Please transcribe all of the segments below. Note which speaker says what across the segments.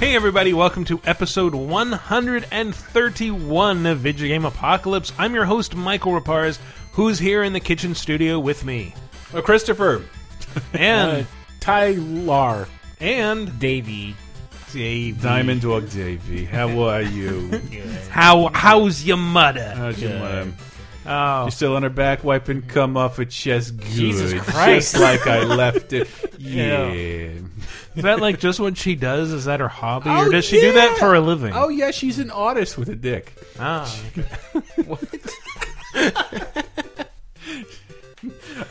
Speaker 1: Hey everybody, welcome to episode 131 of Video Game Apocalypse. I'm your host Michael Rapars, who's here in the kitchen studio with me.
Speaker 2: Uh, Christopher.
Speaker 1: And
Speaker 2: Uh, Tyler.
Speaker 1: and
Speaker 3: Davey.
Speaker 1: Dave.
Speaker 2: Diamond Dog Davey. How are you?
Speaker 1: How how's your mother?
Speaker 2: How's your mom?
Speaker 1: Oh.
Speaker 2: You're still on her back wiping cum off her chest good.
Speaker 1: Jesus Christ.
Speaker 2: Just like I left it.
Speaker 1: Yeah.
Speaker 2: Yeah.
Speaker 1: Is that like just what she does? Is that her hobby,
Speaker 2: Oh,
Speaker 1: or does she do that
Speaker 2: yeah.
Speaker 1: for a living?
Speaker 2: Oh, yeah, she's an artist with a dick.
Speaker 1: Ah.
Speaker 2: Um,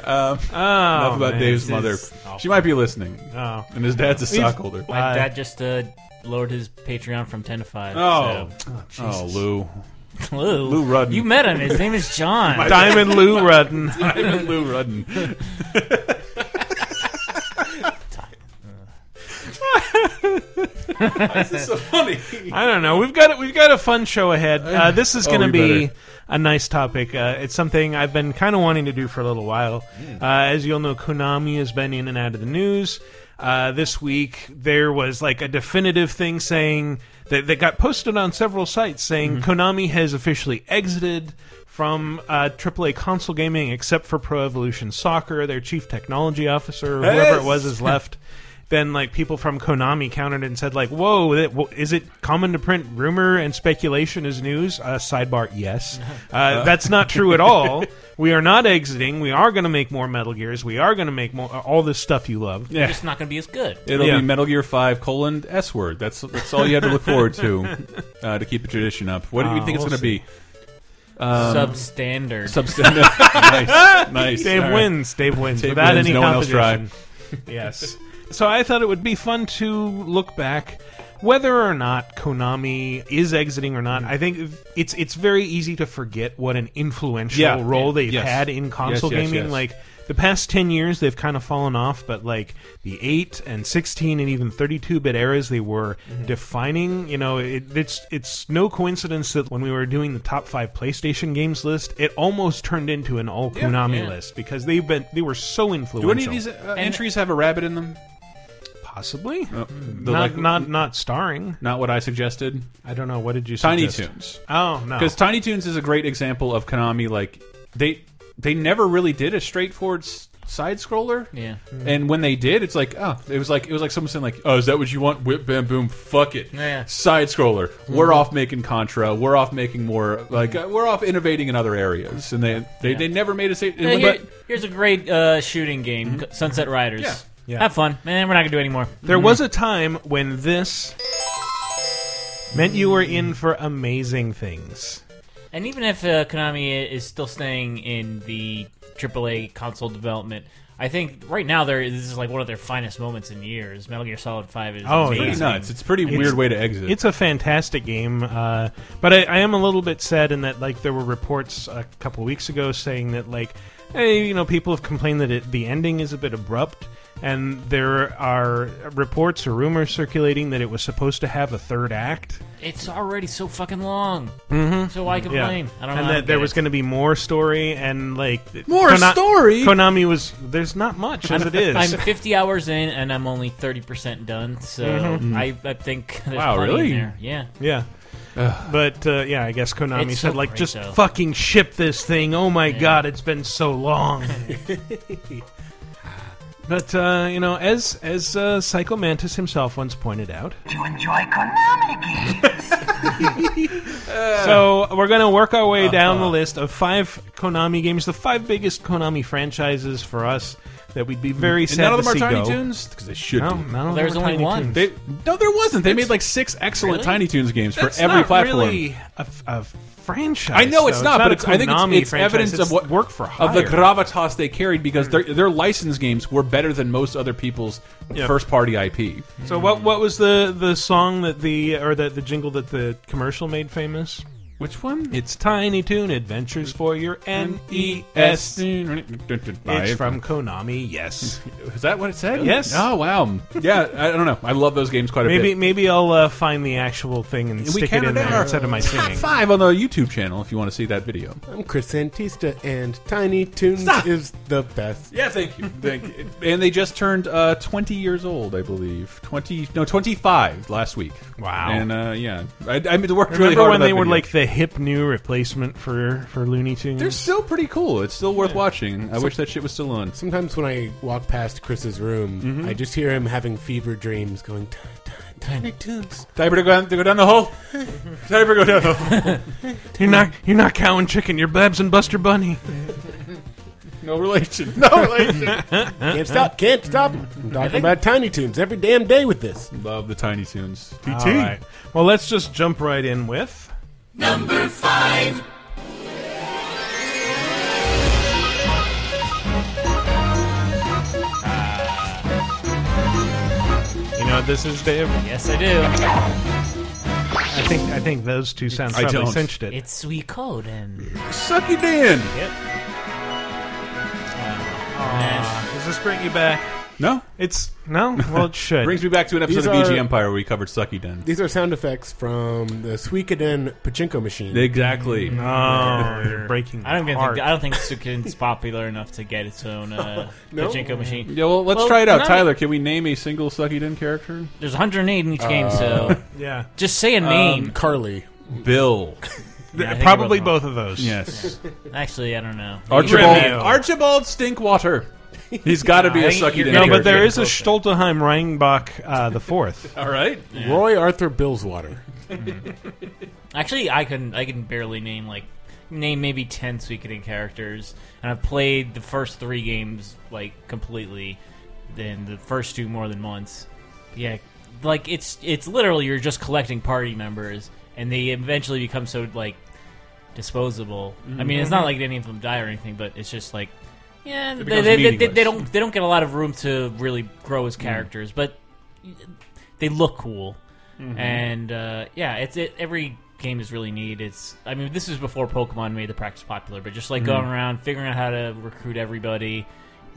Speaker 1: Oh,
Speaker 2: enough about
Speaker 1: man.
Speaker 2: Dave's
Speaker 3: this
Speaker 2: mother.
Speaker 3: is
Speaker 2: She might be listening.
Speaker 1: Oh.
Speaker 2: And his dad's a stockholder.
Speaker 3: My
Speaker 1: Uh,
Speaker 3: dad just uh, lowered his Patreon from 10 to 5.
Speaker 2: Oh.
Speaker 3: so-
Speaker 2: Oh, Lou.
Speaker 3: Lou.
Speaker 2: Lou Rudden.
Speaker 3: You met him. His name is John.
Speaker 1: Diamond Lou Rudden.
Speaker 2: Diamond Lou Rudden. Why is this so funny?
Speaker 1: I don't know. We've got we've got a fun show ahead. Uh, this is
Speaker 2: Oh,
Speaker 1: going to
Speaker 2: we
Speaker 1: be
Speaker 2: better.
Speaker 1: a nice topic. Uh, it's something I've been kind of wanting to do for a little while.
Speaker 2: Hmm.
Speaker 1: Uh, as you'll know, Konami has been in and out of the news. Uh, this week there was like a definitive thing saying that that got posted on several sites saying
Speaker 2: Mm-hmm.
Speaker 1: Konami has officially exited from uh, AAA console gaming, except for Pro Evolution Soccer. Their chief technology officer, or whoever it was, is left. Then, like people from Konami countered and said, like, "Whoa, that, w- is it common to print rumor and speculation as news?" Uh, sidebar: Yes, uh, that's not true at all. We are not exiting. We are going to make more Metal Gears. We are going to make more uh, all this stuff you love.
Speaker 2: Yeah.
Speaker 3: Just not going to be as good.
Speaker 2: It'll
Speaker 1: Yeah.
Speaker 2: be Metal Gear Five colon S word. That's that's all you have to look forward to uh, to keep the tradition up. What do you
Speaker 1: Ah,
Speaker 2: think
Speaker 1: we'll
Speaker 2: it's going to be? Um,
Speaker 3: Substandard.
Speaker 2: Substandard. nice, nice.
Speaker 1: Dave
Speaker 2: All right.
Speaker 1: wins. Dave wins
Speaker 2: Dave
Speaker 1: without
Speaker 2: wins,
Speaker 1: any
Speaker 2: no one else
Speaker 1: competition. yes. So I thought it would be fun to look back whether or not Konami is exiting or not. I think it's it's very easy to forget what an influential
Speaker 2: Yeah.
Speaker 1: role they've
Speaker 2: Yes.
Speaker 1: had in console
Speaker 2: Yes, yes,
Speaker 1: gaming.
Speaker 2: yes.
Speaker 1: Like the past 10 years they've kind of fallen off, but like the 8 and 16 and even 32-bit eras they were
Speaker 2: Mm-hmm.
Speaker 1: defining, you know, it, it's it's no coincidence that when we were doing the top 5 PlayStation games list, it almost turned into an all Konami
Speaker 3: Yeah.
Speaker 1: list because they've been they were so influential.
Speaker 2: Do any of these uh, entries have a rabbit in them?
Speaker 1: Possibly.
Speaker 2: Uh,
Speaker 1: not
Speaker 2: the, like,
Speaker 1: not not starring.
Speaker 2: not what I suggested.
Speaker 1: I don't know. What did you
Speaker 2: Tiny
Speaker 1: suggest?
Speaker 2: Toons,
Speaker 1: Oh no.
Speaker 2: because Tiny Toons is a great example of Konami. Like they they never really did a straightforward s- side scroller.
Speaker 3: yeah.
Speaker 2: And when they did, it's like, oh, it was like it was like someone saying like, oh, is that what you want? Whip, bam, boom, fuck it.
Speaker 3: Yeah.
Speaker 2: Side scroller.
Speaker 1: Mm-hmm.
Speaker 2: We're off making Contra. We're off making more like uh, we're off innovating in other areas. And they they, they never made a say.
Speaker 3: Uh,
Speaker 2: and-
Speaker 3: here-
Speaker 2: but Mm-hmm.
Speaker 3: here's a great uh, shooting game, C- Sunset Riders.
Speaker 2: Yeah.
Speaker 1: Yeah.
Speaker 3: Have fun. Man, we're not going to do any more.
Speaker 1: there
Speaker 2: mm.
Speaker 1: was a time when this meant you were in for amazing things.
Speaker 3: And even if uh, Konami i- is still staying in the AAA console development, I think right now there is this is like one of their finest moments in years. Metal Gear Solid Five is
Speaker 1: Oh,
Speaker 3: amazing.
Speaker 2: pretty nuts. It's a pretty weird way to exit.
Speaker 1: It's a fantastic game, uh, but I, I am a little bit sad in that like there were reports a couple weeks ago saying that like, hey, you know, people have complained that it, the ending is a bit abrupt, and there are reports or rumors circulating that it was supposed to have a third act.
Speaker 3: It's already so fucking long. Mm-hmm. So why complain? I don't know.
Speaker 1: and
Speaker 3: how to
Speaker 1: that there
Speaker 3: get
Speaker 1: was
Speaker 3: it.
Speaker 1: going to be more story and like
Speaker 2: More story?
Speaker 1: Konami was there's not much as it is.
Speaker 3: I'm 50 hours in and I'm only 30% done, so I, I think there's
Speaker 2: Wow,
Speaker 3: plenty in
Speaker 2: really?
Speaker 3: there. Yeah.
Speaker 1: yeah. But uh, yeah, I guess Konami
Speaker 3: It's
Speaker 1: said
Speaker 3: so
Speaker 1: like
Speaker 3: great,
Speaker 1: just
Speaker 3: though.
Speaker 1: fucking ship this thing. Oh my god, it's been so long. but uh, you know, as as uh, Psycho Mantis himself once pointed out,
Speaker 4: to enjoy Konami games.
Speaker 1: So we're going to work our
Speaker 2: Oh,
Speaker 1: way down the list of five Konami games, the five biggest Konami franchises for us that we'd be very
Speaker 2: Hmm. and
Speaker 1: sad
Speaker 2: none of
Speaker 1: to
Speaker 2: them are
Speaker 1: see
Speaker 2: Tiny
Speaker 1: go.
Speaker 2: Toons because they should.
Speaker 1: No, none
Speaker 2: be.
Speaker 1: of them
Speaker 3: there's
Speaker 1: are
Speaker 3: only
Speaker 1: Tiny
Speaker 3: one.
Speaker 1: Toons.
Speaker 2: They, no, there wasn't. They made like six excellent
Speaker 3: Really?
Speaker 2: Tiny Toons games
Speaker 1: That's
Speaker 2: for every
Speaker 1: not
Speaker 2: platform.
Speaker 1: Really a, a franchise.
Speaker 2: I know it's
Speaker 1: though.
Speaker 2: not, but
Speaker 1: a
Speaker 2: it's, I think it's,
Speaker 1: Konami
Speaker 2: it's
Speaker 1: franchise.
Speaker 2: evidence
Speaker 1: It's
Speaker 2: of what
Speaker 1: work for hire.
Speaker 2: of the gravitas they carried because
Speaker 1: Hmm.
Speaker 2: their their license games were better than most other people's
Speaker 1: Yeah. Hmm.
Speaker 2: first party IP.
Speaker 1: So what? What was the the song that the or the the jingle that the commercial made famous?
Speaker 2: Which one?
Speaker 1: It's Tiny Toon Adventures for Your NES. E
Speaker 2: E
Speaker 1: It's
Speaker 2: It's
Speaker 1: from Konami, yes.
Speaker 2: Is that what it said?
Speaker 1: Yes.
Speaker 2: Oh wow. Yeah, I don't know. I love those games quite a
Speaker 1: Maybe
Speaker 2: bit.
Speaker 1: maybe I'll uh, find the actual thing and, stick it
Speaker 2: counted
Speaker 1: in there
Speaker 2: down our
Speaker 1: instead of my
Speaker 2: Top
Speaker 1: singing.
Speaker 2: five on the YouTube channel if you want to see that video.
Speaker 5: I'm Chris Santista, and Tiny Toons
Speaker 2: Stop.
Speaker 5: is the best.
Speaker 2: Yeah, thank you. Thank you. And they just turned uh, 20 years old, I believe. 20, no, 25 last week.
Speaker 1: Wow.
Speaker 2: And uh, yeah, I, I mean, they worked really
Speaker 1: Remember
Speaker 2: hard
Speaker 1: when
Speaker 2: on that
Speaker 1: they were
Speaker 2: video.
Speaker 1: like the hip new replacement for for Looney Tunes?
Speaker 2: They're still pretty cool. It's still worth watching. I wish that shit was still on.
Speaker 5: Sometimes when I walk past Chris's room, I just hear him having fever dreams, going "Ti- ti- Tiny Toons.
Speaker 2: Diaper to go down, to go down the hole. Diaper go down the hole.
Speaker 1: You're not you're not cow and chicken. You're Babs and Buster Bunny.
Speaker 2: No relation. No relation.
Speaker 5: Can't stop, can't stop. I'm talking about Tiny Toons every damn day with this.
Speaker 2: Love the Tiny Toons.
Speaker 1: All right. Well, let's just jump right in with. Number five. You know what this is, Dave?
Speaker 3: Yes, I do.
Speaker 1: I think I think those two sounds
Speaker 2: I
Speaker 1: probably
Speaker 2: don't.
Speaker 1: cinched it.
Speaker 3: It's sweet code and
Speaker 2: Sucky Dan.
Speaker 1: Uh, Does this bring you back?
Speaker 2: No.
Speaker 1: It's no. Well, it should.
Speaker 2: Brings me back to an episode
Speaker 5: These
Speaker 2: of VG
Speaker 5: are-
Speaker 2: Empire where we covered Sucky Dan.
Speaker 5: These are sound effects from the Suikoden pachinko machine.
Speaker 2: Exactly.
Speaker 1: oh, you're breaking.
Speaker 3: I don't
Speaker 1: my
Speaker 3: even
Speaker 1: heart.
Speaker 3: think I don't think Sukin's popular enough to get its own uh,
Speaker 5: No?
Speaker 3: pachinko machine.
Speaker 2: Yeah, well, let's
Speaker 3: Well,
Speaker 2: try it out.
Speaker 3: not-
Speaker 2: Tyler, can we name a single Sucky Dan character?
Speaker 3: There's 108 in each game, so
Speaker 1: Yeah.
Speaker 3: just say a name.
Speaker 5: Um, Carly.
Speaker 2: Bill.
Speaker 3: Yeah, I think
Speaker 1: Probably
Speaker 3: it was
Speaker 1: both of those.
Speaker 2: Yes.
Speaker 3: one. Actually, I don't know.
Speaker 2: Archibald
Speaker 1: Romeo.
Speaker 2: Archibald Stinkwater. He's got to be a
Speaker 3: I think
Speaker 2: sucky
Speaker 3: you're
Speaker 2: dick
Speaker 1: No,
Speaker 3: gonna-
Speaker 1: but there
Speaker 2: character.
Speaker 1: is a Stoltenheim Reinbach uh, the fourth.
Speaker 2: All right.
Speaker 5: Roy Arthur Billswater.
Speaker 3: Actually, I can I can barely name like name maybe ten Suikoden characters, and I've played the first three games like completely, then the first two more than once. Yeah, like it's it's literally you're just collecting party members, and they eventually become so like disposable. I mean, it's not like any of them die or anything, but it's just like yeah,
Speaker 2: Mm-hmm.
Speaker 3: they,
Speaker 2: becomes
Speaker 3: they, they, they,
Speaker 2: meaningless. Mm.
Speaker 3: they don't they don't get a lot of room to really grow as characters, but they look cool,
Speaker 1: Mm-hmm.
Speaker 3: and uh, yeah, it's it. Every game is really neat. It's I mean, this is before Pokemon made the practice popular, but just like going
Speaker 1: Mm-hmm.
Speaker 3: around figuring out how to recruit everybody,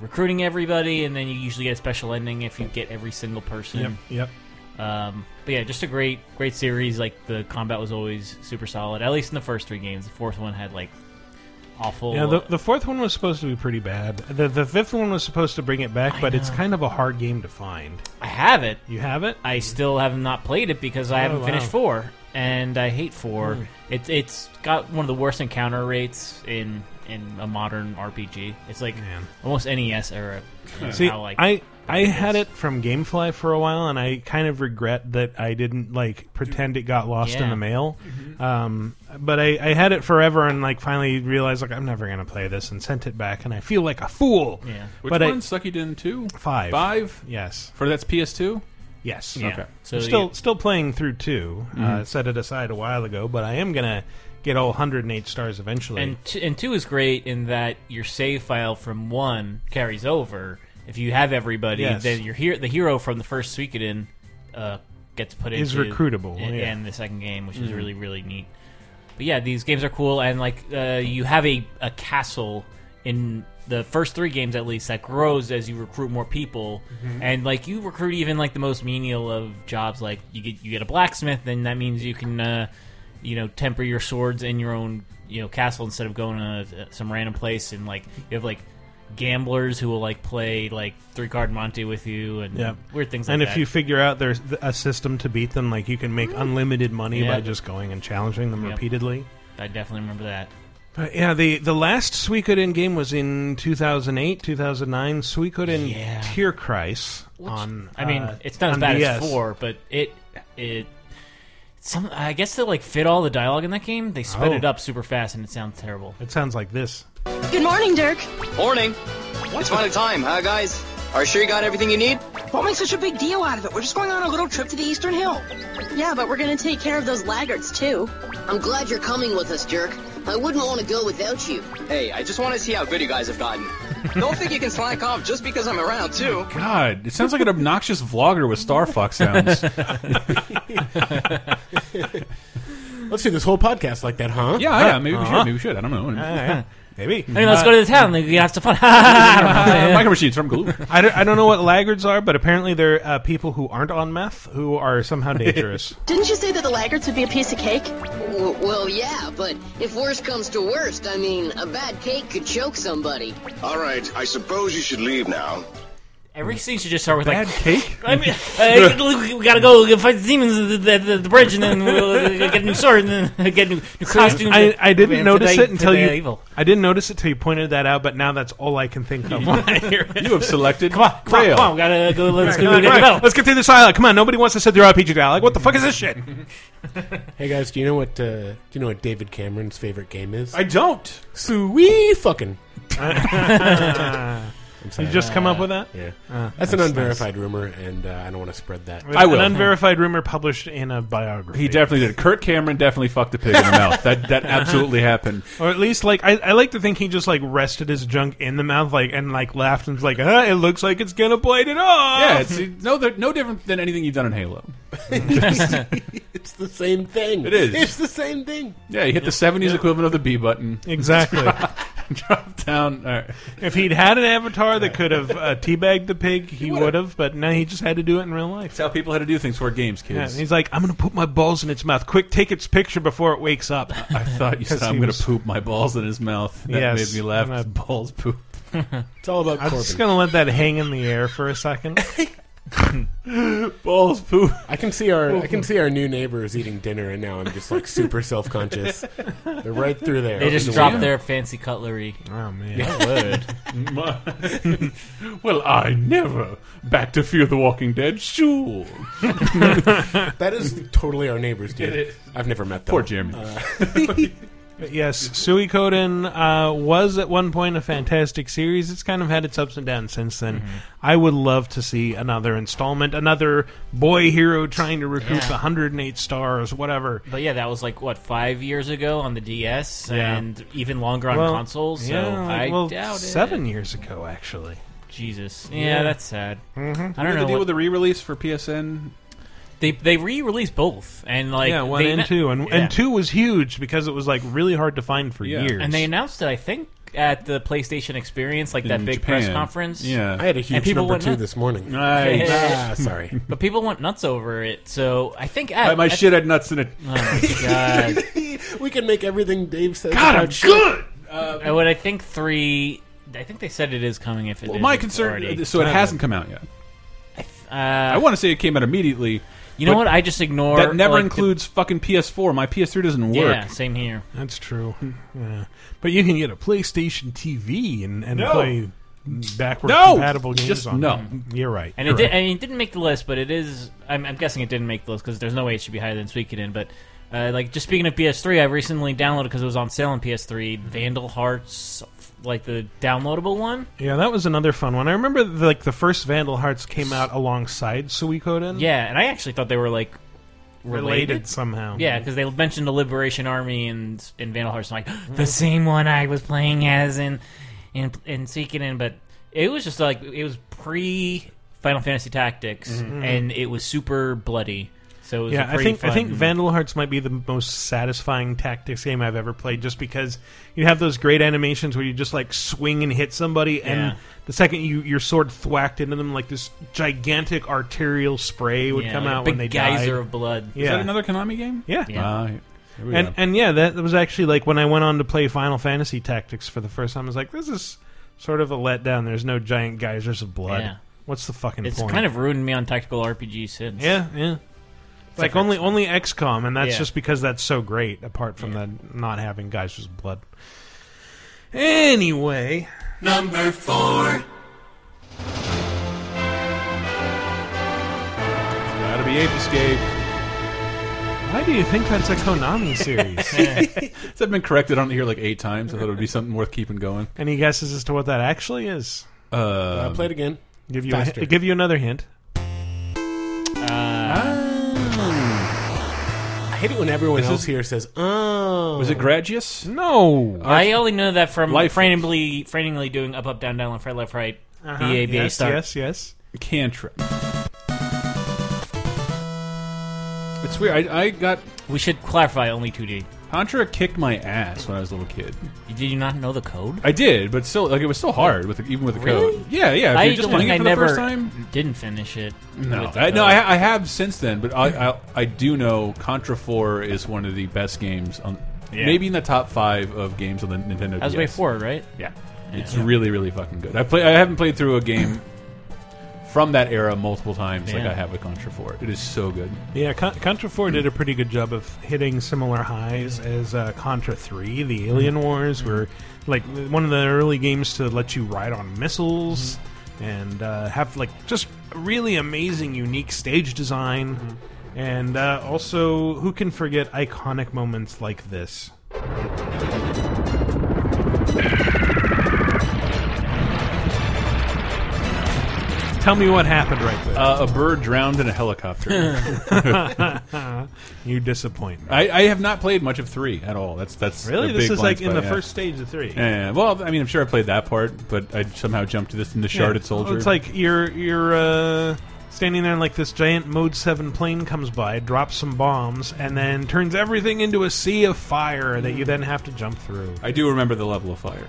Speaker 3: recruiting everybody, and then you usually get a special ending if you get every single person.
Speaker 1: Yep.
Speaker 3: Um, but yeah, just a great great series. Like the combat was always super solid, at least in the first three games. The fourth one had like awful.
Speaker 1: Yeah, the, the fourth one was supposed to be pretty bad. The the fifth one was supposed to bring it back,
Speaker 3: I
Speaker 1: but it's
Speaker 3: know.
Speaker 1: kind of a hard game to find.
Speaker 3: I have it.
Speaker 1: You have it?
Speaker 3: I still have not played it because I haven't
Speaker 1: Oh, wow. Hmm.
Speaker 3: finished four, and I hate four. It, it's got one of the worst encounter rates in in a modern RPG. It's like
Speaker 1: Man.
Speaker 3: almost NES era. is
Speaker 1: See,
Speaker 3: how, like,
Speaker 1: I I
Speaker 3: it is.
Speaker 1: had it from GameFly for a while, and I kind of regret that I didn't like pretend it got lost in
Speaker 3: Yeah. Mm-hmm.
Speaker 1: the mail. Um, but I, I had it forever, and like finally realized like I'm never gonna play this, and sent it back, and I feel like a fool.
Speaker 3: yeah.
Speaker 2: Which
Speaker 1: But I-
Speaker 2: one? Sucky Dan 2?
Speaker 1: Five.
Speaker 2: 5?
Speaker 1: Yes.
Speaker 2: For that's PS2?
Speaker 1: Yes.
Speaker 3: yeah.
Speaker 2: Okay.
Speaker 3: So
Speaker 1: I'm still
Speaker 3: you-
Speaker 1: still playing through 2 Uh, set it aside a while ago, but I am gonna get all 108 stars eventually.
Speaker 3: And t- and two is great in that your save file from one carries over. If you have everybody,
Speaker 1: Yes.
Speaker 3: then your hero, the hero from the first Suikoden uh, gets put
Speaker 1: Is
Speaker 3: into
Speaker 1: recruitable,
Speaker 3: in,
Speaker 1: yeah. Hmm.
Speaker 3: in the second game, which is really really neat. But yeah, these games are cool, and like uh, you have a, a castle in the first three games at least that grows as you recruit more people,
Speaker 1: Mm-hmm.
Speaker 3: and like you recruit even like the most menial of jobs, like you get you get a blacksmith, then that means you can uh, you know temper your swords in your own you know castle instead of going to uh, some random place, and like you have like gamblers who will like play like three card Monte with you and
Speaker 1: Yeah.
Speaker 3: weird things like
Speaker 1: And
Speaker 3: that.
Speaker 1: if you figure out there's th- a system to beat them, like you can make unlimited money
Speaker 3: Yeah.
Speaker 1: by just going and challenging them
Speaker 3: Yep.
Speaker 1: repeatedly.
Speaker 3: I definitely remember that.
Speaker 1: But yeah, the the last Suikoden game was in 2008, 2009. Suikoden
Speaker 3: Yeah.
Speaker 1: Tear Crisis on.
Speaker 3: I mean,
Speaker 1: uh,
Speaker 3: it's not as
Speaker 1: on
Speaker 3: bad
Speaker 1: DS.
Speaker 3: as four, but it it some I guess to like fit all the dialogue in that game, they sped
Speaker 1: Oh.
Speaker 3: it up super fast and it sounds terrible.
Speaker 1: It sounds like this.
Speaker 6: Good morning, Dirk.
Speaker 7: Morning. it's finally time, huh, guys? Are you sure you got everything you need?
Speaker 6: Don't make such a big deal out of it. We're just going on a little trip to the Eastern Hill. Yeah, but we're gonna take care of those laggards too.
Speaker 8: I'm glad you're coming with us, Dirk. I wouldn't want to go without you.
Speaker 7: Hey, I just want to see how good you guys have gotten. Don't think you can slack off just because I'm around, too.
Speaker 2: God, it sounds like an obnoxious vlogger with Star Fox sounds.
Speaker 5: Let's do this whole podcast like that, huh?
Speaker 2: Yeah, yeah. Maybe we should. Maybe we should. I don't know.
Speaker 1: All right. Maybe.
Speaker 3: I mean, let's go to the town. Like, we have some fun. I
Speaker 2: Micro machines from Galoob.
Speaker 1: I don't, I don't know what laggards are, but apparently they're uh, people who aren't on meth who are somehow dangerous.
Speaker 6: Didn't you say that the laggards would be a piece of cake?
Speaker 8: W- well, yeah, but if worse comes to worst, I mean, a bad cake could choke somebody.
Speaker 9: All right, I suppose you should leave now.
Speaker 3: Every scene should just start with
Speaker 1: Bad
Speaker 3: like.
Speaker 1: cake?
Speaker 3: I mean, uh, look, we gotta go we gotta fight the demons at the, at the, the bridge, and then we'll uh, get a new sword, and then get a new, new costume.
Speaker 1: I, I didn't
Speaker 3: for
Speaker 1: notice
Speaker 3: the-
Speaker 1: it until
Speaker 3: for the
Speaker 1: you.
Speaker 3: Evil.
Speaker 1: I didn't notice it until you pointed that out, but now that's all I can think of. All right,
Speaker 2: You have selected.
Speaker 3: Come on, come on,
Speaker 2: Grail.
Speaker 3: come on, we gotta go. Let's
Speaker 1: come
Speaker 3: go
Speaker 1: on,
Speaker 3: get the
Speaker 1: right,
Speaker 3: battle.
Speaker 1: Let's get through this dialogue. Come on, nobody wants to sit through RPG dialogue. What the fuck is this shit?
Speaker 5: Hey guys, do you know what? Uh, do you know what David Cameron's favorite game is?
Speaker 2: I don't.
Speaker 5: Sweet fucking.
Speaker 1: You just come up with that?
Speaker 5: Yeah,
Speaker 3: Uh,
Speaker 5: that's an unverified rumor, and uh, I don't want to spread that.
Speaker 2: I will.
Speaker 1: An unverified rumor published in a biography.
Speaker 2: He definitely did. Kurt Cameron definitely fucked a pig in the mouth. That that absolutely happened.
Speaker 1: or at least like I, I like to think he just like rested his junk in the mouth, like and like laughed and was like, "Huh, it looks like it's gonna blade it off."
Speaker 2: Yeah, it's no they're no different than anything you've done in Halo.
Speaker 5: It's the same thing.
Speaker 2: It is.
Speaker 5: It's the same thing.
Speaker 2: Yeah, you hit the '70s equivalent of the B button.
Speaker 1: exactly.
Speaker 2: Drop down. All right.
Speaker 1: if he'd had an avatar that could have uh, teabagged the pig, he would have. But now he just had to do it in real life.
Speaker 2: It's how people had to do things for games,
Speaker 1: Yeah,
Speaker 2: kids.
Speaker 1: and he's like, "I'm gonna put my balls in its mouth. Quick, take its picture before it wakes up."
Speaker 2: I thought you said
Speaker 1: he
Speaker 2: I'm going
Speaker 1: was-
Speaker 2: to poop my balls in his mouth. That
Speaker 1: Yes,
Speaker 2: made me laugh.
Speaker 1: I'm gonna-
Speaker 2: Balls poop.
Speaker 5: It's all about
Speaker 1: I'm
Speaker 5: Corbin.
Speaker 1: just gonna let that hang in the air for a second.
Speaker 2: Balls poop.
Speaker 5: I can see our I can see our new neighbors eating dinner, and now I'm just like super self conscious. They're right through there.
Speaker 3: They just
Speaker 5: Open the
Speaker 3: dropped
Speaker 5: window.
Speaker 3: their fancy cutlery.
Speaker 1: Oh man,
Speaker 2: well, I never. Back to Fear the Walking Dead. Sure.
Speaker 5: That is totally our neighbors, dude. I've never met them.
Speaker 2: Poor Jeremy.
Speaker 1: But yes, Suikoden uh, was at one point a fantastic series. It's kind of had its ups and downs since then.
Speaker 3: Mm-hmm.
Speaker 1: I would love to see another installment, another boy hero trying to recoup
Speaker 3: Yeah.
Speaker 1: 108 stars, whatever.
Speaker 3: But yeah, that was like what five years ago on the DS,
Speaker 1: Yeah.
Speaker 3: and even longer on
Speaker 1: Well,
Speaker 3: consoles. So
Speaker 1: yeah, like,
Speaker 3: I
Speaker 1: well,
Speaker 3: doubt
Speaker 1: seven
Speaker 3: it.
Speaker 1: years ago, actually.
Speaker 3: Jesus, yeah,
Speaker 1: Yeah.
Speaker 3: that's sad. I
Speaker 2: You
Speaker 3: don't
Speaker 2: know the
Speaker 3: know.
Speaker 2: deal
Speaker 3: what-
Speaker 2: with the re-release for PSN?
Speaker 3: they they re-released both, and like
Speaker 1: yeah, one
Speaker 3: they
Speaker 1: and
Speaker 3: na-
Speaker 1: two, and
Speaker 3: Yeah.
Speaker 1: and two was huge because it was like really hard to find for
Speaker 2: Yeah.
Speaker 1: years.
Speaker 3: and they announced it. I think at the PlayStation Experience, like that
Speaker 2: in
Speaker 3: big
Speaker 2: Japan.
Speaker 3: press conference.
Speaker 2: Yeah.
Speaker 5: I had a
Speaker 3: And
Speaker 5: huge
Speaker 3: people
Speaker 5: number
Speaker 3: went
Speaker 5: two
Speaker 3: nuts.
Speaker 5: this morning.
Speaker 2: Nice.
Speaker 5: Ah, sorry.
Speaker 3: But people went nuts over it, so I think at,
Speaker 2: I, my
Speaker 3: at-
Speaker 2: shit had nuts in it.
Speaker 3: Oh my god!
Speaker 5: we can make everything Dave says.
Speaker 2: God,
Speaker 5: about
Speaker 2: I'm
Speaker 5: shit.
Speaker 2: good.
Speaker 3: Uh, what I think three. I think they said it is coming. If it
Speaker 2: Well,
Speaker 3: isn't
Speaker 2: my concern. uh,
Speaker 3: already.
Speaker 2: So it hasn't come out yet. I
Speaker 3: Uh,
Speaker 2: want to say it came out immediately.
Speaker 3: you know
Speaker 2: but
Speaker 3: what? I just ignore
Speaker 2: That never
Speaker 3: like, the-
Speaker 2: includes fucking PS4. My PS3 doesn't work.
Speaker 3: Yeah, same here.
Speaker 1: That's true. Yeah. But you can get a PlayStation TV and, and
Speaker 2: No.
Speaker 1: play backward
Speaker 2: No!
Speaker 1: compatible games
Speaker 2: Just
Speaker 1: on
Speaker 2: no.
Speaker 1: it. You're right.
Speaker 3: And it, did, and it didn't make the list, but it is. I'm, I'm guessing it didn't make the list because there's no way it should be higher than Suikoden. But uh, like, just speaking of PS3, I recently downloaded because it was on sale on PS3. Vandal Hearts, like the downloadable one.
Speaker 1: Yeah, that was another fun one. I remember like the first Vandal Hearts came out alongside Suikoden.
Speaker 3: Yeah, and I actually thought they were like
Speaker 1: related,
Speaker 3: related.
Speaker 1: somehow.
Speaker 3: Yeah, because they mentioned the Liberation Army and in Vandal Hearts. I'm like
Speaker 1: Hmm.
Speaker 3: the same one I was playing as in in in Suikoden, but it was just like it was pre Final Fantasy Tactics, and it was super bloody. So it was
Speaker 1: Mm-hmm. Yeah,
Speaker 3: a
Speaker 1: I
Speaker 3: pretty
Speaker 1: think I think
Speaker 3: fun-
Speaker 1: Vandal Hearts might be the most satisfying tactics game I've ever played, just because you have those great animations where you just like swing and hit somebody,
Speaker 3: Yeah.
Speaker 1: and the second you your sword thwacked into them, like this gigantic arterial spray would
Speaker 3: Yeah,
Speaker 1: come
Speaker 3: like a
Speaker 1: out
Speaker 3: big
Speaker 1: when they
Speaker 3: geyser
Speaker 1: died.
Speaker 3: of blood.
Speaker 1: Yeah,
Speaker 2: Is that another Konami game?
Speaker 1: yeah.
Speaker 3: Yeah.
Speaker 2: Ah, here we
Speaker 1: And
Speaker 2: go.
Speaker 1: and yeah, that was actually like when I went on to play Final Fantasy Tactics for the first time. I was like, this is sort of a letdown. There's no giant geysers of blood.
Speaker 3: Yeah.
Speaker 1: What's the fucking
Speaker 3: It's
Speaker 1: point?
Speaker 3: kind of ruined me on tactical RPG since.
Speaker 1: Yeah, yeah. like
Speaker 3: for
Speaker 1: only only XCOM, and that's
Speaker 3: Yeah.
Speaker 1: just because that's so great. Apart from the not having guys with blood. Anyway,
Speaker 2: gotta be Ape Escape.
Speaker 1: why do you think that's a Konami series?
Speaker 2: It's I've been corrected on here like eight times. I thought it would be something worth keeping going.
Speaker 1: Any guesses as to what that actually is?
Speaker 2: Uh,
Speaker 5: Uh, play it again.
Speaker 1: Give you a,
Speaker 5: Faster.
Speaker 1: hi- give you another hint.
Speaker 3: Oh.
Speaker 5: I hate it when everyone else here says, "Oh."
Speaker 2: was it Uh, Gradius?
Speaker 1: No,
Speaker 3: I only know that from
Speaker 2: Life-
Speaker 3: frantically, frantically doing up, up, down, down, left, right, left, right,
Speaker 1: Uh-huh.
Speaker 3: BA, BA,
Speaker 1: yes,
Speaker 3: start.
Speaker 1: yes, yes.
Speaker 2: Cantrip. It's It's weird. I, I got
Speaker 3: We should clarify only 2D.
Speaker 2: Contra kicked my ass when I was a little kid.
Speaker 3: Did you not know the code?
Speaker 2: I did, but still, like it was still hard with the, even with the
Speaker 3: Really?
Speaker 2: code. Yeah, yeah. If
Speaker 3: I
Speaker 2: you're just
Speaker 3: don't
Speaker 2: playing
Speaker 3: think
Speaker 2: it
Speaker 3: I
Speaker 2: for
Speaker 3: never
Speaker 2: the first time.
Speaker 3: didn't finish it.
Speaker 2: No,
Speaker 3: with the
Speaker 1: Uh,
Speaker 2: I, no,
Speaker 3: code.
Speaker 2: I, I have since then, but I, I I do know Contra Four is one of the best games on,
Speaker 3: Yeah.
Speaker 2: maybe in the top five of games on the Nintendo.
Speaker 3: that was
Speaker 2: DS.
Speaker 3: way forward, right?
Speaker 2: Yeah, it's really really fucking good. I play. I haven't played through a game from that era multiple times like
Speaker 3: Yeah.
Speaker 2: I have with Contra Four. It is so good.
Speaker 1: Yeah, Con- Contra 4 did a pretty good job of hitting similar highs as uh, Contra 3, the Alien Wars, were like one of the early games to let you ride on missiles and uh, have like just really amazing, unique stage design. And uh, also, who can forget iconic moments like this? Tell me what happened right there.
Speaker 2: Uh, a bird drowned in a helicopter.
Speaker 1: you disappoint me.
Speaker 2: I, I have not played much of three at all. That's that's
Speaker 1: Really,
Speaker 2: a
Speaker 1: this
Speaker 2: big
Speaker 1: is
Speaker 2: blind
Speaker 1: like in
Speaker 2: spot,
Speaker 1: the
Speaker 2: yeah.
Speaker 1: first stage of three.
Speaker 2: Yeah, yeah, yeah. well, I mean, I'm sure I played that part, but I somehow jumped to this in the sharded
Speaker 1: Yeah. Oh,
Speaker 2: soldier.
Speaker 1: It's like you're you're uh, standing there, and like this giant Mode Seven plane comes by, drops some bombs, and then turns everything into a sea of fire that you then have to jump through.
Speaker 2: I do remember the level of fire,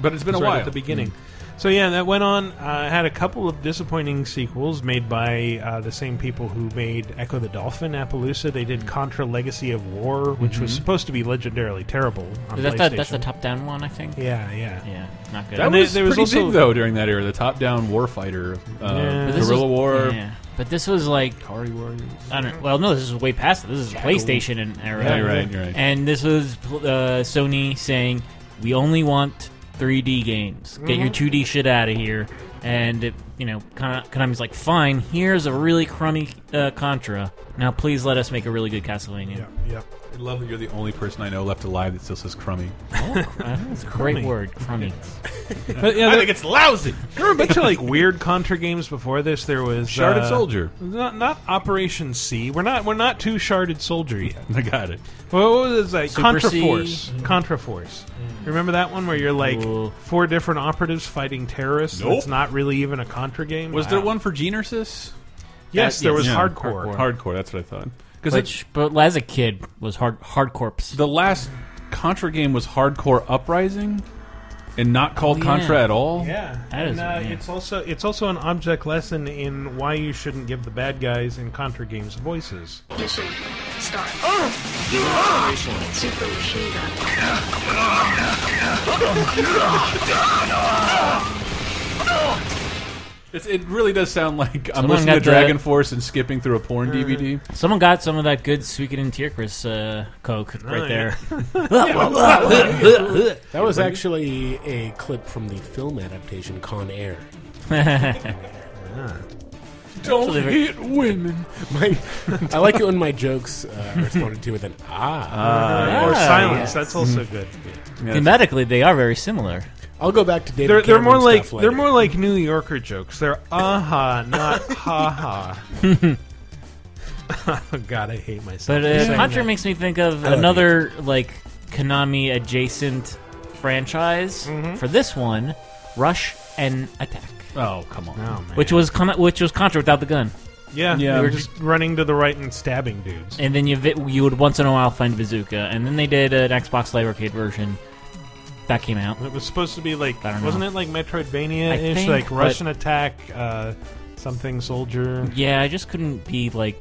Speaker 2: but it's been
Speaker 1: It's
Speaker 2: a
Speaker 1: right
Speaker 2: while
Speaker 1: at the beginning.
Speaker 2: Hmm.
Speaker 1: So yeah, that went on. Uh, had a couple of disappointing sequels made by uh, the same people who made Echo the Dolphin, Appaloosa. They did Contra Legacy of War, which was
Speaker 2: Mm-hmm.
Speaker 1: supposed to be legendarily terrible. On
Speaker 3: That's the,
Speaker 1: PlayStation.
Speaker 3: that's the top down one, I think.
Speaker 1: yeah, yeah.
Speaker 3: Yeah, not good.
Speaker 2: That
Speaker 1: they-
Speaker 2: was
Speaker 1: there was
Speaker 2: pretty
Speaker 1: also-
Speaker 2: big though during that era. The top-down warfighter, uh,
Speaker 1: Yeah. But
Speaker 3: This
Speaker 2: guerrilla
Speaker 3: was-
Speaker 2: war.
Speaker 3: yeah. But this was like
Speaker 2: Atari Warriors.
Speaker 3: I don't. Well, no, this is way past. it. This is PlayStation and era.
Speaker 2: Yeah, you're right, you're right.
Speaker 3: And this was uh, Sony saying, "We only want 3D games. Get
Speaker 2: Mm-hmm.
Speaker 3: your 2D shit out of here." And it, you know, Kon- Konami's like, "Fine, here's a really crummy uh, Contra. Now, please let us make a really good Castlevania."
Speaker 1: yeah, yeah.
Speaker 2: I love that you're the only person I know left alive that still says crummy.
Speaker 3: I think it's Uh, a great word, crummy.
Speaker 1: But, yeah,
Speaker 2: I
Speaker 1: there-
Speaker 2: think it's lousy.
Speaker 1: There were a bunch of like weird Contra games before this. There was
Speaker 2: Sharded
Speaker 1: uh,
Speaker 2: Soldier.
Speaker 1: not not Operation C. We're not we're not too Sharded Soldier yet.
Speaker 2: I got it.
Speaker 1: Well, what was that?
Speaker 3: Mm-hmm. Super
Speaker 1: Contra
Speaker 3: C. Mm-hmm.
Speaker 1: Force. Contra Force. Remember that one where you're like
Speaker 3: Ooh.
Speaker 1: four different operatives fighting terrorists? and It's
Speaker 2: Nope.
Speaker 1: not really even a Contra game.
Speaker 2: Was
Speaker 1: Wow.
Speaker 2: there one for Genesis?
Speaker 1: Yes,
Speaker 3: That-
Speaker 1: there
Speaker 3: yes.
Speaker 1: was
Speaker 2: Yeah,
Speaker 1: Hardcore.
Speaker 2: Hardcore. That's what I thought. Because
Speaker 3: Which, but as a kid, was hard hard corpse.
Speaker 2: the last Contra game was Hardcore Uprising, and not called
Speaker 3: Oh, yeah.
Speaker 2: Contra at all.
Speaker 1: Yeah,
Speaker 3: That
Speaker 1: and
Speaker 3: is-
Speaker 1: uh,
Speaker 3: yeah.
Speaker 1: it's also it's also an object lesson in why you shouldn't give the bad guys in Contra games voices.
Speaker 10: Mission start. Super machine gun.
Speaker 2: It's, it really does sound like I'm
Speaker 3: Someone
Speaker 2: listening to
Speaker 3: got the-
Speaker 2: Dragon Force and skipping through a porn DVD.
Speaker 3: Someone got some of that good Suikoden Tear Chris uh, Coke
Speaker 2: Oh,
Speaker 3: right
Speaker 1: yeah.
Speaker 3: there.
Speaker 5: That was actually a clip from the film adaptation Con Air.
Speaker 2: Don't
Speaker 3: Actually, very-
Speaker 2: hit women.
Speaker 5: My, I like it when my jokes uh, are responded to with an
Speaker 1: Uh,
Speaker 5: ah.
Speaker 1: or silence. That's also
Speaker 2: Mm-hmm.
Speaker 1: good.
Speaker 3: Thematically, they are very similar.
Speaker 5: I'll go back to David.
Speaker 1: They're, they're more
Speaker 5: Cameron
Speaker 1: like
Speaker 5: stuff
Speaker 1: they're
Speaker 5: later.
Speaker 1: more like New Yorker jokes. They're aha, not haha. oh God, I hate myself.
Speaker 3: But uh, Contra makes me think of
Speaker 5: love
Speaker 3: another like Konami adjacent franchise
Speaker 2: Mm-hmm.
Speaker 3: for this one, Rush and Attack,
Speaker 2: Oh come on.
Speaker 1: oh man,
Speaker 3: which was Kon- which was Contra without the gun.
Speaker 1: yeah,
Speaker 2: Yeah.
Speaker 1: they were just running to the right and stabbing dudes.
Speaker 3: And then you vi- you would once in a while find Bazooka, and then they did an Xbox Live Arcade version that came out.
Speaker 1: It was supposed to be like,
Speaker 3: I don't know.
Speaker 1: wasn't it like Metroidvania
Speaker 3: I
Speaker 1: ish,
Speaker 3: think,
Speaker 1: like
Speaker 3: but-
Speaker 1: Russian attack, uh, something soldier.
Speaker 3: Yeah, I just couldn't be like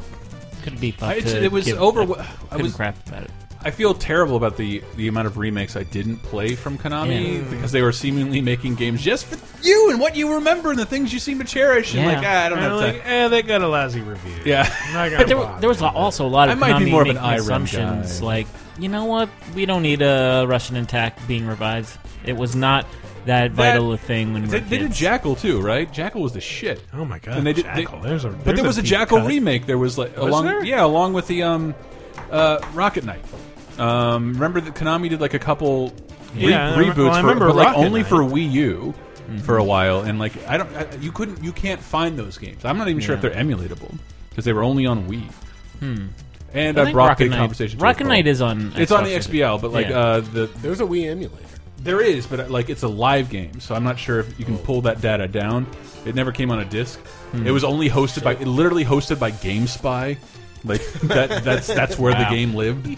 Speaker 3: couldn't be. fucked
Speaker 2: I- it's-
Speaker 3: to
Speaker 2: it was
Speaker 3: give-
Speaker 2: overwhel-
Speaker 3: I
Speaker 2: I
Speaker 3: couldn't
Speaker 2: was-
Speaker 3: crap about it.
Speaker 2: I feel terrible about the the amount of remakes I didn't play from Konami Mm. because they were seemingly making games just for you and what you remember and the things you seem to cherish. And
Speaker 3: Yeah.
Speaker 2: like, ah, I don't
Speaker 1: And
Speaker 2: have
Speaker 1: like,
Speaker 2: time.
Speaker 1: eh, they got a lousy review.
Speaker 2: Yeah.
Speaker 1: I'm not gonna
Speaker 3: But there, were,
Speaker 1: bother.
Speaker 3: there was also a lot of
Speaker 2: I might be
Speaker 3: Konami
Speaker 2: more of an
Speaker 3: making
Speaker 2: Irem
Speaker 3: assumptions
Speaker 2: guy.
Speaker 3: like, you know what, we don't need a Russian attack being revived. It was not that vital a thing when we
Speaker 2: They,
Speaker 3: were
Speaker 2: they did
Speaker 3: kids.
Speaker 2: Jackal too, right? Jackal was the shit.
Speaker 1: Oh my God,
Speaker 2: And they did,
Speaker 1: Jackal.
Speaker 2: They,
Speaker 1: There's a-
Speaker 2: but
Speaker 1: there's
Speaker 2: there
Speaker 1: a
Speaker 2: was a,
Speaker 1: deep
Speaker 2: Jackal
Speaker 1: cut.
Speaker 2: remake. There was like along
Speaker 1: there?
Speaker 2: yeah, along with the um, uh, Rocket Knight. Um, remember that Konami did like a couple re-
Speaker 1: Yeah, I rem-
Speaker 2: reboots
Speaker 1: well, I
Speaker 2: for,
Speaker 1: remember
Speaker 2: but like
Speaker 1: Rocket
Speaker 2: only
Speaker 1: Knight. Mm-hmm.
Speaker 2: for Wii U for a while, and like I don't, I, you couldn't, you can't find those games. I'm not even sure if
Speaker 3: Yeah.
Speaker 2: they're emulatable because they were only on Wii.
Speaker 1: Hmm.
Speaker 2: And
Speaker 3: I
Speaker 2: I,
Speaker 3: think
Speaker 2: brought
Speaker 3: Rocket
Speaker 2: the
Speaker 3: Knight-
Speaker 2: conversation. to a
Speaker 3: Rocket
Speaker 2: crawl.
Speaker 3: Knight is on
Speaker 2: It's on the
Speaker 3: Xbox, isn't it?
Speaker 2: XBL, but like
Speaker 3: Yeah.
Speaker 2: uh, the
Speaker 5: There was a Wii emulator.
Speaker 2: there is, but like it's a live game, so I'm not sure if you can pull that data down. It never came on a disc. It was only hosted by, it literally hosted by GameSpy, Like that that's that's where
Speaker 3: Wow.
Speaker 2: the game lived.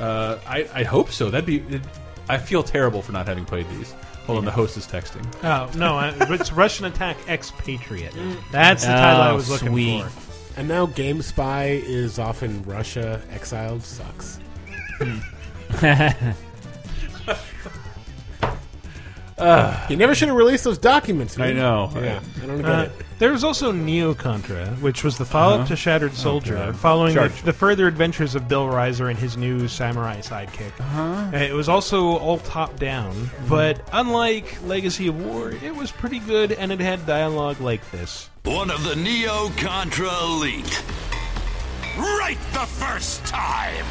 Speaker 2: Uh, I I hope so. That'd be. It, I feel terrible for not having played these. Hold on, the host is texting.
Speaker 1: Oh no, I, it's Russian Attack Expatriate. That's the title I
Speaker 3: Oh,
Speaker 1: was looking
Speaker 3: sweet.
Speaker 1: for.
Speaker 5: And now GameSpy is off in Russia, exiled. Sucks.
Speaker 1: Hmm.
Speaker 5: you never should have released those documents. Man.
Speaker 2: I know.
Speaker 5: Yeah, I don't get
Speaker 1: Uh,
Speaker 5: it.
Speaker 1: there was also Neo Contra, which was the follow-up to Shattered Soldier, following the,
Speaker 2: Charged.
Speaker 1: the further adventures of Bill Reiser and his new samurai sidekick. Uh, It was also all top-down, but unlike Legacy of War, it was pretty good, and it had dialogue like this.
Speaker 11: One of the Neo Contra Elite. Right the first time!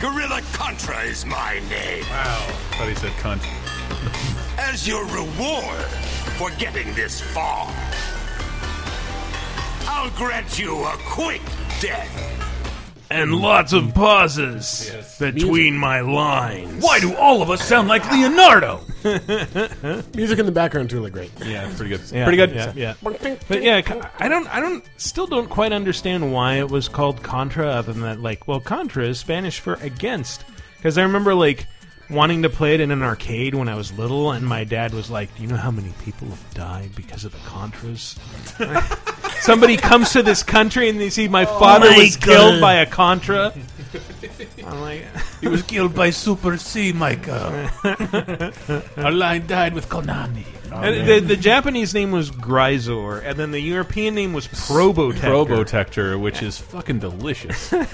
Speaker 11: Gorilla Contra is my name.
Speaker 2: Wow. Thought he said cunt.
Speaker 11: As your reward for getting this far, I'll grant you a quick death.
Speaker 1: And lots of pauses between my lines.
Speaker 2: Why do all of us sound like Leonardo?
Speaker 5: Music in the background's really great.
Speaker 2: Yeah, it's pretty good.
Speaker 1: Yeah,
Speaker 2: pretty good.
Speaker 1: Yeah, yeah. But yeah, c- I don't, I don't, still don't quite understand why it was called Contra, other than that, like, well, Contra is Spanish for against. Because I remember, like, wanting to play it in an arcade when I was little, and my dad was like, Do you know how many people have died because of the Contras? Somebody comes to this country and they see my father
Speaker 3: Oh my
Speaker 1: was
Speaker 3: God. Oh,
Speaker 1: killed by a Contra. I'm like,
Speaker 2: He was killed by Super C, Michael. Our line died with Konami.
Speaker 1: and the, the Japanese name was Grisor, and then the European name was Probotector.
Speaker 2: Probotector, which is fucking delicious. It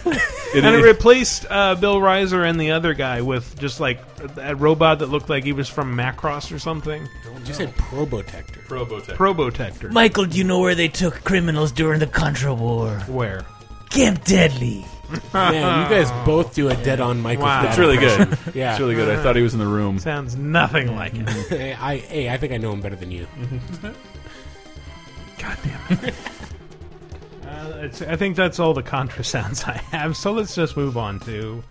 Speaker 1: And it
Speaker 2: is-
Speaker 1: replaced uh, Bill Reiser and the other guy with just like a a robot that looked like he was from Macross or something.
Speaker 5: Did you say Probotector?
Speaker 2: Probotector.
Speaker 1: Probotector.
Speaker 3: Michael, do you know where they took criminals during the Contra War?
Speaker 1: Where?
Speaker 3: Camp Deadly.
Speaker 5: Man, you guys both do a dead-on Michael.
Speaker 1: Wow.
Speaker 5: Scott
Speaker 2: Oh. It's really good.
Speaker 5: Yeah.
Speaker 2: It's really good. I thought he was in the room.
Speaker 1: Sounds nothing like it.
Speaker 5: Hey, I, hey, I think I know him better than you.
Speaker 2: Mm-hmm.
Speaker 1: God damn it. Uh, it's, I think that's all the Contra sounds I have, so let's just move on to.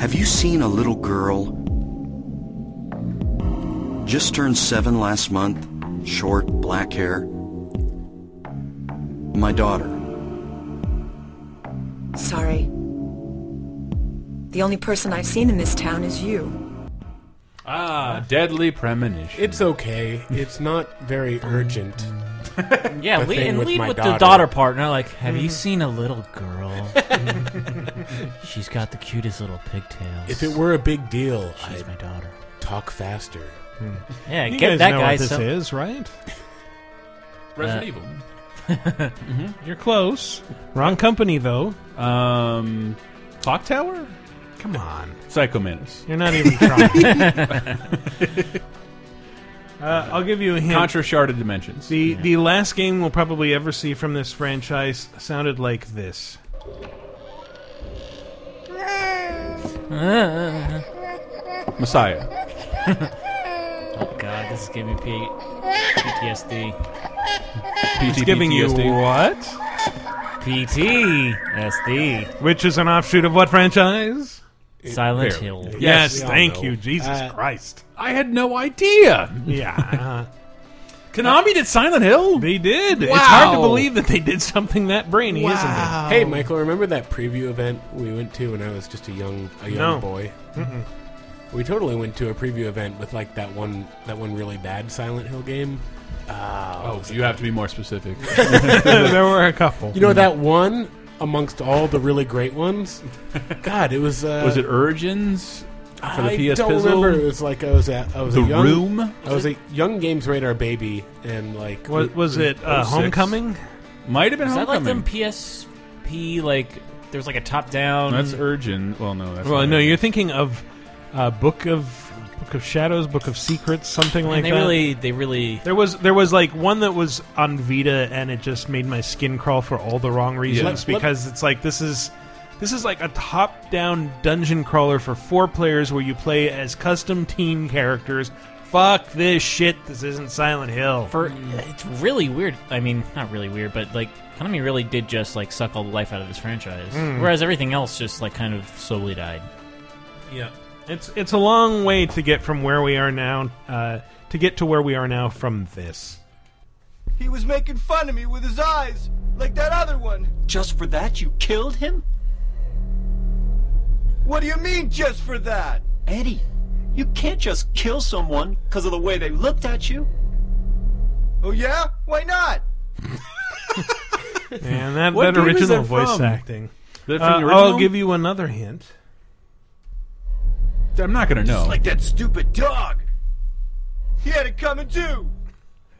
Speaker 9: Have you seen a little girl? Just turned seven last month, short, black hair. My daughter.
Speaker 10: Sorry. The only person I've seen in this town is you.
Speaker 1: Uh,
Speaker 2: Ah, Deadly Premonition.
Speaker 5: It's okay. It's not very urgent.
Speaker 3: Yeah,
Speaker 5: The
Speaker 3: lead,
Speaker 5: thing
Speaker 3: and
Speaker 5: with
Speaker 3: lead
Speaker 5: my
Speaker 3: with the
Speaker 5: daughter.
Speaker 3: daughter partner. Like, have you seen a little girl? She's got the cutest little pigtails.
Speaker 5: If it were a big deal,
Speaker 3: She's
Speaker 5: I'd
Speaker 3: my daughter.
Speaker 5: talk faster.
Speaker 3: Yeah,
Speaker 1: You
Speaker 3: get
Speaker 1: guys
Speaker 3: that
Speaker 1: know
Speaker 3: guy
Speaker 1: what this
Speaker 3: some-
Speaker 1: is, right?
Speaker 2: Resident Evil.
Speaker 1: You're close. Wrong company, though.
Speaker 2: Um, Clock Tower?
Speaker 1: Come on.
Speaker 2: Psychomantis.
Speaker 1: You're not even trying. uh, I'll give you a hint.
Speaker 2: Contra Sharded Dimensions.
Speaker 1: The the last game we'll probably ever see from this franchise sounded like this.
Speaker 2: Messiah.
Speaker 3: Oh God, this is giving me P- PTSD.
Speaker 2: PT,
Speaker 1: Giving you what?
Speaker 3: PTSD.
Speaker 1: Which is an offshoot of what franchise?
Speaker 3: Silent
Speaker 2: fair.
Speaker 3: Hill.
Speaker 1: Yes,
Speaker 5: we all
Speaker 1: thank
Speaker 5: know.
Speaker 1: you, Jesus
Speaker 5: Uh,
Speaker 1: Christ.
Speaker 2: I had no idea.
Speaker 1: Yeah, uh,
Speaker 2: Konami did Silent Hill?
Speaker 1: they did. It's hard to
Speaker 2: Wow.
Speaker 1: believe that they did something that brainy, isn't
Speaker 2: Oh.
Speaker 5: Hey, Michael, remember that preview event we went to when I was just a young a young
Speaker 1: No.
Speaker 5: boy? We totally went to a preview event with like that one that one really bad Silent Hill game.
Speaker 2: Oh, you have to be more specific.
Speaker 1: it? there were a couple.
Speaker 5: You know
Speaker 2: Mm-hmm.
Speaker 5: that one amongst all the really great ones? God, it was. Uh,
Speaker 2: Was it Origins for the
Speaker 5: I
Speaker 2: PS
Speaker 5: don't
Speaker 2: Pizzle?
Speaker 5: remember. It was like I was at I was
Speaker 2: The
Speaker 5: a young,
Speaker 2: Room?
Speaker 5: I was a young Games Radar baby, and like
Speaker 1: Was, was it uh,
Speaker 2: 06?
Speaker 1: Homecoming?
Speaker 2: Might have been
Speaker 3: Is that like
Speaker 2: Homecoming.
Speaker 3: them PSP? Like, there's like a top down.
Speaker 2: That's Urgent. Well, no. That's
Speaker 1: Well,
Speaker 2: not
Speaker 1: no,
Speaker 2: Urgent.
Speaker 1: you're thinking of uh, Book of Book of Shadows, Book of Secrets, something like
Speaker 3: and they
Speaker 1: that.
Speaker 3: really, they really.
Speaker 1: There was there was like one that was on Vita and it just made my skin crawl for all the wrong reasons
Speaker 5: Let- let-
Speaker 1: because it's like this is this is like a top down dungeon crawler for four players where you play as custom team characters. Fuck this shit. This isn't Silent Hill.
Speaker 3: For, it's really weird. I mean, not really weird, but like Konami really did just like suck all the life out of this franchise,
Speaker 2: Mm.
Speaker 3: whereas everything else just like kind of slowly died.
Speaker 1: yeah. It's it's a long way to get from where we are now uh, to get to where we are now from this.
Speaker 12: He was making fun of me with his eyes, like that other one.
Speaker 13: Just for that, you killed him?
Speaker 12: What do you mean, just for that?
Speaker 13: Eddie, you can't just kill someone because of the way they looked at you.
Speaker 12: Oh, yeah? Why not?
Speaker 1: And that,
Speaker 2: What
Speaker 1: that
Speaker 2: game is
Speaker 1: original
Speaker 2: that
Speaker 1: voice
Speaker 2: from?
Speaker 1: acting.
Speaker 2: That from
Speaker 1: Uh,
Speaker 2: the
Speaker 1: I'll
Speaker 2: original?
Speaker 1: give you another hint.
Speaker 2: I'm not gonna know.
Speaker 12: Just like that stupid dog. He had it coming too.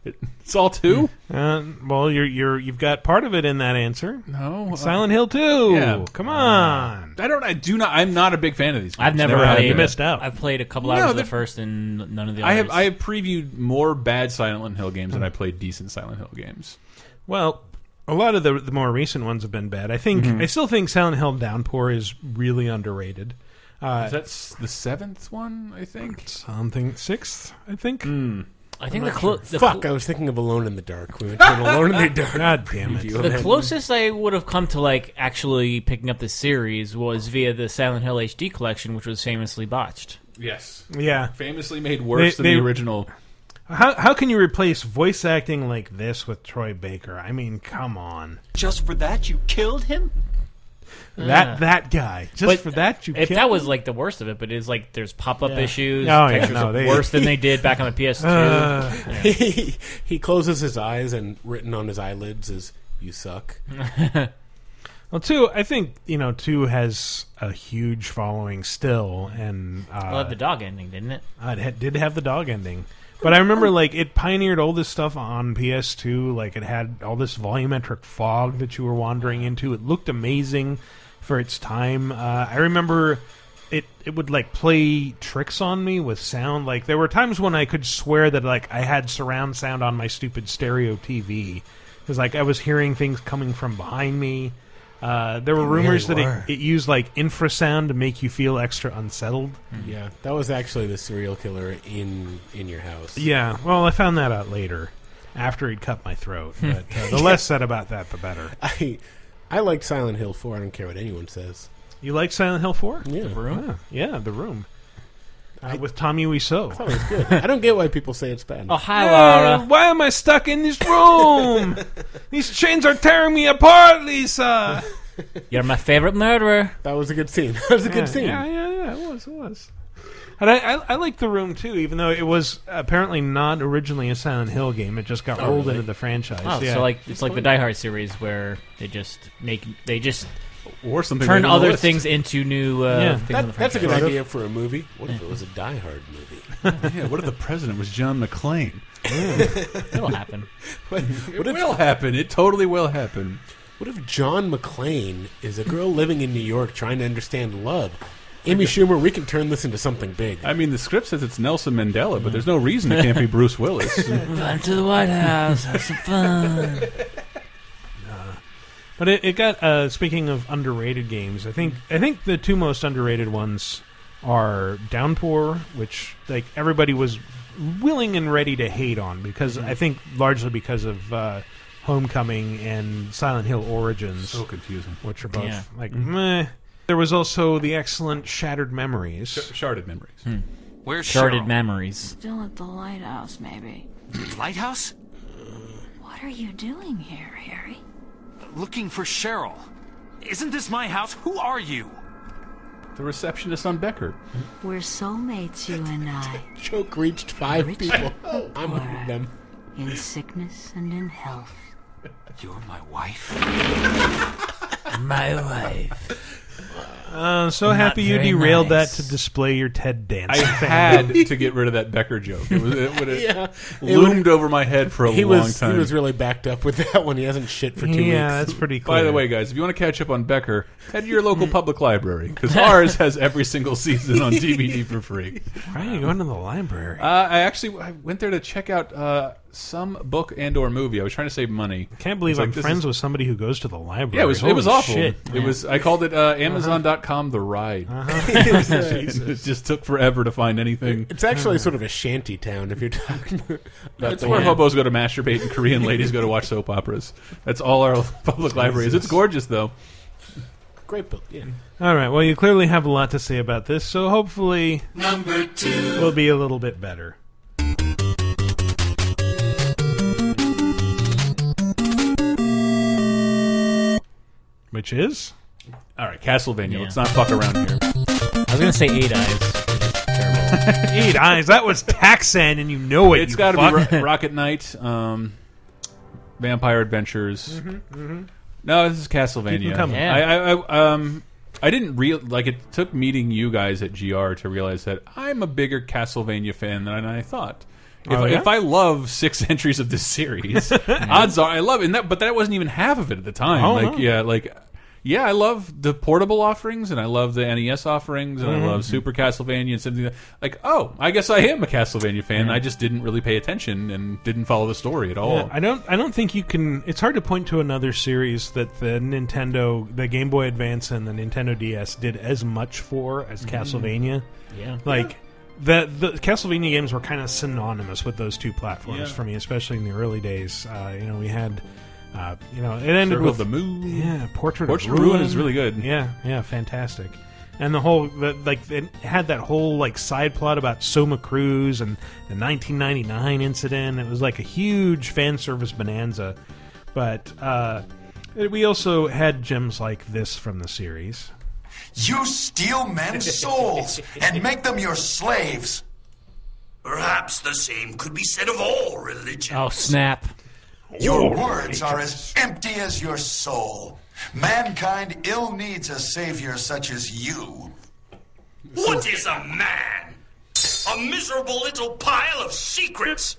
Speaker 2: It's all two.
Speaker 1: Uh, well, you're you're you've got part of it in that answer.
Speaker 2: No,
Speaker 1: It's Silent Hill Two.
Speaker 2: yeah.
Speaker 1: come on.
Speaker 2: Oh, uh, I don't. I do not. I'm not a big fan of these. Games.
Speaker 3: I've never,
Speaker 2: have
Speaker 3: played.
Speaker 2: been.
Speaker 3: out. I've played a couple
Speaker 2: No,
Speaker 3: hours of the
Speaker 2: they're-
Speaker 3: first and none of the others.
Speaker 2: I have. I have previewed more bad Silent Hill games than I played decent Silent Hill games.
Speaker 1: Well, a lot of the, the more recent ones have been bad. I think
Speaker 3: Mm-hmm.
Speaker 2: Mhm.
Speaker 1: I still think Silent Hill Downpour is really underrated. Uh,
Speaker 2: Is that s- the seventh one? I think.
Speaker 1: something sixth? I think.
Speaker 3: Mm. I think
Speaker 5: I'm
Speaker 3: the,
Speaker 5: not
Speaker 3: clo-
Speaker 5: sure.
Speaker 3: the
Speaker 5: fuck.
Speaker 3: clo-
Speaker 5: I was thinking of Alone in the Dark. We went to an Alone in the Dark.
Speaker 1: Ah, God damn it.
Speaker 5: preview of
Speaker 3: the closest I would have come to like actually picking up the series was via the Silent Hill HD collection, which was famously botched.
Speaker 2: Yes.
Speaker 1: Yeah.
Speaker 2: Famously made worse
Speaker 1: They-
Speaker 2: than
Speaker 1: they-
Speaker 2: the original.
Speaker 1: How how can you replace voice acting like this with Troy Baker? I mean, come on.
Speaker 13: Just for that, you killed him?
Speaker 1: That that guy. Just
Speaker 3: But
Speaker 1: for that you
Speaker 3: If
Speaker 1: killed
Speaker 3: that
Speaker 1: him?
Speaker 3: was like the worst of it, but it's like there's pop up
Speaker 1: Yeah.
Speaker 3: issues.
Speaker 1: Oh, yeah,
Speaker 3: textures
Speaker 1: no,
Speaker 3: are
Speaker 1: they-
Speaker 3: worse than they did back on the PS2.
Speaker 1: Uh,
Speaker 3: Yeah.
Speaker 5: he, he closes his eyes, and written on his eyelids is "You suck."
Speaker 1: Well, two, I think, you know, two has a huge following still and uh
Speaker 3: Well, it had the dog ending, didn't it?
Speaker 1: Uh, it had, did have the dog ending, but I remember like it pioneered all this stuff on PS2. Like it had all this volumetric fog that you were wandering into. It looked amazing for its time. Uh, I remember it it would like play tricks on me with sound. Like there were times when I could swear that like I had surround sound on my stupid stereo TV because like I was hearing things coming from behind me. Uh, there were
Speaker 5: They really
Speaker 1: rumors
Speaker 5: were.
Speaker 1: that it, it used like infrasound to make you feel extra unsettled.
Speaker 2: Mm-hmm.
Speaker 5: Yeah, that was actually the serial killer in in your house.
Speaker 1: Yeah, well, I found that out later, after he'd cut my throat. But uh, the less said about that, the better.
Speaker 5: Hmm. I I like Silent Hill Four. I don't care what anyone says.
Speaker 1: You like Silent Hill Four? Ah,
Speaker 5: Yeah,
Speaker 3: The room.
Speaker 1: Yeah, The Room. Uh, with Tommy Wiseau.
Speaker 5: that was good. I don't get why people say it's bad.
Speaker 3: Oh, hi,
Speaker 1: Yeah,
Speaker 3: Laura.
Speaker 1: Why am I stuck in this room? These chains are tearing me apart, Lisa.
Speaker 3: You're my favorite murderer.
Speaker 5: That was a good scene. That was a
Speaker 1: yeah,
Speaker 5: good scene.
Speaker 1: Yeah, yeah, yeah. It was. It was. And I, I, I like the room too, even though it was apparently not originally a Silent Hill game. It just got
Speaker 5: Oh,
Speaker 1: rolled
Speaker 5: really?
Speaker 1: into the franchise.
Speaker 3: Oh,
Speaker 1: yeah.
Speaker 3: so like it's like the Die Hard series where they just make they just
Speaker 2: Or something.
Speaker 3: turn
Speaker 2: made on the
Speaker 3: other
Speaker 2: list.
Speaker 3: things into new uh,
Speaker 1: Yeah.
Speaker 3: things. on the
Speaker 5: That, that's a good
Speaker 3: franchise.
Speaker 5: idea for a movie. What if it was a Die Hard movie?
Speaker 2: Yeah, what if the president was John McClane?
Speaker 3: It'll happen.
Speaker 5: What,
Speaker 2: It
Speaker 5: what if
Speaker 2: will happen. It totally will happen.
Speaker 5: what if John McClane is a girl living in New York trying to understand love? Amy Schumer, we can turn this into something big.
Speaker 2: I mean, the script says it's Nelson Mandela, but there's no reason it can't be Bruce Willis.
Speaker 3: Run to the White House, have some fun.
Speaker 1: But it, it got uh, speaking of underrated games, I think I think the two most underrated ones are Downpour, which like everybody was willing and ready to hate on because I think largely because of uh, Homecoming and Silent Hill Origins,
Speaker 2: so confusing.
Speaker 1: which are both
Speaker 3: Yeah.
Speaker 1: like meh. There was also the excellent Shattered Memories.
Speaker 2: Sharded memories.
Speaker 11: Where's
Speaker 3: Sharded
Speaker 11: Cheryl?
Speaker 3: memories.
Speaker 14: Still at the lighthouse, maybe.
Speaker 11: Lighthouse?
Speaker 14: What are you doing here, Harry?
Speaker 11: Looking for Cheryl. Isn't this my house? Who are you?
Speaker 2: The receptionist on Becker.
Speaker 14: We're soulmates, you and I.
Speaker 5: Joke reached five people.
Speaker 2: Oh,
Speaker 5: I'm one of them.
Speaker 14: In sickness and in health.
Speaker 11: You're my wife?
Speaker 3: My wife.
Speaker 1: Uh, so
Speaker 3: Not
Speaker 1: happy you
Speaker 3: very
Speaker 1: derailed
Speaker 3: nice.
Speaker 1: that to display your Ted dance.
Speaker 2: I
Speaker 1: thing.
Speaker 2: had to get rid of that Becker joke. It, was, it, would- it
Speaker 5: Yeah.
Speaker 2: loomed over my head for a
Speaker 5: He
Speaker 2: long
Speaker 5: was
Speaker 2: time.
Speaker 5: he was really backed up with that one. He hasn't shit for two
Speaker 1: yeah,
Speaker 5: weeks.
Speaker 1: that's pretty. Clear.
Speaker 2: By the way, guys, if you want to catch up on Becker, head to your local public library because ours has every single season on DVD for free.
Speaker 1: why are you going to the library?
Speaker 2: Uh, I actually I went there to check out uh, some book and/or movie. I was trying to save money.
Speaker 1: Can't believe
Speaker 2: It's like,
Speaker 1: I'm
Speaker 2: this
Speaker 1: friends
Speaker 2: is-
Speaker 1: with somebody who goes to the library.
Speaker 2: Yeah, it was
Speaker 1: Holy
Speaker 2: it was awful.
Speaker 1: Shit. Uh-huh.
Speaker 2: It was I called it uh, Amazon.com the ride. And it just took forever to find anything.
Speaker 5: It's actually sort of a shanty town if you're talking about
Speaker 2: Uh-huh. That's
Speaker 5: the
Speaker 2: where
Speaker 5: one-
Speaker 2: hobos go to masturbate and Korean ladies go to watch soap operas. That's all our public library is. It's gorgeous though.
Speaker 5: Great book, yeah.
Speaker 1: All right. Well, you clearly have a lot to say about this, so hopefully number two will be a little bit better. Which is?
Speaker 2: All right, Castlevania. Let's not fuck around here. I
Speaker 3: was gonna say Eight Eyes.
Speaker 1: Eight eyes. That was Taxan, and you know it.
Speaker 2: It's
Speaker 1: you
Speaker 2: got to
Speaker 1: fuck.
Speaker 2: be Ro- Rocket Knight, um, Vampire Adventures.
Speaker 1: mhm.
Speaker 2: No, this is
Speaker 1: Keep 'em
Speaker 2: Castlevania.
Speaker 1: coming.
Speaker 2: I, I, I, um, I didn't real like it took meeting you guys at GR to realize that I'm a bigger Castlevania fan than I thought. If,
Speaker 1: Oh, yeah?
Speaker 2: if I love six entries of this series, odds are I love it. And that, but that wasn't even half of it at the time.
Speaker 1: Oh,
Speaker 2: like,
Speaker 1: no.
Speaker 2: yeah, like, yeah, I love the portable offerings, and I love the NES offerings, and
Speaker 1: Mhm.
Speaker 2: I love Super Castlevania and something that, like, oh, I guess I am a Castlevania fan. I just didn't really pay attention and didn't follow the story at all.
Speaker 1: Yeah, I don't. I don't think you can. It's hard to point to another series that the Nintendo, the Game Boy Advance, and the Nintendo DS did as much for as
Speaker 3: Mhm.
Speaker 2: Mm-hmm.
Speaker 1: Castlevania.
Speaker 3: Yeah.
Speaker 1: like the the Castlevania games were kind of synonymous with those two platforms
Speaker 2: Yeah.
Speaker 1: for me, especially in the early days. Uh, you know, we had. Uh, you know, it ended
Speaker 2: Circle
Speaker 1: with
Speaker 2: of the Moon.
Speaker 1: Yeah, Portrait,
Speaker 2: Portrait
Speaker 1: of
Speaker 2: of
Speaker 1: Ruin.
Speaker 2: Ruin is really good.
Speaker 1: Yeah, yeah, fantastic. And the whole the, like it had that whole like side plot about Soma Cruz and the 1999 incident. It was like a huge fan service bonanza. But uh, we also had gems like this from the series.
Speaker 11: You steal men's souls and make them your slaves.
Speaker 15: Perhaps the same could be said of all religions.
Speaker 3: Oh snap!
Speaker 11: Your
Speaker 15: All
Speaker 11: words are as empty as your soul. Mankind ill needs a savior such as you.
Speaker 15: What is a man? A miserable little pile of secrets.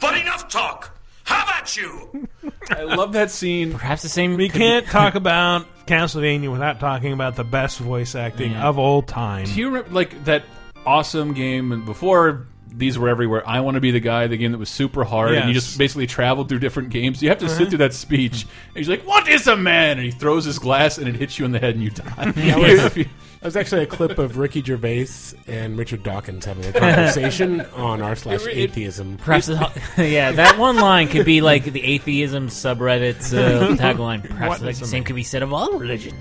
Speaker 15: But enough talk. Have at you.
Speaker 2: I love that scene.
Speaker 3: Perhaps the same.
Speaker 1: We can't talk about Castlevania without talking about the best voice acting
Speaker 2: Yeah.
Speaker 1: of all time.
Speaker 2: Do you remember like that awesome game and before these were everywhere? I want to be the guy. The game that was super hard, and you
Speaker 1: Yes.
Speaker 2: just basically traveled through different games. You have to
Speaker 1: Uh-huh.
Speaker 2: sit through that speech, and he's like, "What is a man?" And he throws his glass, and it hits you in the head, and you die.
Speaker 5: That was,
Speaker 2: If you-
Speaker 5: that was actually a clip of Ricky Gervais and Richard Dawkins having a conversation on r slash
Speaker 2: It- it-
Speaker 5: atheism.
Speaker 3: Perhaps, the, yeah, that one line could be like the atheism subreddit's uh, tagline. Perhaps
Speaker 1: What
Speaker 3: like,
Speaker 1: is
Speaker 3: the
Speaker 1: a
Speaker 3: same could be said of all religion.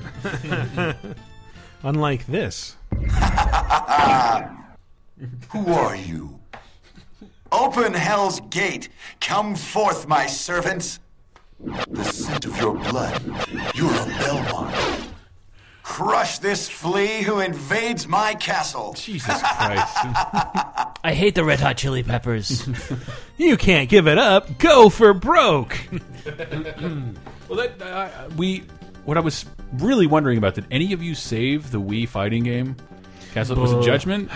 Speaker 1: Unlike this.
Speaker 11: Who are you? Open hell's gate. Come forth, my servants. The scent of your blood. You're a Belmont. Crush this flea who invades my castle. Jesus
Speaker 3: I hate the Red Hot Chili Peppers.
Speaker 1: You can't give it up. Go for broke.
Speaker 2: well, that uh, we what I was really wondering about. Did any of you save the Wii fighting game? Castle was it
Speaker 1: Bull.
Speaker 2: Judgment.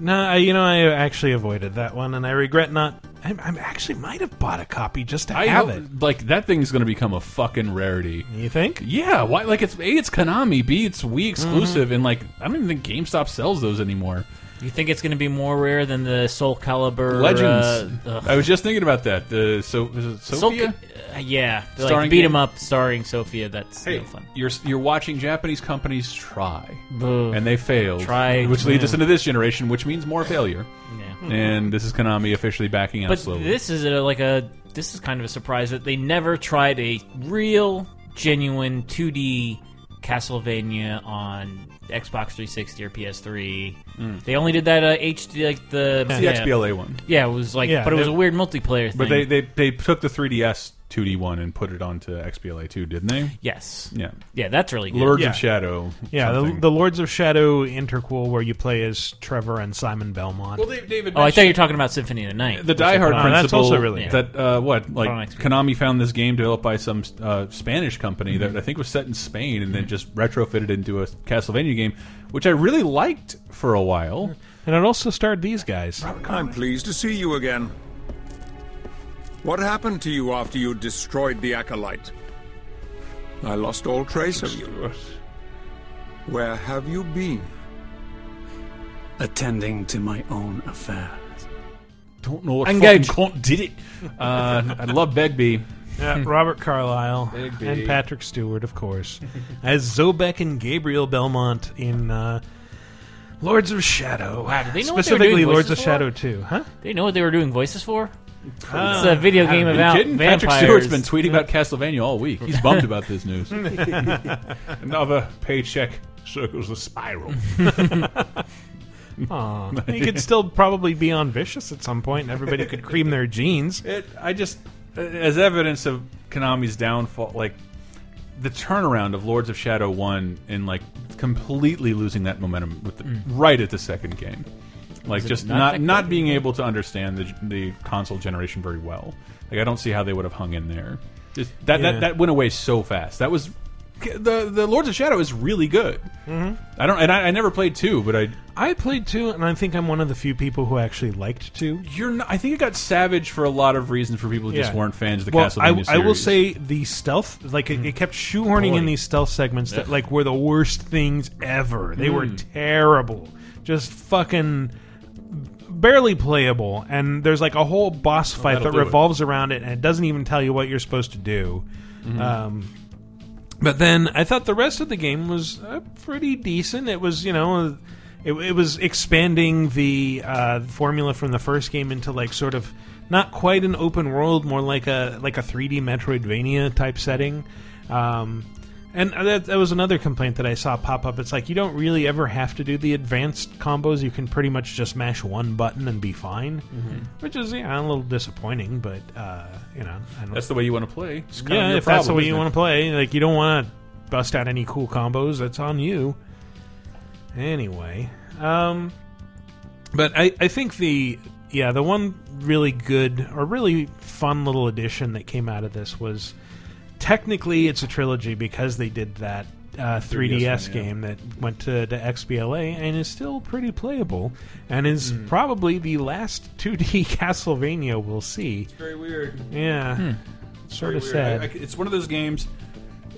Speaker 1: No, I, you know I actually avoided that one, and I regret not. I, I actually might have bought a copy just to
Speaker 2: I
Speaker 1: have
Speaker 2: hope-
Speaker 1: it.
Speaker 2: Like that thing's going to become a fucking rarity.
Speaker 1: You think?
Speaker 2: Yeah. Why? Like it's a it's Konami, b it's Wii exclusive,
Speaker 3: Mm-hmm.
Speaker 2: and like I don't even think GameStop sells those anymore.
Speaker 3: you think it's going to be more rare than the Soul Calibur
Speaker 2: Legends.
Speaker 3: uh, ugh.
Speaker 2: I was just thinking about that. The so was it
Speaker 3: Soul
Speaker 2: Sophia.
Speaker 3: Ca- uh, yeah, they're
Speaker 2: Starring
Speaker 3: like beat
Speaker 2: Ga-
Speaker 3: 'em up, starring Sophia. That's
Speaker 2: Hey,
Speaker 3: no fun.
Speaker 2: you're you're watching Japanese companies try,
Speaker 3: Boo.
Speaker 2: and they fail.
Speaker 3: Try-
Speaker 2: which leads
Speaker 3: yeah.
Speaker 2: us into this generation, which means more failure.
Speaker 3: Yeah.
Speaker 2: And this is Konami officially backing out
Speaker 3: But
Speaker 2: slowly.
Speaker 3: this is a, like a this is kind of a surprise that they never tried a real, genuine 2D Castlevania on Xbox 360 or PS3.
Speaker 2: Mm.
Speaker 3: They only did that uh, HD like the
Speaker 2: It's the XBLA one.
Speaker 3: Yeah, it was like,
Speaker 2: Yeah,
Speaker 3: but it was
Speaker 2: they-
Speaker 3: a weird multiplayer thing.
Speaker 2: But they, they they took the 3DS 2D one and put it onto XBLA 2, didn't they?
Speaker 3: Yes.
Speaker 2: Yeah.
Speaker 3: Yeah, that's really good.
Speaker 2: Lords
Speaker 1: Yeah.
Speaker 2: of Shadow.
Speaker 1: Yeah, the,
Speaker 2: something.
Speaker 1: the Lords of Shadow interquel where you play as Trevor and Simon Belmont.
Speaker 2: Well, Dave- David
Speaker 3: oh, I thought you were
Speaker 2: mentioned-
Speaker 3: talking about Symphony of the Night.
Speaker 2: the
Speaker 1: Which they
Speaker 2: Die Hard
Speaker 1: put on.
Speaker 2: principle.
Speaker 1: That's also really
Speaker 2: that uh, what like
Speaker 3: on XP.
Speaker 2: Konami found this game developed by some uh, Spanish company that I think was set in Spain and then just retrofitted into a Castlevania game, which I really liked for a while.
Speaker 1: And it also starred these guys.
Speaker 16: I'm pleased to see you again. What happened to you after you destroyed the Acolyte? I lost all trace of you. Where have you been?
Speaker 17: Attending to my own affairs.
Speaker 2: Don't know what
Speaker 17: Engage.
Speaker 2: fucking cunt did it. Uh, I love Begbie.
Speaker 1: Yeah, Hmm. Robert Carlyle
Speaker 2: Big B.
Speaker 1: and Patrick Stewart, of course, as Zobek and Gabriel Belmont in uh, Lords of Shadow.
Speaker 3: Wow, did they know what they were
Speaker 1: Specifically,
Speaker 3: doing
Speaker 1: Lords of
Speaker 3: voices for?
Speaker 1: Shadow Two, huh?
Speaker 3: They know what they were doing voices for.
Speaker 2: Uh,
Speaker 1: Ah.
Speaker 3: it's a video game
Speaker 2: Are you
Speaker 3: about
Speaker 2: kidding?
Speaker 3: vampires.
Speaker 2: Patrick Stewart's been tweeting about Castlevania all week. He's bummed about this news. Another paycheck circles the spiral.
Speaker 1: Aw. he could still probably be on Vicious at some point, and everybody could cream their jeans.
Speaker 2: It, I just, as evidence of Konami's downfall, like the turnaround of Lords of Shadow One and like completely losing that momentum with the, right at the second game, like
Speaker 1: Mm. it
Speaker 2: just
Speaker 1: not
Speaker 2: not
Speaker 1: that
Speaker 2: not being able to understand the the console generation very well. Like I don't see how they would have hung in there. Just, that
Speaker 1: Yeah.
Speaker 2: that that went away so fast. That was the the Lords of Shadow is really good.
Speaker 1: Mhm.
Speaker 2: I don't and I, I never played two, but I
Speaker 1: I played two, and I think I'm one of the few people who actually liked two.
Speaker 2: You're not, I think it got savage for a lot of reasons for people who just
Speaker 1: Yeah.
Speaker 2: weren't fans of the
Speaker 1: well,
Speaker 2: Castlevania series.
Speaker 1: I, I will say the stealth, like it, it kept shoehorning
Speaker 2: Boy.
Speaker 1: in these stealth segments that
Speaker 2: Ugh.
Speaker 1: like were the worst things ever. They were
Speaker 2: Mm.
Speaker 1: terrible, just fucking barely playable. And there's like a whole boss fight
Speaker 2: that'll
Speaker 1: that
Speaker 2: do it.
Speaker 1: revolves around it, and it doesn't even tell you what you're supposed to do.
Speaker 2: Mhm.
Speaker 1: Um, but then I thought the rest of the game was uh, pretty decent. It was, you know, uh, it, it was expanding the uh, formula from the first game into like sort of not quite an open world, more like a like a 3D Metroidvania type setting. Um, and that, that was another complaint that I saw pop up. It's like you don't really ever have to do the advanced combos. You can pretty much just mash one button and be fine, which is yeah a little disappointing. But uh, you know, I don't
Speaker 2: That's the way you want to play. It's kind of
Speaker 1: yeah,
Speaker 2: your
Speaker 1: if that's the
Speaker 2: problem,
Speaker 1: way
Speaker 2: isn't
Speaker 1: you
Speaker 2: it?
Speaker 1: want to play, like you don't want to bust out any cool combos. That's on you. Anyway, um, but I I think the yeah the one really good or really fun little addition that came out of this was technically it's a trilogy because they did that uh, 3DS,
Speaker 2: 3DS one, yeah.
Speaker 1: game that went to, to XBLA and is still pretty playable and is
Speaker 2: Hmm.
Speaker 1: probably the last 2D Castlevania we'll see. It's
Speaker 2: very weird.
Speaker 1: Yeah.
Speaker 2: Hmm.
Speaker 1: It's Sort of
Speaker 2: Very
Speaker 1: sad.
Speaker 2: weird. I- I c- it's one of those games.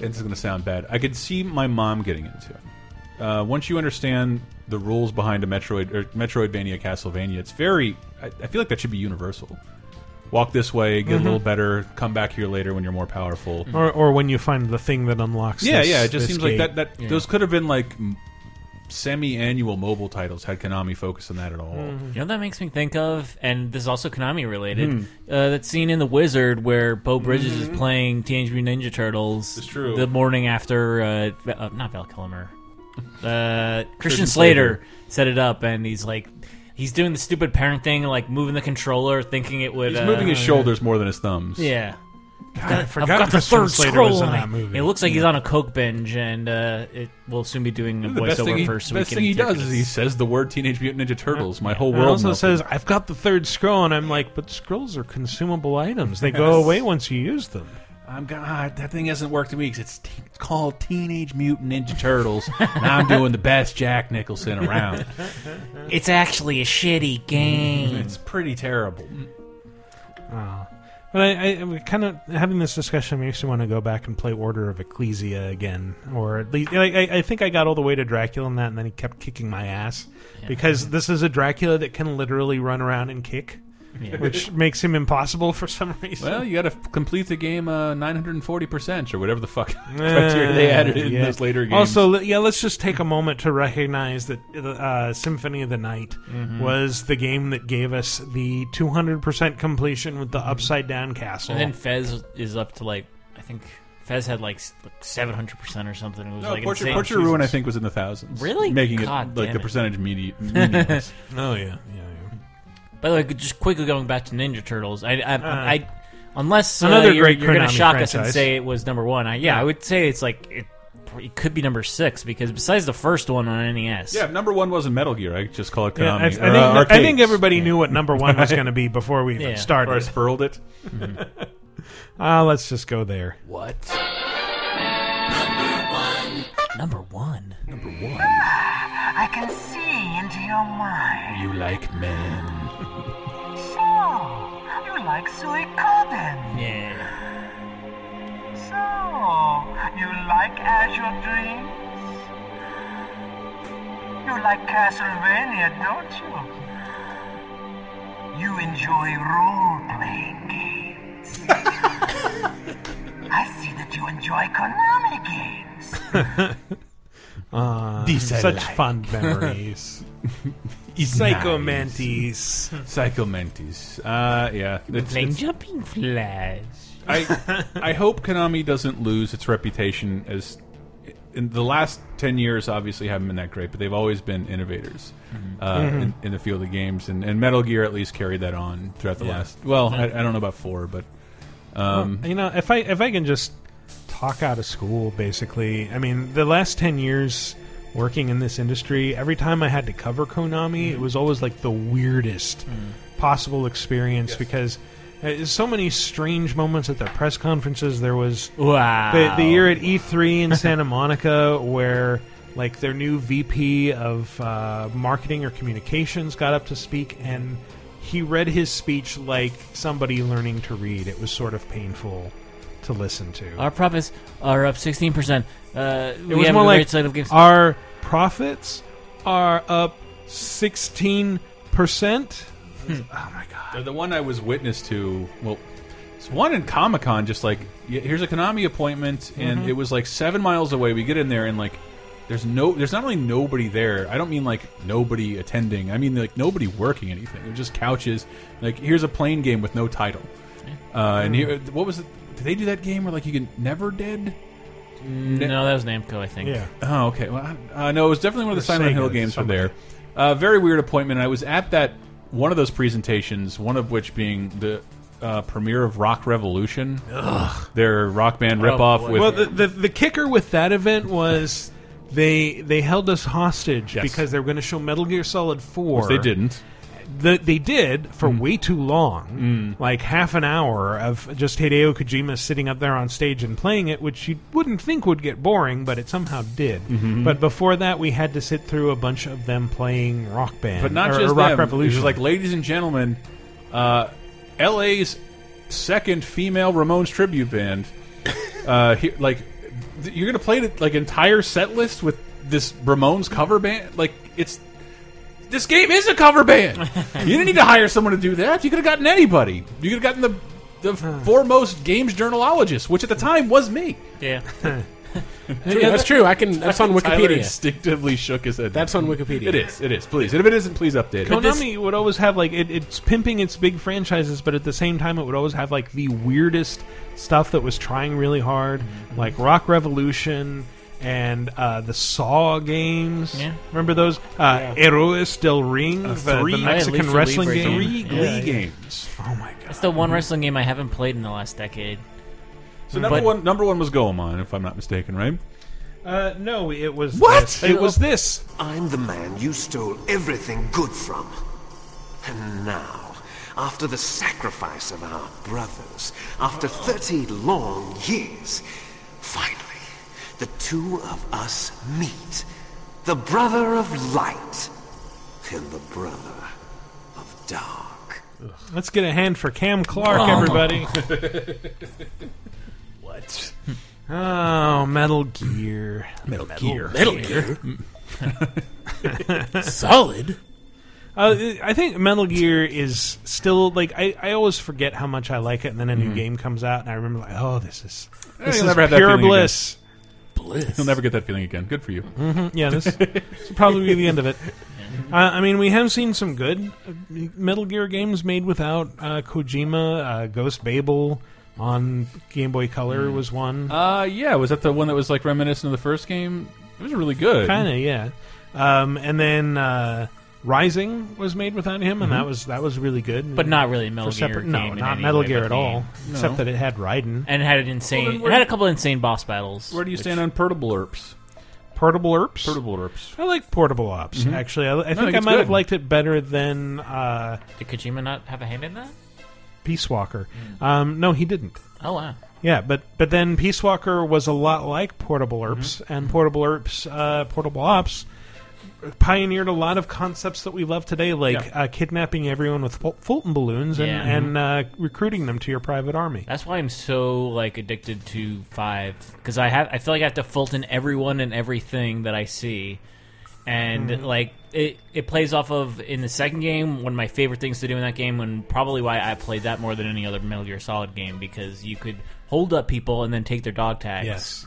Speaker 2: It's going to sound bad. I could see my mom getting into it. Uh, once you understand the rules behind a Metroid or Metroidvania, Castlevania, it's very. I, I feel like that should be universal. Walk this way, get a
Speaker 1: Mhm.
Speaker 2: little better, come back here later when you're more powerful.
Speaker 1: or, or when you find the thing that unlocks.
Speaker 2: Yeah,
Speaker 1: Mm-hmm. this-
Speaker 2: yeah. It just
Speaker 1: this
Speaker 2: seems
Speaker 1: gate.
Speaker 2: like that. That those could have been like m- semi-annual mobile titles had Konami focused on that at all.
Speaker 1: Mm-hmm.
Speaker 3: You know what that makes me think of, and this is also Konami related.
Speaker 2: Hmm. Mm-hmm.
Speaker 3: Uh, that scene in The Wizard where Bo Bridges is playing Teenage Mutant Ninja Turtles.
Speaker 2: It's true.
Speaker 3: The morning after, uh, Va- uh, not Val Kilmer, uh, Christian,
Speaker 2: Christian
Speaker 3: Slater,
Speaker 2: Slater.
Speaker 3: set it up, and he's like, he's doing the stupid parent thing, like moving the controller, thinking it would.
Speaker 2: He's
Speaker 3: uh,
Speaker 2: moving his shoulders more than his thumbs.
Speaker 3: Yeah. I've
Speaker 1: I
Speaker 3: I've
Speaker 1: forgot
Speaker 3: got the
Speaker 1: Christian
Speaker 3: third
Speaker 1: Slater
Speaker 3: scroll
Speaker 1: was in
Speaker 3: on
Speaker 1: that
Speaker 3: it.
Speaker 1: movie.
Speaker 3: It looks like he's
Speaker 1: Yeah.
Speaker 3: on a coke binge, and uh, it will soon be doing a
Speaker 2: The best thing
Speaker 3: voiceover
Speaker 2: he,
Speaker 3: first. so we
Speaker 2: best
Speaker 3: can
Speaker 2: thing he
Speaker 3: interpret
Speaker 2: does is he says the word Teenage Mutant Ninja Turtles. My whole
Speaker 1: It
Speaker 2: world
Speaker 1: also
Speaker 2: melted.
Speaker 1: says, "I've got the third scroll," and I'm like, "But scrolls are consumable items; they go
Speaker 2: Yes.
Speaker 1: away once you use them."
Speaker 2: I'm God. That thing hasn't worked in weeks. It's, t- it's called Teenage Mutant Ninja Turtles, and I'm doing the best Jack Nicholson around.
Speaker 3: It's actually a shitty game.
Speaker 2: It's pretty terrible.
Speaker 1: Oh. But I, I I'm kind of having this discussion makes me want to go back and play Order of Ecclesia again, or at least I, I- I think I got all the way to Dracula in that, and then he kept kicking my ass because this is a Dracula that can literally run around and kick,
Speaker 2: Yeah.
Speaker 1: which makes him impossible for some reason.
Speaker 2: Well, you got to complete the game uh, 940% or whatever the
Speaker 3: Eh,
Speaker 2: fuck criteria they added in
Speaker 1: Yeah.
Speaker 2: those later games.
Speaker 1: Also, le- yeah, let's just take a moment to recognize that uh, Symphony of the Night
Speaker 2: Mhm.
Speaker 1: was the game that gave us the 200% completion with the upside down castle.
Speaker 3: And then Fez is up to like I think Fez had like seven hundred percent or something. It was
Speaker 2: no,
Speaker 3: like
Speaker 2: Portrait,
Speaker 3: insane.
Speaker 2: Portrait Ruin, I think, was in the thousands.
Speaker 3: Really?
Speaker 2: Making
Speaker 3: God
Speaker 2: it like
Speaker 3: damn
Speaker 2: the
Speaker 3: it.
Speaker 2: percentage media. meaningless.
Speaker 1: oh yeah, yeah.
Speaker 3: By the way, just quickly going back to Ninja Turtles, I, I,
Speaker 1: Uh,
Speaker 3: I unless uh,
Speaker 1: another
Speaker 3: you're,
Speaker 1: great
Speaker 3: you're gonna
Speaker 1: Konami
Speaker 3: shock us and
Speaker 1: franchise.
Speaker 3: say it was number one. I, yeah, I would say it's like it, it could be number six because besides the first one on E NES,
Speaker 2: yeah, if number one wasn't Metal Gear, I just call it Konami.
Speaker 1: Yeah, I, I think,
Speaker 2: or, uh,
Speaker 1: I think
Speaker 2: arcades.
Speaker 1: everybody knew what number one was going to be before we even
Speaker 2: Yeah.
Speaker 1: started.
Speaker 2: Or I spurled it.
Speaker 1: Ah, let's just go there.
Speaker 2: What?
Speaker 3: number one, number one.
Speaker 4: I can see into your mind.
Speaker 2: You like men.
Speaker 4: So, you like Suikoden.
Speaker 3: Yeah.
Speaker 4: So, you like Azure Dreams? You like Castlevania, don't you? You enjoy role-playing games. I see that you enjoy Konami games.
Speaker 1: Ah,
Speaker 2: These I
Speaker 1: such
Speaker 2: like.
Speaker 1: fond memories. Psychomantis.
Speaker 2: Psychomantis. Uh, yeah. It's-
Speaker 3: Playing
Speaker 2: it's-
Speaker 3: jumping flash.
Speaker 2: I I hope Konami doesn't lose its reputation as. In the last ten years, obviously haven't been that great, but they've always been innovators uh,
Speaker 1: Mhm.
Speaker 2: In, in the field of games, and, and Metal Gear at least carried that on throughout the
Speaker 1: Yeah.
Speaker 2: last. Well, I, I don't know about four, but um,
Speaker 1: you know, if I if I can just talk out of school, basically. I mean, the last 10 years working in this industry, every time I had to cover Konami, it was always like the weirdest possible experience because. uh, there's So many strange moments at their press conferences. There was
Speaker 3: Wow.
Speaker 1: the, the year at E3 in Santa Monica where like their new VP of uh, marketing or communications got up to speak and he read his speech like somebody learning to read. It was sort of painful to listen to.
Speaker 3: Our profits are up 16%. Uh,
Speaker 1: It
Speaker 3: we
Speaker 1: was
Speaker 3: have
Speaker 1: more
Speaker 3: a great
Speaker 1: like
Speaker 3: slate of games.
Speaker 1: our profits are up sixteen percent.
Speaker 2: The- The one I was witness to, well, it's one in Comic Con, just like y- here's a Konami appointment, and
Speaker 1: Mhm.
Speaker 2: it was like seven miles away. We get in there, and like there's no, there's not only nobody there. I don't mean like nobody attending. I mean like nobody working anything. It was just couches. Like here's a plane game with no title. Uh, and here, what was it? Did they do that game where like you can never dead?
Speaker 1: Mm.
Speaker 3: No, that was Namco, I think.
Speaker 2: Oh, okay. Well, I- uh, no, it was definitely one of the
Speaker 3: Or
Speaker 2: Silent
Speaker 3: Sega,
Speaker 2: Hill games were
Speaker 3: somebody.
Speaker 2: there. Uh, very weird appointment. I was at that one of those presentations, one of which being the uh, premiere of Rock Revolution,
Speaker 1: Ugh.
Speaker 2: their rock band ripoff
Speaker 1: Oh,
Speaker 2: with
Speaker 1: well, the, the the kicker with that event was they they held us hostage because they were going to show Metal Gear Solid Four.
Speaker 2: Which they didn't.
Speaker 1: The, they did for
Speaker 2: Mm.
Speaker 1: way too long, like half an hour of just Hideo Kojima sitting up there on stage and playing it, which you wouldn't think would get boring, but it somehow did.
Speaker 2: Mhm.
Speaker 1: But before that, we had to sit through a bunch of them playing Rock Band,
Speaker 2: but not
Speaker 1: or- or
Speaker 2: just
Speaker 1: Rock
Speaker 2: them.
Speaker 1: Revolution.
Speaker 2: It was like, ladies and gentlemen, uh, L.A.'s second female Ramones tribute band. uh, here, like th- you're gonna play the, like entire set list with this Ramones cover band. Like it's this game is a cover band. you didn't need to hire someone to do that. You could have gotten anybody. You could have gotten the the foremost games journalologist, which at the time was me.
Speaker 3: Yeah.
Speaker 5: Yeah, that's true. I can. That's on
Speaker 2: Tyler
Speaker 5: Wikipedia.
Speaker 2: instinctively shook his head.
Speaker 5: That's on Wikipedia.
Speaker 2: It is. It is. Please, if it isn't, please update it.
Speaker 1: Konami would always have like it, it's pimping its big franchises, but at the same time, it would always have like the weirdest stuff that was trying really hard, like Rock Revolution and uh, the Saw games.
Speaker 3: Yeah.
Speaker 1: Remember those? Uh, Heroes del Ring,
Speaker 2: Uh,
Speaker 1: the, the
Speaker 2: three-
Speaker 1: Mexican
Speaker 3: Lucha
Speaker 1: wrestling
Speaker 3: Libre
Speaker 1: game.
Speaker 2: Three Glee
Speaker 1: Yeah, yeah.
Speaker 2: games.
Speaker 1: Oh my god!
Speaker 3: That's the one wrestling game I haven't played in the last decade.
Speaker 2: So number
Speaker 3: But-
Speaker 2: one, number one was Goemon, if I'm not mistaken, right?
Speaker 1: Uh, no, it was
Speaker 2: What?
Speaker 1: This. It was this.
Speaker 18: I'm the man you stole everything good from. And now, after the sacrifice of our brothers, after 30 long years, finally, the two of us meet. The brother of light and the brother of dark.
Speaker 1: Let's get a hand for Cam Clark,
Speaker 18: Oh.
Speaker 1: everybody.
Speaker 2: what?
Speaker 1: Oh, Metal Gear.
Speaker 2: Metal
Speaker 5: Gear. Metal Gear. Solid.
Speaker 1: Uh, I think Metal Gear is still like I, I always forget how much I like it, and then a new game comes out, and I remember like, oh, this is
Speaker 2: Eh,
Speaker 1: this
Speaker 2: you'll
Speaker 1: is
Speaker 2: Mm-hmm. never have that
Speaker 1: pure
Speaker 2: feeling
Speaker 1: bliss.
Speaker 5: Bliss.
Speaker 2: You'll never get that feeling again. Good for you.
Speaker 1: hmm Yeah, this this will probably be the end of it. Uh, I mean, we have seen some good uh, Metal Gear games made without uh, Kojima. Uh, Ghost Babel on Game Boy Color was one.
Speaker 2: Uh, yeah. Was that the one that was like reminiscent of the first game? It was really good.
Speaker 1: Kind of, yeah. Um, and then uh, Rising was made without him, and that was that was really good,
Speaker 3: Mm-hmm. But not really a Metal
Speaker 1: For separate-
Speaker 3: Gear game
Speaker 1: No,
Speaker 3: in
Speaker 1: not
Speaker 3: any
Speaker 1: Metal
Speaker 3: way,
Speaker 1: Gear
Speaker 3: but
Speaker 1: at all,
Speaker 3: game.
Speaker 1: except
Speaker 3: No.
Speaker 1: that it had Raiden
Speaker 3: And it had an insane.
Speaker 2: where-
Speaker 3: it had a couple insane boss battles.
Speaker 2: Where do you
Speaker 3: which-
Speaker 2: stand on Portable Erps?
Speaker 1: Portable Erps.
Speaker 2: Portable Erps.
Speaker 1: I like Portable Ops.
Speaker 3: Mm-hmm.
Speaker 2: Mhm.
Speaker 1: Actually, I, I
Speaker 2: No, I
Speaker 1: think
Speaker 2: think
Speaker 1: I
Speaker 2: it's
Speaker 1: might have
Speaker 2: good.
Speaker 1: liked it better than uh,
Speaker 3: Did Kojima not have a hand in that?
Speaker 1: Peace Walker.
Speaker 3: Mm.
Speaker 1: Um, no, he didn't.
Speaker 3: Oh wow.
Speaker 1: Yeah, but but then Peace Walker was a lot like Portable Erps, and Portable Erps, uh, Portable Ops pioneered a lot of concepts that we love today, like uh, kidnapping everyone with ful- Fulton balloons and,
Speaker 3: Yeah.
Speaker 1: and uh, recruiting them to your private army.
Speaker 3: That's why I'm so like addicted to five because I have I feel like I have to Fulton everyone and everything that I see, and
Speaker 2: Hmm.
Speaker 1: Mhm.
Speaker 3: like it it plays off of in the second game one of my favorite things to do in that game and probably why I played that more than any other Metal Gear Solid game because you could hold up people and then take their dog tags.
Speaker 1: Yes.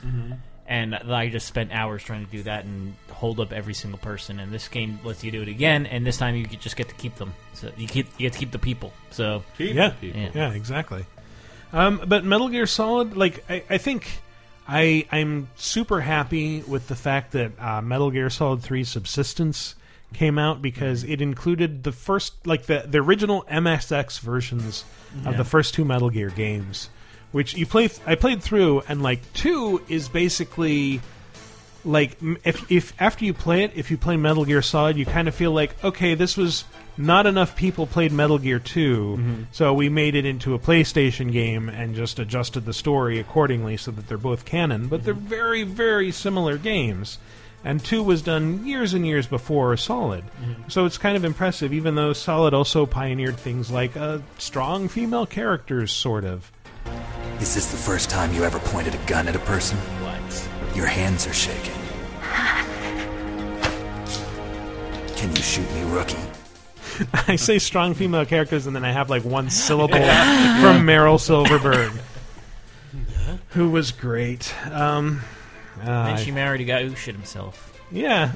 Speaker 3: And I just spent hours trying to do that and hold up every single person. And this game lets you do it again, and this time you could just get to keep them. So you keep you get to keep the people. So
Speaker 1: yeah, yeah, exactly. Um, but Metal Gear Solid, like I, I think I I'm super happy with the fact that uh, Metal Gear Solid Three Subsistence came out because it included the first like the the original MSX versions of
Speaker 3: Yeah.
Speaker 1: the first two Metal Gear games. which you play. I played through, and like two is basically like m- if if after you play it, if you play Metal Gear Solid, you kind of feel like okay, this was not enough people played Metal Gear 2 so we made it into a PlayStation game and just adjusted the story accordingly so that they're both canon, but they're very very similar games. And two was done years and years before Solid, so it's kind of impressive. Even though Solid also pioneered things like uh, strong female characters, sort of.
Speaker 19: Is this the first time you ever pointed a gun at a person? What? Your hands are shaking. Can you shoot me, rookie?
Speaker 1: I say strong female characters, and then I have like one syllable from Meryl Silverberg, who was great. Um,
Speaker 3: then
Speaker 1: uh,
Speaker 3: she married a guy who shit himself.
Speaker 1: yeah.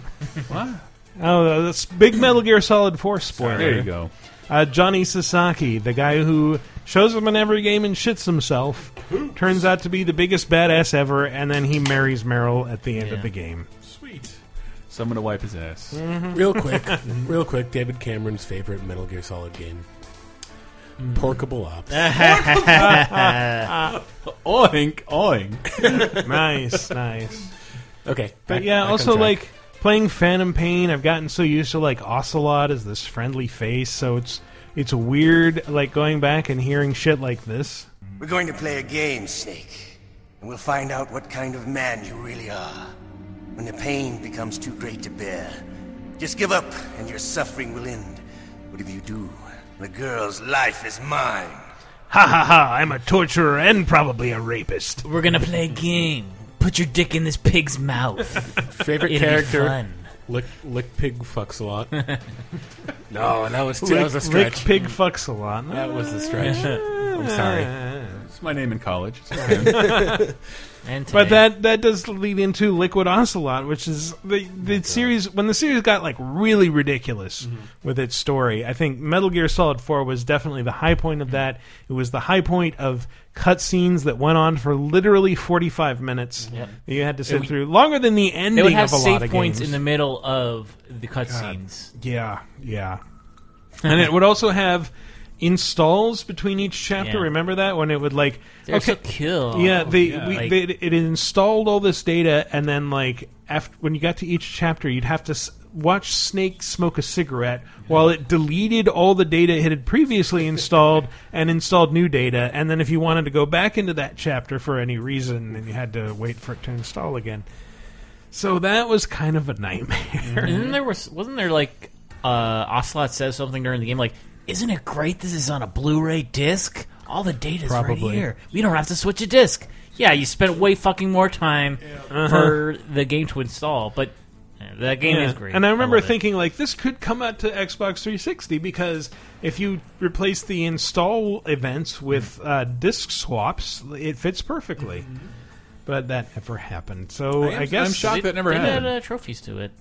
Speaker 1: Oh, that's big Metal Gear Solid 4 spoiler.
Speaker 2: There you go.
Speaker 1: Uh, Johnny Sasaki, the guy who shows up in every game and shits himself, turns out to be the biggest badass ever, and then he marries Meryl at the end of the game.
Speaker 2: Sweet. Someone to wipe his ass.
Speaker 5: Real quick, real quick. David Cameron's favorite Metal Gear Solid game. Porkable Ops.
Speaker 2: oink, oink.
Speaker 1: nice, nice.
Speaker 5: Okay,
Speaker 1: But
Speaker 5: back-
Speaker 1: yeah,
Speaker 5: back on
Speaker 1: also
Speaker 5: track.
Speaker 1: like playing Phantom Pain, I've gotten so used to like Ocelot as this friendly face, so it's it's weird like going back and hearing shit like this.
Speaker 20: We're going to play a game, Snake. And we'll find out what kind of man you really are. When the pain becomes too great to bear, just give up and your suffering will end. What if you do? The girl's life is mine.
Speaker 1: Ha ha ha, I'm a torturer and probably a rapist.
Speaker 3: We're gonna play a game. Put your dick in this pig's mouth.
Speaker 5: Favorite
Speaker 3: It'll be
Speaker 5: character.
Speaker 3: fun.
Speaker 5: Lick, lick pig fucks a lot. no, that was that was a
Speaker 1: Rick
Speaker 5: stretch.
Speaker 1: Pig fucks a lot.
Speaker 5: That was a stretch. I'm sorry.
Speaker 2: It's my name in college. It's okay.
Speaker 1: And but that that does lead into Liquid Ocelot, which is
Speaker 3: Oh
Speaker 1: the the series when the series got like really ridiculous
Speaker 3: Mm-hmm.
Speaker 1: with its story. I think Metal Gear Solid Four was definitely the high point
Speaker 3: Mm-hmm.
Speaker 1: of that. It was the high point of cutscenes that went on for literally forty five minutes. that You had to sit
Speaker 3: we-
Speaker 1: through longer than the ending
Speaker 3: They would have
Speaker 1: of a lot
Speaker 3: save
Speaker 1: of
Speaker 3: points
Speaker 1: games.
Speaker 3: in the middle of the cutscenes.
Speaker 1: Yeah, yeah. and it would also have installs between each chapter.
Speaker 3: Yeah.
Speaker 1: Remember that when it would like
Speaker 3: They're so cool.
Speaker 1: Yeah, they,
Speaker 3: Oh, Yeah.
Speaker 1: we,
Speaker 3: Like-
Speaker 1: they it installed all this data, and then like after when you got to each chapter, you'd have to s- watch Snake smoke a cigarette while it deleted all the data it had previously installed and installed new data. And then if you wanted to go back into that chapter for any reason, then you had to wait for it to install again. So that was kind of a nightmare.
Speaker 3: And then there was wasn't there like uh, Ocelot says something during the game like, "Isn't it great? This is on a Blu-ray disc. All the data's right
Speaker 1: Probably.
Speaker 3: here. We don't have to switch a disc." Yeah, you spent way fucking more time for the game to install, but uh, that game
Speaker 1: Uh-huh. Yeah.
Speaker 3: is great.
Speaker 1: And I remember
Speaker 3: love it.
Speaker 1: thinking like this could come out to Xbox 360 because if you replace the install events with
Speaker 3: Mm-hmm.
Speaker 1: uh, disk swaps, it fits perfectly. But that never happened. So
Speaker 2: I
Speaker 1: I,
Speaker 2: am-
Speaker 1: guess
Speaker 2: I'm shocked that never
Speaker 3: they
Speaker 2: happened.
Speaker 3: added uh, trophies to it.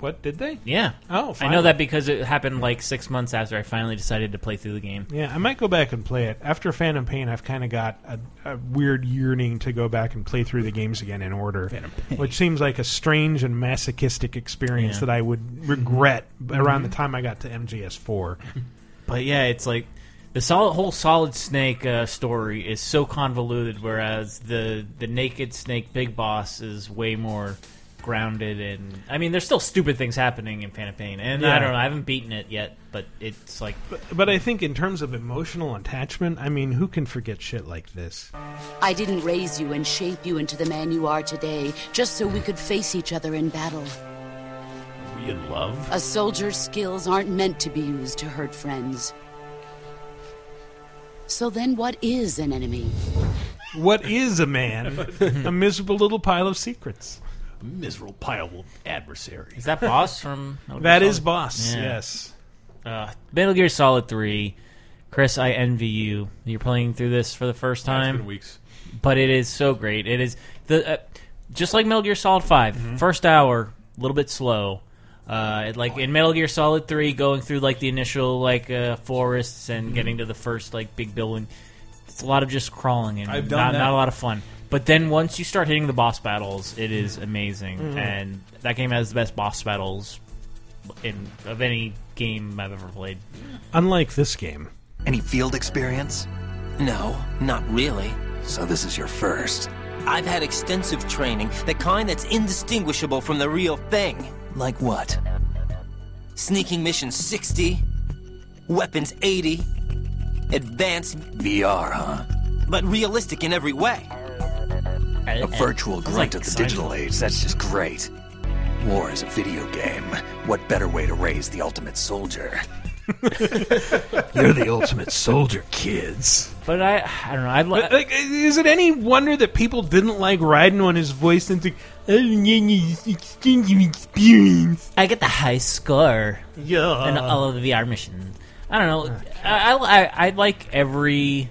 Speaker 1: What did they?
Speaker 3: Yeah.
Speaker 1: Oh,
Speaker 3: I know
Speaker 1: finally.
Speaker 3: that because it happened like six months after I finally decided to play through the game.
Speaker 1: Yeah, I might go back and play it. After Phantom Pain, I've kind of got a, a weird yearning to go back and play through the games again in order, which seems like a strange and masochistic experience
Speaker 3: Yeah. Mm-hmm.
Speaker 1: that I would regret around the time I got to MGS4.
Speaker 3: But yeah, it's like the solid, whole Solid Snake uh, story is so convoluted, whereas the the Naked Snake Big Boss is way more grounded. And I mean, there's still stupid things happening in Phantom Pain, and I
Speaker 1: Yeah.
Speaker 3: don't know, I haven't beaten it yet, but it's like
Speaker 1: But I think in terms of emotional attachment, I mean, who can forget shit like this?
Speaker 21: I didn't raise you and shape you into the man you are today just so we could face each other in battle.
Speaker 3: we in love.
Speaker 21: A soldier's skills aren't meant to be used to hurt friends. So then, what is an enemy?
Speaker 1: What is a man? a miserable little pile of secrets.
Speaker 2: Miserable pile of adversaries.
Speaker 3: Is that Boss from Metal Gear
Speaker 1: That is
Speaker 3: Solid?
Speaker 1: Boss,
Speaker 3: Yeah.
Speaker 1: yes.
Speaker 3: Uh, Metal Gear Solid Three, Chris, I envy you. You're playing through this for the first
Speaker 2: Yeah, it's
Speaker 3: time.
Speaker 2: been weeks.
Speaker 3: but it is so great. It is the uh, just like Metal Gear Solid 5
Speaker 2: Mm-hmm.
Speaker 3: first hour a little bit slow. Uh, it- like in Metal Gear Solid Three, going through like the initial like uh, forests
Speaker 2: Mm-hmm.
Speaker 3: and getting to the first like big building. It's a lot of just crawling and
Speaker 2: I've done
Speaker 3: not,
Speaker 2: that.
Speaker 3: not a lot of fun. But then once you start hitting the boss battles, it is amazing,
Speaker 2: Mhm.
Speaker 3: and that game has the best boss battles in of any game I've ever played.
Speaker 1: Unlike this game.
Speaker 20: Any field experience?
Speaker 7: No, not really.
Speaker 19: So this is your first.
Speaker 7: I've had extensive training, the kind that's indistinguishable from the real thing.
Speaker 19: Like what?
Speaker 7: Sneaking mission 60, weapons 80, advanced
Speaker 19: VR, huh?
Speaker 7: but realistic in every way.
Speaker 19: A virtual grunt of the digital age. That's just great. War is a video game. What better way to raise the ultimate soldier? You're the ultimate soldier, kids.
Speaker 3: But I, I don't know. I
Speaker 2: Uh,
Speaker 1: But, Uh, like, is it any wonder that people didn't like riding on his voice and think, oh, yeah, yeah, extensive experience?
Speaker 3: I get the high score.
Speaker 1: Yeah.
Speaker 3: in
Speaker 5: Uh-huh.
Speaker 3: all of the VR missions. I don't know. I, I, I- I like every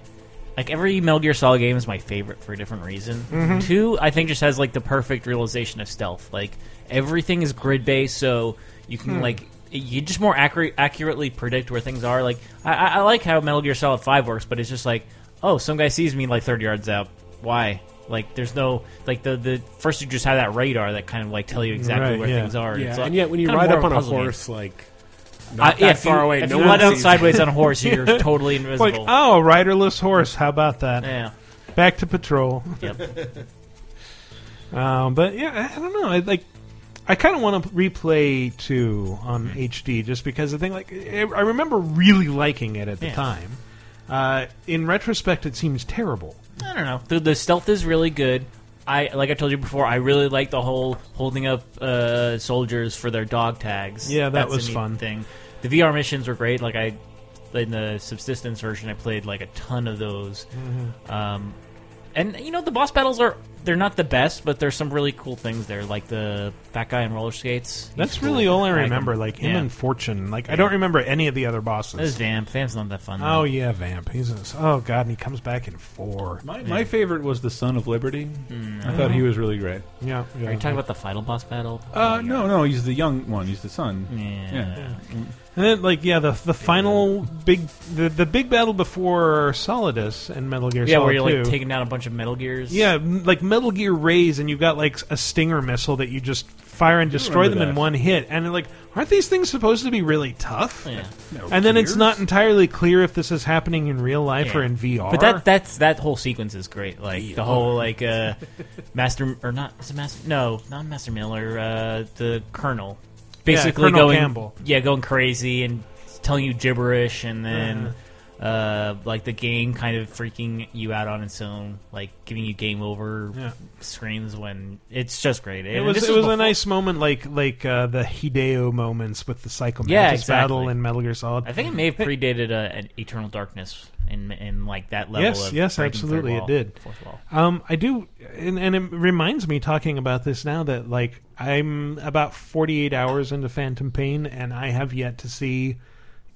Speaker 3: like every Metal Gear Solid game is my favorite for a different reason.
Speaker 5: Mm-hmm.
Speaker 22: Mhm.
Speaker 3: Two, I think, just has like the perfect realization of stealth. Like everything is grid based, so you can
Speaker 22: Hmm.
Speaker 3: like you just more accurate, accurately predict where things are. Like I, I I like how Metal Gear Solid Five works, but it's just like oh, some guy sees me like thirty yards out. Why? Like there's no like the the first you just have that radar that kind of like tell you exactly
Speaker 5: Right,
Speaker 3: where
Speaker 5: yeah.
Speaker 3: things are.
Speaker 5: Yeah,
Speaker 3: like,
Speaker 5: and yet when you
Speaker 3: kinda
Speaker 5: ride
Speaker 3: more of
Speaker 5: up on a
Speaker 3: puzzle game.
Speaker 5: horse, like not
Speaker 3: Uh,
Speaker 5: that
Speaker 3: yeah, if you-
Speaker 5: far away,
Speaker 3: if
Speaker 5: no
Speaker 3: you
Speaker 5: one
Speaker 3: ride out
Speaker 5: sees
Speaker 3: sideways
Speaker 5: you.
Speaker 3: on a horse, you're totally
Speaker 1: Like,
Speaker 3: invisible.
Speaker 1: oh, riderless horse. How about that?
Speaker 3: Yeah.
Speaker 1: Back to patrol.
Speaker 3: Yep.
Speaker 1: Um, but yeah, I- I don't know. I, like, I kind of want to replay two
Speaker 3: Hmm.
Speaker 1: on HD just because the thing. Like, I I remember really liking it at the
Speaker 3: Yeah.
Speaker 1: time. Uh, in retrospect, it seems terrible.
Speaker 3: I don't know. The, the stealth is really good. I like I told you before. I really like the whole holding up uh, soldiers for their dog tags.
Speaker 1: Yeah, that
Speaker 3: That's a
Speaker 1: was
Speaker 3: neat
Speaker 1: fun.
Speaker 3: Thing. The VR missions were great. Like I, in the subsistence version, I played like a ton of those.
Speaker 1: Mm-hmm.
Speaker 22: Mhm.
Speaker 3: Um, and you know the boss battles are they're not the best, but there's some really cool things there, like the fat guy in roller skates.
Speaker 1: That's
Speaker 3: He's cool.
Speaker 1: really all I
Speaker 3: him.
Speaker 1: remember. Like him
Speaker 3: Yeah.
Speaker 1: and Fortune. Like I
Speaker 3: Yeah.
Speaker 1: don't remember any of the other bosses.
Speaker 3: There's Vamp. Vamp's not that fun.
Speaker 1: Oh yeah, Vamp. He's a, oh god, and he comes back in four.
Speaker 2: My, my favorite was the Son of Liberty. I
Speaker 1: Oh.
Speaker 2: thought he was really great.
Speaker 1: Yeah, yeah.
Speaker 3: Are you talking about the final boss battle?
Speaker 2: Uh, no, no, he's the young one. He's the son.
Speaker 3: Yeah.
Speaker 1: And then, like, yeah, the the final big the, the big battle before Solidus and Metal Gear
Speaker 3: yeah,
Speaker 1: Solid
Speaker 3: where you're like
Speaker 1: 2.
Speaker 3: taking down a bunch of Metal Gears.
Speaker 1: yeah, m- like Metal Gear Rays, and you've got like a Stinger missile that you just fire and destroy them
Speaker 2: remember
Speaker 1: in
Speaker 2: that.
Speaker 1: one hit. And like, aren't these things supposed to be really tough?
Speaker 3: Yeah.
Speaker 1: And then it's not entirely clear if this is happening in real life
Speaker 3: Yeah.
Speaker 1: or in VR.
Speaker 3: But that that's that whole sequence is great. Like the whole like uh, Master or not is it Master? No, not Master Miller. Uh, the Colonel,
Speaker 1: Yeah,
Speaker 3: basically
Speaker 1: Colonel
Speaker 3: going
Speaker 1: Campbell.
Speaker 3: yeah, going crazy and telling you gibberish, and then
Speaker 1: Uh-huh.
Speaker 3: uh, like the game kind of freaking you out on its own, like giving you game over
Speaker 1: Yeah.
Speaker 3: screens when it's just great.
Speaker 1: It
Speaker 3: And
Speaker 1: was
Speaker 3: this
Speaker 1: it was
Speaker 3: before-
Speaker 1: a nice moment, like like uh, the Hideo moments with the Psychomantis
Speaker 3: Yeah, exactly.
Speaker 1: battle in Metal Gear Solid.
Speaker 3: I think it may have predated uh, an Eternal Darkness in in like that level.
Speaker 1: yes,
Speaker 3: of
Speaker 1: yes,
Speaker 3: breaking third
Speaker 1: absolutely,
Speaker 3: wall,
Speaker 1: it did.
Speaker 3: fourth wall.
Speaker 1: Um, I do, and, and it reminds me talking about this now that like I'm about 48 hours into Phantom Pain, and I have yet to see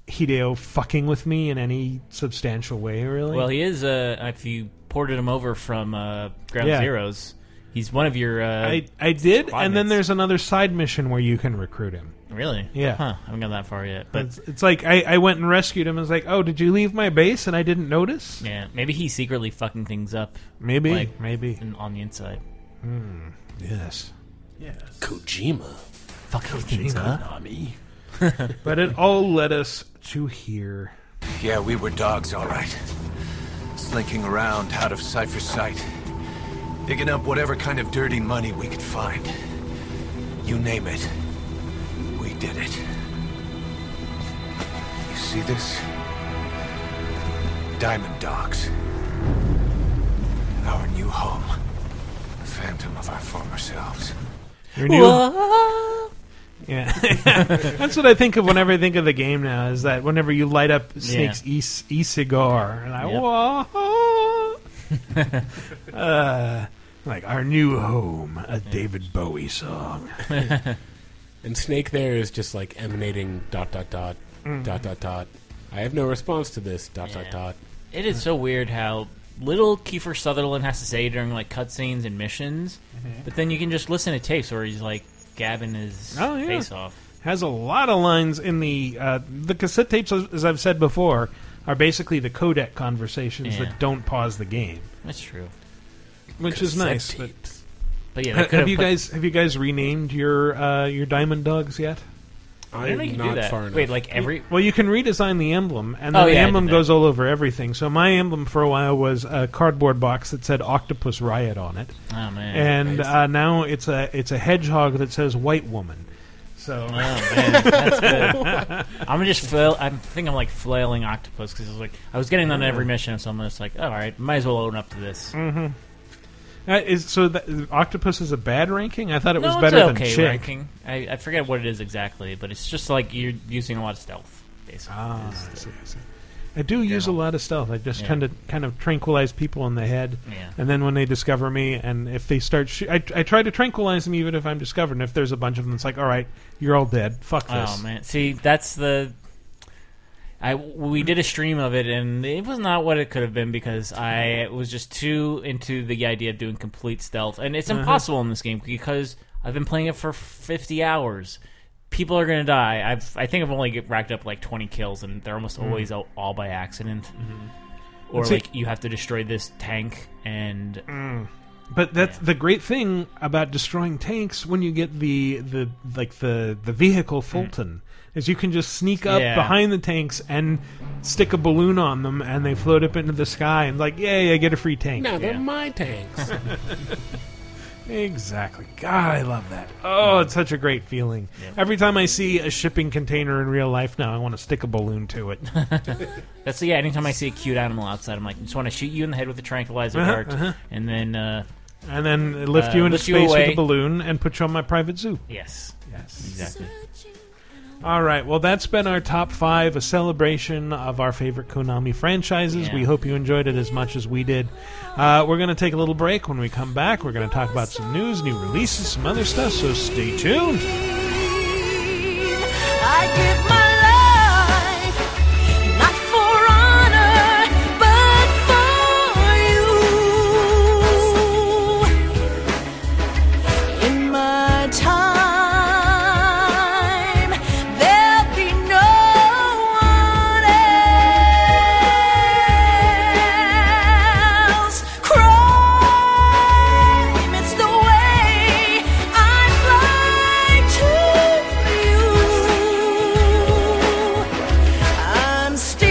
Speaker 1: Hideo fucking with me in any substantial way. Really,
Speaker 3: Well, he is. Uh, if you ported him over from uh, Ground
Speaker 1: Yeah.
Speaker 3: Zeroes, he's one of your. Uh,
Speaker 1: I I did, and then there's another side mission where you can recruit him.
Speaker 3: really,
Speaker 1: Yeah.
Speaker 3: huh, I haven't gone that far yet. But
Speaker 1: it's, it's like I, I went and rescued him. and was like, oh, did you leave my base and I didn't notice?
Speaker 3: yeah, maybe he's secretly fucking things up.
Speaker 1: Maybe,
Speaker 3: like,
Speaker 1: maybe
Speaker 3: in, on the inside.
Speaker 1: Hmm. Yes.
Speaker 5: Kojima.
Speaker 3: Fucking things up.
Speaker 17: Konami.
Speaker 1: but it all led us to here.
Speaker 17: Yeah, we were dogs, all right. Slinking around out of sight for sight. Digging up whatever kind of dirty money we could find. You name it. We did it. You see this? Diamond Dogs. Our new home. The phantom of our former selves.
Speaker 1: Your new- Yeah, that's what I think of whenever I think of the game now. Is that whenever you light up Snake's e cigar, and I
Speaker 22: Yep.
Speaker 1: "Whoa." uh, like our new home, a David Bowie song.
Speaker 5: And Snake there is just like emanating dot dot dot
Speaker 1: Mm-hmm.
Speaker 3: Mm.
Speaker 5: dot dot dot. I have no response to this dot dot dot.
Speaker 3: It is so weird how little Kiefer Sutherland has to say during like cutscenes and missions,
Speaker 1: Mm-hmm.
Speaker 3: but then you can just listen to tapes where he's like gabbing his
Speaker 1: Oh yeah,
Speaker 3: face off.
Speaker 1: has a lot of lines in the uh, the cassette tapes. As as I've said before, are basically the codec conversations
Speaker 3: Yeah.
Speaker 1: that don't pause the game,
Speaker 3: That's true.
Speaker 1: which is
Speaker 3: Cassette
Speaker 1: nice. But,
Speaker 3: But yeah, they
Speaker 1: Ha-
Speaker 3: could
Speaker 1: have you
Speaker 3: put-
Speaker 1: guys have you guys renamed your uh, your Diamond Dogs yet?
Speaker 5: I am not far enough.
Speaker 1: Well, you can redesign the emblem, and then
Speaker 5: Oh,
Speaker 1: the
Speaker 5: yeah, I
Speaker 1: emblem
Speaker 5: did
Speaker 1: goes all over everything. So my emblem for a while was a cardboard box that said "Octopus Riot" on it.
Speaker 3: Oh, man.
Speaker 1: And
Speaker 3: Crazy.
Speaker 1: uh, now it's a it's a hedgehog that says "White Woman." So
Speaker 3: Oh, man, that's cool. I'm just flail. I think I'm like flailing octopus because like I was getting on every mission, so I'm just like, all right, might as well own up to this.
Speaker 1: hmm Uh, is, so that, octopus is a bad ranking. I thought it
Speaker 3: no,
Speaker 1: was
Speaker 3: it's
Speaker 1: better
Speaker 3: okay
Speaker 1: than chick.
Speaker 3: ranking. I, I forget what it is exactly, but it's just like you're using a lot of stealth. Basically, ah, I see,
Speaker 1: I see. I do use a lot of stealth. I just
Speaker 3: Yeah.
Speaker 1: tend to kind of tranquilize people in the head,
Speaker 3: Yeah.
Speaker 1: and then when they discover me, and if they start, shoo- I, I try to tranquilize them even if I'm discovered. And if there's a bunch of them, it's like, all right, you're all dead. Fuck this.
Speaker 3: Oh man, see that's the. I we did a stream of it and it was not what it could have been because I was just too into the idea of doing complete stealth and it's
Speaker 1: Uh-huh.
Speaker 3: impossible in this game because I've been playing it for fifty hours. People are gonna die. I've I think I've only get, racked up like twenty kills and they're almost
Speaker 1: Mm.
Speaker 3: always all, all by accident, or
Speaker 1: Let's see-
Speaker 3: like you have to destroy this tank and
Speaker 1: But that's the great thing about destroying tanks when you get the the like the the vehicle Fulton is you can just sneak up
Speaker 3: Yeah.
Speaker 1: behind the tanks and stick a balloon on them and they float up into the sky and like yay I get a free tank.
Speaker 5: Now they're my tanks.
Speaker 1: exactly. God, I love that. Oh, it's such a great feeling. Every time I see a shipping container in real life now, I want to stick a balloon to it.
Speaker 3: That's yeah. Anytime I see a cute animal outside, I'm like, I just want to shoot you in the head with a tranquilizer
Speaker 1: Uh-huh,
Speaker 3: dart,
Speaker 1: uh-huh.
Speaker 3: and then uh,
Speaker 1: and then lift you into space with a balloon and put you on my private zoo.
Speaker 3: Yes.
Speaker 1: Yes.
Speaker 3: Exactly.
Speaker 1: All right. Well, that's been our top five, a celebration of our favorite Konami franchises.
Speaker 3: Yeah.
Speaker 1: We hope you enjoyed it as much as we did. Uh, we're going to take a little break. When we come back, we're going to talk about some news, new releases, some other stuff. So stay tuned.
Speaker 4: I give my life, not for honor, but for you. In my time, there'll be no one else. Crime, it's the way I fly to you. I'm still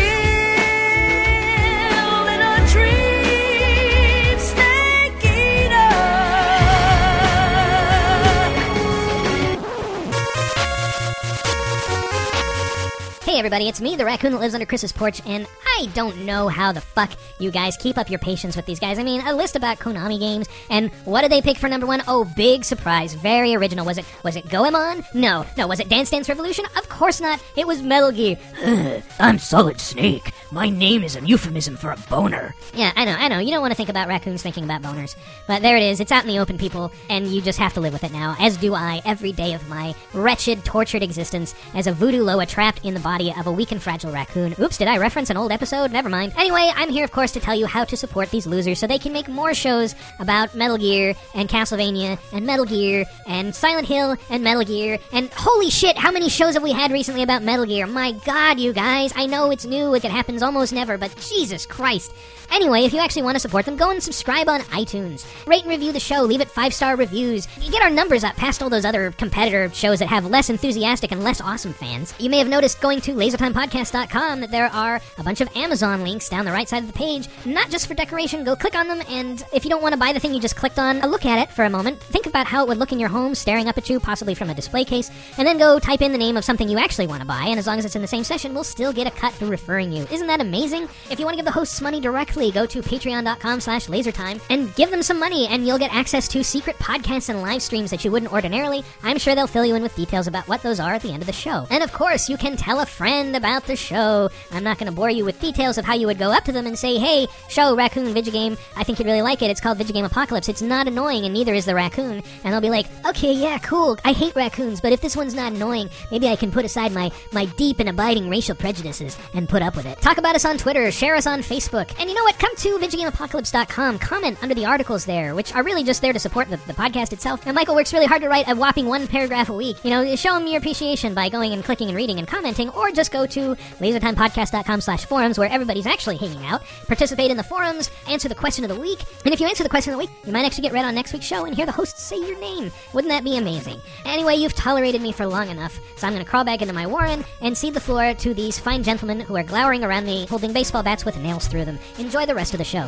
Speaker 4: in a dream, snake
Speaker 6: Hey everybody, it's me, the raccoon that lives under Chris's porch, and I don't know how the fuck you guys keep up your patience with these guys. I mean, a list about Konami games, and what did they pick for number one? Oh, big surprise! Very original. Was it was it Goemon? No, no. Was it Dance Dance Revolution? Of course not. It was Metal Gear. Ugh.
Speaker 22: I'm Solid Snake. My name is a euphemism for a boner.
Speaker 6: Yeah, I know, I know. You don't want to think about raccoons thinking about boners. But there it is. It's out in the open, people, and you just have to live with it now, as do I every day of my wretched, tortured existence as a voodoo loa trapped in the body of a weak and fragile raccoon. Oops, did I reference an old episode? Never mind. Anyway, I'm here, of course, to tell you how to support these losers so they can make more shows about Metal Gear and Castlevania and Metal Gear and Silent Hill and Metal Gear. And holy shit, how many shows have we had recently about Metal Gear? My god, you guys. I know it's new, like it happens almost never, but Jesus Christ. Anyway, if you actually want to support them, go and subscribe on iTunes. Rate and review the show, leave it five star reviews. You Get our numbers up past all those other competitor shows that have less enthusiastic and less awesome fans. You may have noticed going to lasertimepodcast.com that there are a bunch of Amazon links down the right side of the page, not just for decoration. Go click on them, and if you don't want to buy the thing you just clicked on, uh, look at it for a moment. Think about how it would look in your home, staring up at you, possibly from a display case, and then go type in the name of something you actually want to buy, and as long as it's in the same session, we'll still get a cut for referring you. Isn't that amazing? If you want to give the hosts money directly, go to patreon.com slash lasertime and give them some money, and you'll get access to secret podcasts and live streams that you wouldn't ordinarily. I'm sure they'll fill you in with details about what those are at the end of the show. And of course, you can tell a friend about the show. I'm not going to bore you with details of how you would go up to them and say, hey, show Raccoon Video Game. I think you'd really like it. It's called Video Game Apocalypse. It's not annoying, and neither is the raccoon. And they'll be like, okay, yeah, cool. I hate raccoons, but if this one's not annoying, maybe I can put aside my, my deep and abiding racial prejudices and put up with it. Talk about us on Twitter, share us on Facebook. And you know what? Come to VideoGameApocalypse.com, comment under the articles there, which are really just there to support the, the podcast itself. And Michael works really hard to write a whopping one paragraph a week. You know, show him your appreciation by going and clicking and reading and commenting, or or just go to lasertimepodcast.com slash forums where everybody's actually hanging out. Participate in the forums, answer the question of the week, and if you answer the question of the week, you might actually get read on next week's show and hear the host say your name. Wouldn't that be amazing? Anyway, you've tolerated me for long enough, so I'm going to crawl back into my warren and cede the floor to these fine gentlemen who are glowering around me holding baseball bats with nails through them. Enjoy the rest of the show.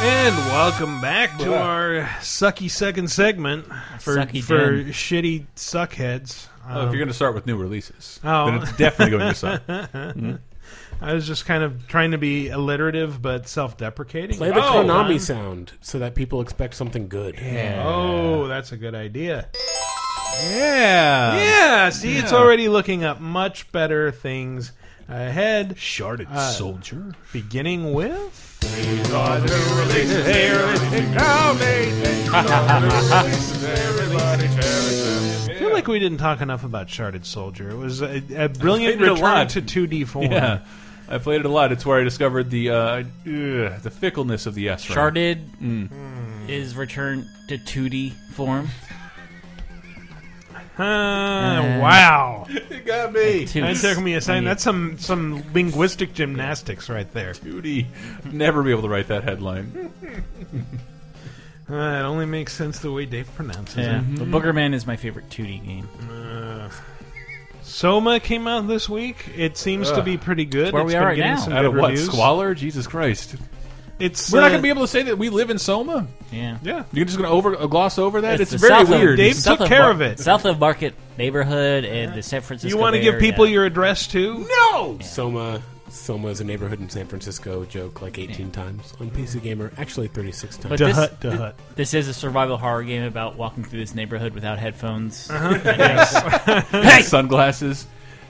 Speaker 1: And welcome back to our sucky second segment for
Speaker 2: Sucky
Speaker 1: for
Speaker 2: den.
Speaker 1: shitty suckheads.
Speaker 2: Oh, if you're going to start with new releases,
Speaker 1: Oh.
Speaker 2: then it's definitely going to suck. Mhm.
Speaker 1: I was just kind of trying to be alliterative but self-deprecating.
Speaker 5: Play the
Speaker 1: Oh,
Speaker 5: Konami
Speaker 1: um,
Speaker 5: sound so that people expect something good.
Speaker 1: Oh, that's a good idea.
Speaker 2: Yeah.
Speaker 1: Yeah. See, it's
Speaker 2: Yeah.
Speaker 1: already looking up much better things ahead. Uh,
Speaker 2: Sharded soldier.
Speaker 1: Beginning with. I feel like we didn't talk enough about Sharded Soldier. It was a, a brilliant
Speaker 2: played it a
Speaker 1: return
Speaker 2: lot.
Speaker 1: to 2D form.
Speaker 2: Yeah, I played it a lot. It's where I discovered the uh, ugh, the fickleness of the S. ring.
Speaker 3: Sharded
Speaker 2: Mm.
Speaker 3: is returned to 2D form.
Speaker 1: Uh, wow.
Speaker 2: You got me.
Speaker 1: That took me a second. That's some, some linguistic gymnastics right there.
Speaker 2: 2D. Never be able to write that headline.
Speaker 1: Uh, it only makes sense the way Dave pronounces
Speaker 3: Yeah.
Speaker 1: it.
Speaker 3: The Booger Man is my favorite 2D game.
Speaker 1: Uh, Soma came out this week. It seems to
Speaker 2: Ugh.
Speaker 1: be pretty good.
Speaker 2: That's where
Speaker 1: It's
Speaker 2: we are
Speaker 1: been
Speaker 2: right
Speaker 1: getting
Speaker 2: now.
Speaker 1: Some
Speaker 2: Out
Speaker 1: good
Speaker 2: of what,
Speaker 1: reviews.
Speaker 2: squalor? Jesus Christ!
Speaker 1: It's
Speaker 2: We're not
Speaker 1: uh,
Speaker 2: going to be able to say that we live in Soma.
Speaker 3: Yeah.
Speaker 2: Yeah, you're just going to over uh, gloss over that. It's,
Speaker 3: the
Speaker 2: very
Speaker 3: south of-
Speaker 2: weird.
Speaker 1: Dave
Speaker 3: south
Speaker 1: took care
Speaker 3: Mar-
Speaker 1: of it.
Speaker 3: South of Market neighborhood and the San Francisco.
Speaker 1: You want to
Speaker 3: Bay
Speaker 1: give
Speaker 3: Area.
Speaker 1: people your address too? No.
Speaker 5: Soma. Soma is a neighborhood in San Francisco. Joke like 18 times on PC Gamer. Actually, 36 times.
Speaker 3: But this, thi- this is a survival horror game about walking through this neighborhood without headphones,
Speaker 2: Uh-huh.
Speaker 3: And-
Speaker 2: Yes.
Speaker 3: Hey!
Speaker 2: Sunglasses.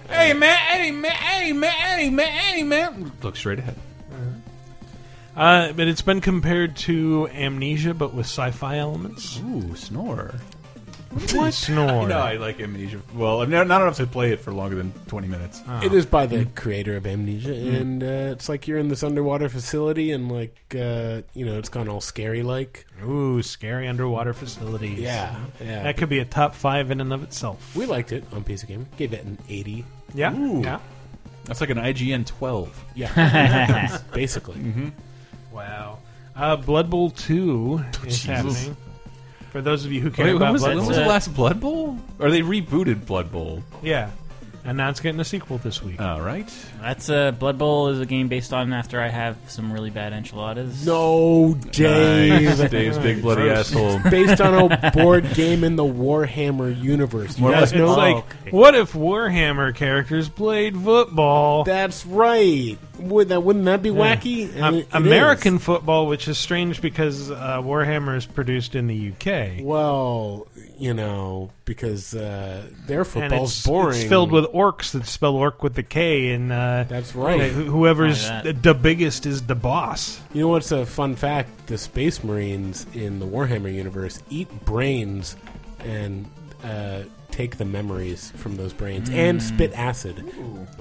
Speaker 3: Hey,
Speaker 2: man! Hey man! Hey man! Hey man! Hey man! Look straight ahead.
Speaker 1: Uh, but it's been compared to Amnesia, but with sci-fi elements.
Speaker 2: Ooh, snore.
Speaker 1: What snore?
Speaker 2: No, I like Amnesia. Well, I've never, not enough to play it for longer than 20 minutes.
Speaker 5: It is by the creator of Amnesia,
Speaker 1: Mm.
Speaker 5: and uh, it's like you're in this underwater facility, and like uh, you know, it's gone all scary like.
Speaker 1: Ooh, scary underwater facilities.
Speaker 5: Yeah, yeah.
Speaker 1: That could be a top five in and of itself.
Speaker 5: We liked it on PC Gamer. Gave it an 80.
Speaker 1: Yeah,
Speaker 2: Ooh.
Speaker 1: yeah.
Speaker 2: That's like an IGN 12.
Speaker 5: Yeah, basically.
Speaker 2: hmm
Speaker 1: Wow. Uh, Blood Bowl Two is
Speaker 2: Oh, Jesus.
Speaker 1: happening. For those of you who care
Speaker 2: Wait,
Speaker 1: about
Speaker 2: when was, uh,
Speaker 1: Blood
Speaker 2: when
Speaker 1: Bowl,
Speaker 2: was the last Blood Bowl? Or they rebooted Blood Bowl.
Speaker 1: Yeah, and now it's getting a sequel this
Speaker 5: Uh,
Speaker 1: week.
Speaker 2: All right.
Speaker 3: That's uh, Blood Bowl is a game based on after I have some really bad enchiladas.
Speaker 5: No, Dave.
Speaker 2: Nice. Dave's big bloody
Speaker 5: Gross.
Speaker 2: asshole.
Speaker 5: It's based on a board game in the Warhammer universe. You
Speaker 1: Yeah,
Speaker 5: guys
Speaker 1: it's
Speaker 5: know
Speaker 1: like, what if Warhammer characters played football?
Speaker 5: That's right. Would that wouldn't that be wacky?
Speaker 1: Um,
Speaker 5: And it- it
Speaker 1: American football, which is strange because uh, Warhammer is produced in the UK.
Speaker 5: is. Well, you know, because uh, their
Speaker 1: And
Speaker 5: football's
Speaker 1: it's,
Speaker 5: boring.
Speaker 1: it's filled with orcs that spell orc with the K, and uh,
Speaker 5: That's right.
Speaker 1: wh- Whoever's
Speaker 5: Like
Speaker 1: the,
Speaker 5: that.
Speaker 1: the biggest is the boss.
Speaker 5: You know what's a fun fact? The Space Marines in the Warhammer universe eat brains and uh, take the memories from those brains and spit acid.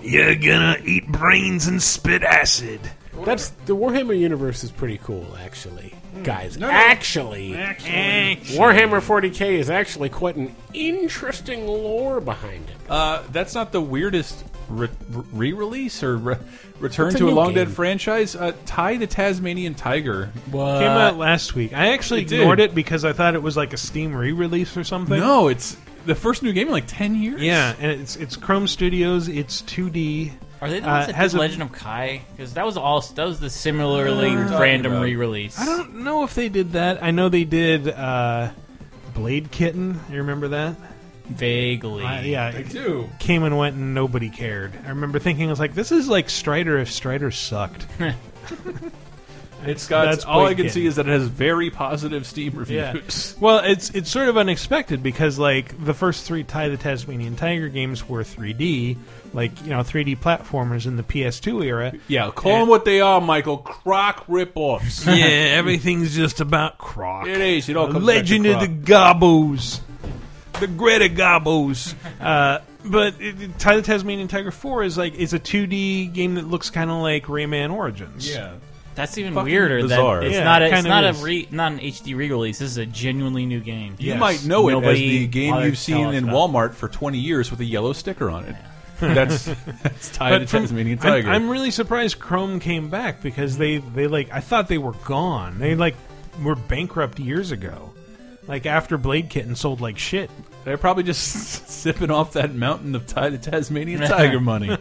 Speaker 1: You're gonna eat brains and spit acid.
Speaker 5: That's the Warhammer universe is pretty cool, actually, guys.
Speaker 1: No, no.
Speaker 5: Actually,
Speaker 1: Actually.
Speaker 5: Warhammer 40k is actually quite an interesting lore behind it.
Speaker 2: Uh, that's not the weirdest re- re- release or re- return
Speaker 5: It's a
Speaker 2: to a
Speaker 5: new
Speaker 2: long dead
Speaker 5: game.
Speaker 2: franchise. Uh, Tie the Tasmanian Tiger.
Speaker 5: What?
Speaker 1: Came out last week. I actually
Speaker 2: It did.
Speaker 1: ignored it because I thought it was like a Steam re-release or something.
Speaker 2: No, it's the first new game in like 10 years.
Speaker 1: Yeah, and it's it's Chrome Studios. It's 2D.
Speaker 3: Are they the
Speaker 1: Uh,
Speaker 3: ones that
Speaker 1: has
Speaker 3: did
Speaker 1: a-
Speaker 3: Legend of Kai? Because that was all that was the similarly
Speaker 1: Uh,
Speaker 3: random
Speaker 1: about-
Speaker 3: re-release.
Speaker 1: I don't know if they did that. I know they did uh, Blade Kitten. You remember that?
Speaker 3: Vaguely.
Speaker 1: Uh, yeah,
Speaker 2: I
Speaker 1: it
Speaker 2: do.
Speaker 1: Came and went, and nobody cared. I remember thinking, I was like, "This is like Strider if Strider sucked."
Speaker 2: It's got
Speaker 1: That's
Speaker 2: all I
Speaker 1: Blade
Speaker 2: can
Speaker 1: Kitten.
Speaker 2: see is that it has very positive Steam
Speaker 1: Yeah.
Speaker 2: reviews.
Speaker 1: Well, it's it's sort of unexpected because like the first three Tie the Tasmanian Tiger games were 3D, like you know 3D platformers in the PS2 era.
Speaker 2: Yeah, call them what they are, Michael. Croc ripoffs.
Speaker 1: Yeah, everything's just about Croc.
Speaker 2: It is. It all comes
Speaker 1: Legend
Speaker 2: back to
Speaker 1: of the Gobos, the Greta Gobos. uh, but it, it- Tie the Tasmanian Tiger Four is like is a 2D game that looks kind of like Rayman Origins.
Speaker 2: Yeah.
Speaker 3: That's even
Speaker 2: fucking
Speaker 3: weirder.
Speaker 2: bizarre.
Speaker 3: That it's
Speaker 2: Yeah,
Speaker 3: not
Speaker 2: it
Speaker 3: a, it's
Speaker 2: kinda
Speaker 3: not
Speaker 2: is.
Speaker 3: a re, not an HD re-release. This is a genuinely new game.
Speaker 2: You might know it as
Speaker 3: Nobody
Speaker 2: the game
Speaker 3: bothered
Speaker 2: you've
Speaker 3: to tell
Speaker 2: seen
Speaker 3: us
Speaker 2: in
Speaker 3: that.
Speaker 2: Walmart for 20 years with a yellow sticker on it. That's, that's tied to
Speaker 1: But from-
Speaker 2: Tasmanian
Speaker 1: I'm-
Speaker 2: Tiger.
Speaker 1: I'm, really surprised Chrome came back because they they like I thought they were gone. They like were bankrupt years ago. Like after Blade Kitten sold like shit.
Speaker 2: They're probably just sipping off that mountain of Ti- Tasmanian Tiger money.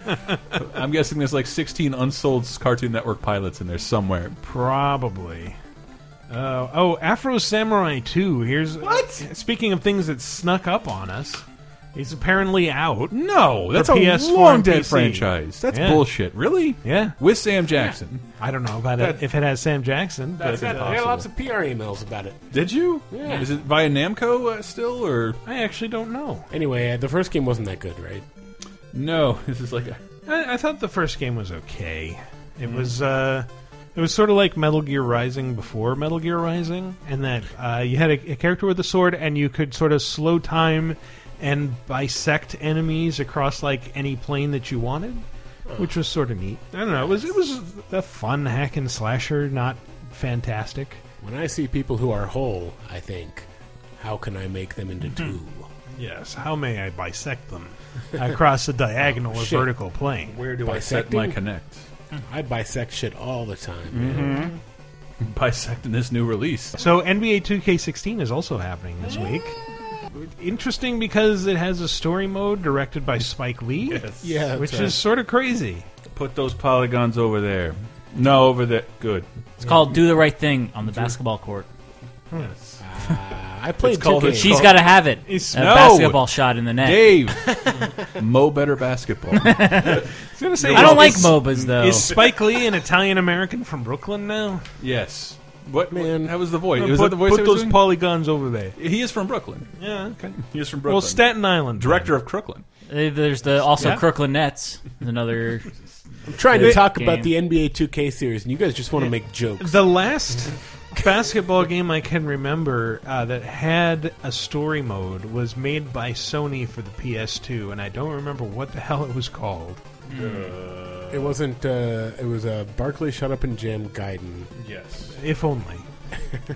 Speaker 2: I'm guessing there's like 16 unsold Cartoon Network pilots in there somewhere.
Speaker 1: Probably. Uh, oh, Afro Samurai 2. Here's what? Speaking of things that snuck up on us, it's apparently out.
Speaker 2: No, that's a long dead franchise. That's bullshit. Really?
Speaker 1: Yeah.
Speaker 2: With Sam Jackson.
Speaker 1: I don't know about it. If it has Sam Jackson,
Speaker 5: That's
Speaker 1: but,
Speaker 5: it. I had lots of PR emails about it.
Speaker 2: Did you?
Speaker 5: Yeah.
Speaker 2: Is it via Namco uh, still, or
Speaker 1: I actually don't know.
Speaker 5: Anyway, uh, the first game wasn't that good, right?
Speaker 2: No, this is like a
Speaker 1: I, I thought the first game was okay. It
Speaker 5: Mm-hmm.
Speaker 1: was uh, it was sort of like Metal Gear Rising before Metal Gear Rising, and that uh, you had a, a character with a sword, and you could sort of slow time and bisect enemies across like any plane that you wanted, which was sort of neat. I don't know. It was it was a fun hack and slasher, not fantastic.
Speaker 5: When I see people who are whole, I think, how can I make them into two?
Speaker 1: Yes. How may I bisect them across a diagonal
Speaker 5: Oh,
Speaker 1: or
Speaker 5: shit.
Speaker 1: vertical plane?
Speaker 5: Bisecting?
Speaker 2: connect?
Speaker 5: I bisect shit all the time. man.
Speaker 2: bisecting this new release.
Speaker 1: So NBA 2K16 is also happening this week. Interesting because it has a story mode directed by Spike Lee,
Speaker 2: Yes.
Speaker 5: Yeah, that's
Speaker 1: which
Speaker 5: right.
Speaker 1: is sort of crazy.
Speaker 2: Put those polygons over there. No, over there. Good.
Speaker 3: It's called "Do the Right Thing" on the basketball court.
Speaker 1: Yes.
Speaker 5: I played
Speaker 2: It's called-
Speaker 5: 2K.
Speaker 2: it's
Speaker 3: She's
Speaker 2: called-
Speaker 3: got to have it.
Speaker 2: It's-
Speaker 3: a
Speaker 2: No.
Speaker 3: basketball shot in the net.
Speaker 2: Dave, Mo better basketball.
Speaker 1: I, was gonna say,
Speaker 3: I don't like
Speaker 1: is-
Speaker 3: MOBAs though.
Speaker 1: Is Spike Lee an Italian American from Brooklyn now?
Speaker 2: yes. What man? That was the voice.
Speaker 1: Put,
Speaker 2: was that the voice?
Speaker 1: put
Speaker 2: I was
Speaker 1: those
Speaker 2: doing?
Speaker 1: polygons over there.
Speaker 2: he is from Brooklyn.
Speaker 1: Yeah, okay.
Speaker 2: He is from Brooklyn.
Speaker 1: Well, Staten Island.
Speaker 2: Director of Crooklyn.
Speaker 3: Uh, There's the also
Speaker 1: Yeah.
Speaker 3: Crooklyn Nets. is Another.
Speaker 2: Uh,
Speaker 5: I'm trying to
Speaker 3: They-
Speaker 5: talk about the
Speaker 3: game.
Speaker 5: NBA 2K series, and you guys just want to make jokes.
Speaker 1: The last basketball game I can remember uh, that had a story mode was made by Sony for the PS2, and I don't remember what the hell it was called.
Speaker 5: It wasn't. Uh, it was a Barclay Shut Up and Jam Gaiden.
Speaker 2: Yes.
Speaker 1: if only.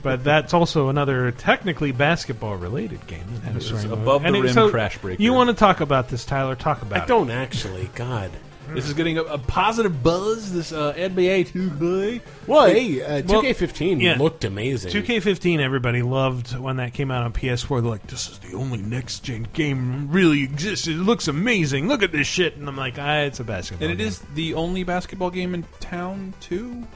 Speaker 1: but that's also another technically baskall related game that had a
Speaker 2: It's
Speaker 1: story mode.
Speaker 2: above the
Speaker 1: And it-
Speaker 2: rim
Speaker 1: so
Speaker 2: crash breaker.
Speaker 1: You want to talk about this, Tyler? Talk about
Speaker 5: I don't actually. God.
Speaker 2: This is getting a, a positive buzz. This uh, NBA 2K.
Speaker 5: Well, hey, uh,
Speaker 1: Well,
Speaker 5: 2K15
Speaker 1: yeah.
Speaker 5: looked amazing.
Speaker 1: it. 2K15, everybody loved when that came out on PS4. They're like, "This is the only next gen game that really exists. It looks amazing. Look at this shit." And I'm like, "Ah, it's a basketball."
Speaker 2: And it
Speaker 1: game.
Speaker 2: is the only basketball game in town, too?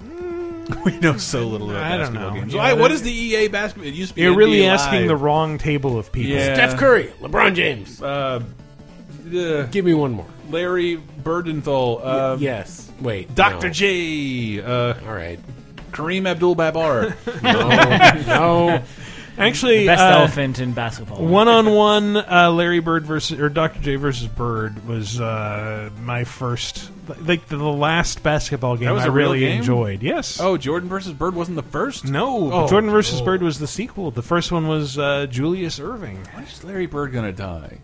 Speaker 2: we know so little about
Speaker 1: I don't
Speaker 2: basketball
Speaker 1: know.
Speaker 2: games.
Speaker 1: Yeah,
Speaker 2: Why- what
Speaker 1: that-
Speaker 2: is the EA basketball? It used to be
Speaker 1: You're really
Speaker 2: NBA
Speaker 1: asking the
Speaker 2: Live.
Speaker 1: wrong table of people.
Speaker 2: Yeah.
Speaker 5: Steph Curry, LeBron James.
Speaker 2: Uh, uh,
Speaker 5: Give me one more.
Speaker 2: Larry Burdenthal. Uh,
Speaker 5: um, yes. Wait.
Speaker 2: Dr.
Speaker 5: no.
Speaker 2: J. Uh,
Speaker 5: All right.
Speaker 2: Kareem Abdul Babar.
Speaker 5: No.
Speaker 1: Actually,
Speaker 3: best
Speaker 1: uh,
Speaker 3: elephant in basketball.
Speaker 1: One on one, uh, Larry Bird versus or Dr. J versus Bird was uh, my first, like the, the last basketball game
Speaker 2: That was
Speaker 1: I
Speaker 2: a real
Speaker 1: really
Speaker 2: game?
Speaker 1: enjoyed. Yes.
Speaker 2: oh, Jordan versus Bird wasn't the first?
Speaker 1: no,
Speaker 2: Oh,
Speaker 1: Jordan versus Bird was the sequel. The first one was uh, Julius Irving.
Speaker 2: When is Larry Bird going to die?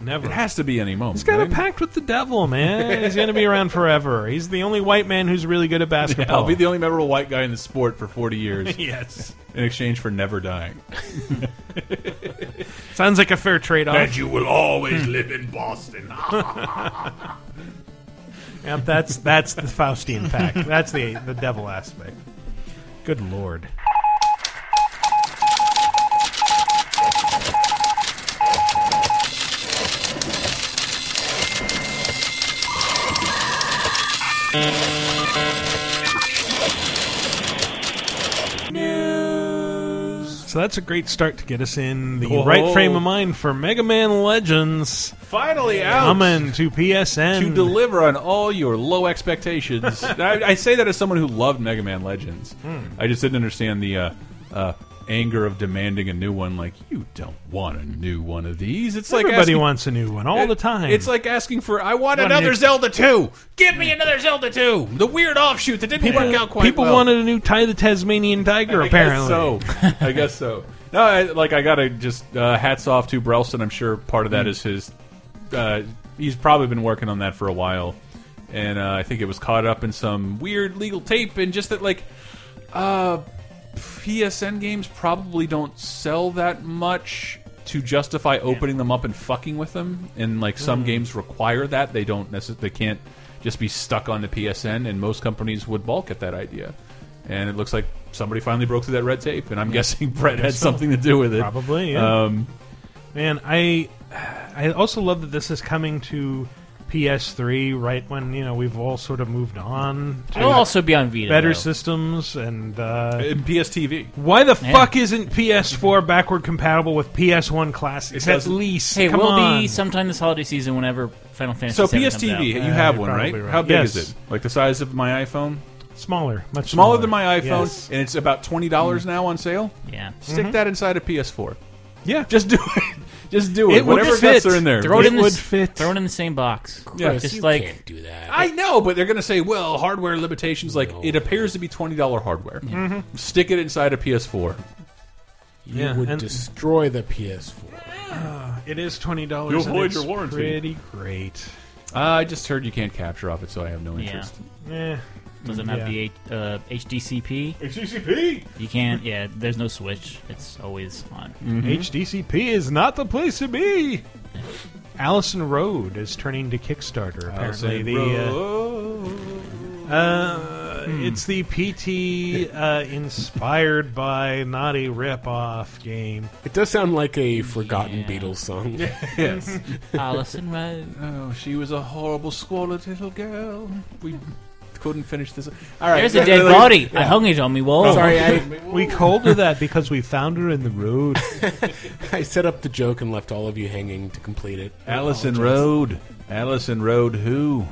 Speaker 1: Never.
Speaker 2: It has to be any moment.
Speaker 1: He's got a
Speaker 2: right?
Speaker 1: pact with the devil, man. He's going to be around forever. He's the only white man who's really good at
Speaker 2: Yeah,
Speaker 1: basketball.
Speaker 2: I'll be the only memorable white guy in the sport for 40 years
Speaker 1: yes.
Speaker 2: in exchange for never dying.
Speaker 1: Sounds like a fair trade off.
Speaker 12: you will
Speaker 1: Hmm.
Speaker 12: always live in Boston.
Speaker 1: Yep, that's that's the Faustian pact. That's the the devil aspect. Good lord. So that's a great start to get us in the
Speaker 2: Whoa.
Speaker 1: right frame of mind for Mega Man Legends
Speaker 2: Finally out!
Speaker 1: coming to PSN.
Speaker 2: to deliver on all your low expectations. I, I say that as someone who loved Mega Man Legends.
Speaker 1: Hmm.
Speaker 2: I just didn't understand the uh, uh, anger of demanding a new one. Like you don't want a new one of these. It's like
Speaker 1: Everybody
Speaker 2: asking,
Speaker 1: wants a new one all the time.
Speaker 2: It's like asking for I
Speaker 1: What
Speaker 2: want
Speaker 1: an
Speaker 2: another
Speaker 1: ex-
Speaker 2: Zelda two. Give me another Zelda two. The weird offshoot that didn't work out quite
Speaker 1: people
Speaker 2: well.
Speaker 1: wanted a new tie the Tasmanian tiger.
Speaker 2: I guess
Speaker 1: apparently,
Speaker 2: so. I guess so. No, I, like I gotta just uh, hats off to
Speaker 1: Hmm.
Speaker 2: Brelson. I'm sure part of that is his. Uh, he's probably been working on that for a while, and uh, I think it was caught up in some weird legal tape, and just that like uh, PSN games probably don't sell that much to justify opening them up and fucking with them, and like some
Speaker 1: Mm.
Speaker 2: games require that they don't necessarily they can't just be stuck on the PSN, and most companies would balk at that idea. And it looks like somebody finally broke through that red tape, and I'm guessing Brett had
Speaker 1: Guess so.
Speaker 2: something to do with it.
Speaker 1: Probably, yeah.
Speaker 2: Um,
Speaker 1: Man, I I also love that this is coming to PS3 right when you know we've all sort of moved on. To
Speaker 3: It'll also be on Vita,
Speaker 1: Better
Speaker 3: though.
Speaker 1: systems and uh,
Speaker 2: and PSTV.
Speaker 1: Why the
Speaker 3: Yeah.
Speaker 1: fuck isn't PS4 backward compatible with PS1 classics? At least,
Speaker 3: Hey,
Speaker 1: come
Speaker 3: we'll
Speaker 1: on.
Speaker 3: be sometime this holiday season whenever Final Fantasy.
Speaker 2: So
Speaker 3: VII comes out.
Speaker 2: PSTV, you have one, right? How big is it? Like the size of my iPhone?
Speaker 1: Smaller, much
Speaker 2: smaller,
Speaker 1: smaller.
Speaker 2: than my iPhone,
Speaker 1: Yes.
Speaker 2: and it's about twenty dollars
Speaker 1: Mm.
Speaker 2: now on sale.
Speaker 3: Yeah,
Speaker 2: stick
Speaker 1: Mhm.
Speaker 2: that inside a PS4.
Speaker 1: Yeah,
Speaker 2: just do it. Just do it.
Speaker 3: would
Speaker 2: Whatever
Speaker 3: fit.
Speaker 2: guts are in there,
Speaker 3: Throw it, in the
Speaker 2: would
Speaker 3: s-
Speaker 1: fit.
Speaker 3: Throw it in the same box.
Speaker 2: Yeah.
Speaker 3: just
Speaker 2: you
Speaker 3: like
Speaker 2: can't
Speaker 5: do that.
Speaker 2: I know, but they're going to say, well, hardware limitations. Like it appears to be twenty dollar hardware.
Speaker 1: Mhm.
Speaker 3: Mm-hmm.
Speaker 2: Stick it inside a PS4.
Speaker 5: You
Speaker 1: Yeah,
Speaker 5: would
Speaker 1: and-
Speaker 5: destroy the PS4.
Speaker 1: Uh, it is twenty dollars.
Speaker 2: You'll void your warranty.
Speaker 1: Pretty great.
Speaker 2: Uh, I just heard you can't capture off it, so I have no
Speaker 3: Yeah.
Speaker 2: interest.
Speaker 1: Eh.
Speaker 3: Doesn't
Speaker 1: Yeah.
Speaker 3: have the the uh, HDCP.
Speaker 1: HDCP.
Speaker 3: You can't. Yeah, there's no switch. It's always on.
Speaker 1: Mm. HDCP is not the place to be. Allison Road is turning to Kickstarter. Apparently,
Speaker 2: Allison
Speaker 1: the Uh, uh, it's the PT uh, inspired by not a rip-off game.
Speaker 5: It does sound like a forgotten Beatles song.
Speaker 2: yes.
Speaker 3: Allison Road.
Speaker 2: Oh, she was a horrible, squalid little girl. We couldn't finish this. All right,
Speaker 3: There's a dead body. I hung it on me wall.
Speaker 5: Oh.
Speaker 1: we called her that because we found her in the road.
Speaker 5: I set up the joke and left all of you hanging to complete it. I
Speaker 2: Allison
Speaker 5: apologize.
Speaker 2: Road. Allison Road who?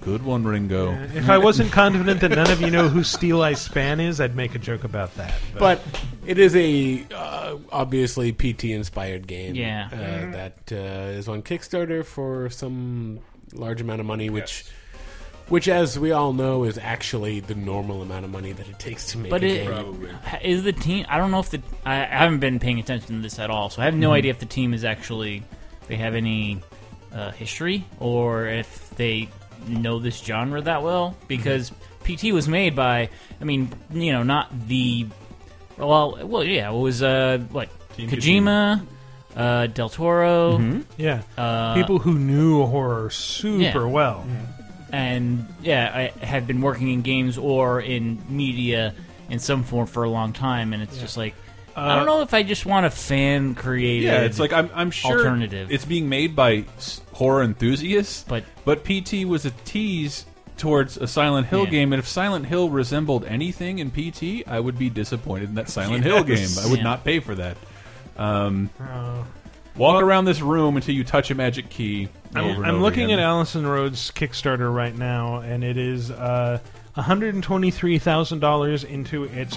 Speaker 2: Good one, Ringo.
Speaker 1: If I wasn't confident that none of you know who Steel Eye Span is, I'd make a joke about that.
Speaker 5: But it is a uh, obviously PT inspired game.
Speaker 1: Yeah.
Speaker 5: uh, that uh, is on Kickstarter for some large amount of money, which. Which, as we all know, is actually the normal amount of money that it takes to make
Speaker 3: But
Speaker 5: a
Speaker 3: it,
Speaker 5: game.
Speaker 1: Oh,
Speaker 3: ha- is the team? I don't know if the I, I haven't been paying attention to this at all, so I have no
Speaker 5: Mhm.
Speaker 3: idea if the team is actually they have any uh, history or if they know this genre that well. Because PT was made by, I mean, you know, not the well, well, yeah, it was uh, what Kojima, Uh, Del Toro,
Speaker 1: Mhm. Yeah.
Speaker 3: uh,
Speaker 1: People who knew horror super
Speaker 3: Yeah.
Speaker 1: well.
Speaker 3: and yeah, I have been working in games or in media in some form for a long time, and it's just like I
Speaker 2: Uh,
Speaker 3: don't know if I just want a fan created.
Speaker 2: Yeah, it's like I'm, I'm sure
Speaker 3: alternative.
Speaker 2: it's being made by s- horror enthusiasts, but but PT was a tease towards a Silent Hill
Speaker 3: Yeah.
Speaker 2: game, and if Silent Hill resembled anything in PT, I would be disappointed in that Silent Hill game.
Speaker 1: Yes.
Speaker 2: I would
Speaker 1: Yeah.
Speaker 2: not pay for that. Um,
Speaker 1: Oh.
Speaker 2: walk around this room until you touch a magic key.
Speaker 1: I'm,
Speaker 2: over and
Speaker 1: I'm
Speaker 2: over
Speaker 1: looking
Speaker 2: again.
Speaker 1: at Allison Rhodes' Kickstarter right now, and it is uh, $123,000 into its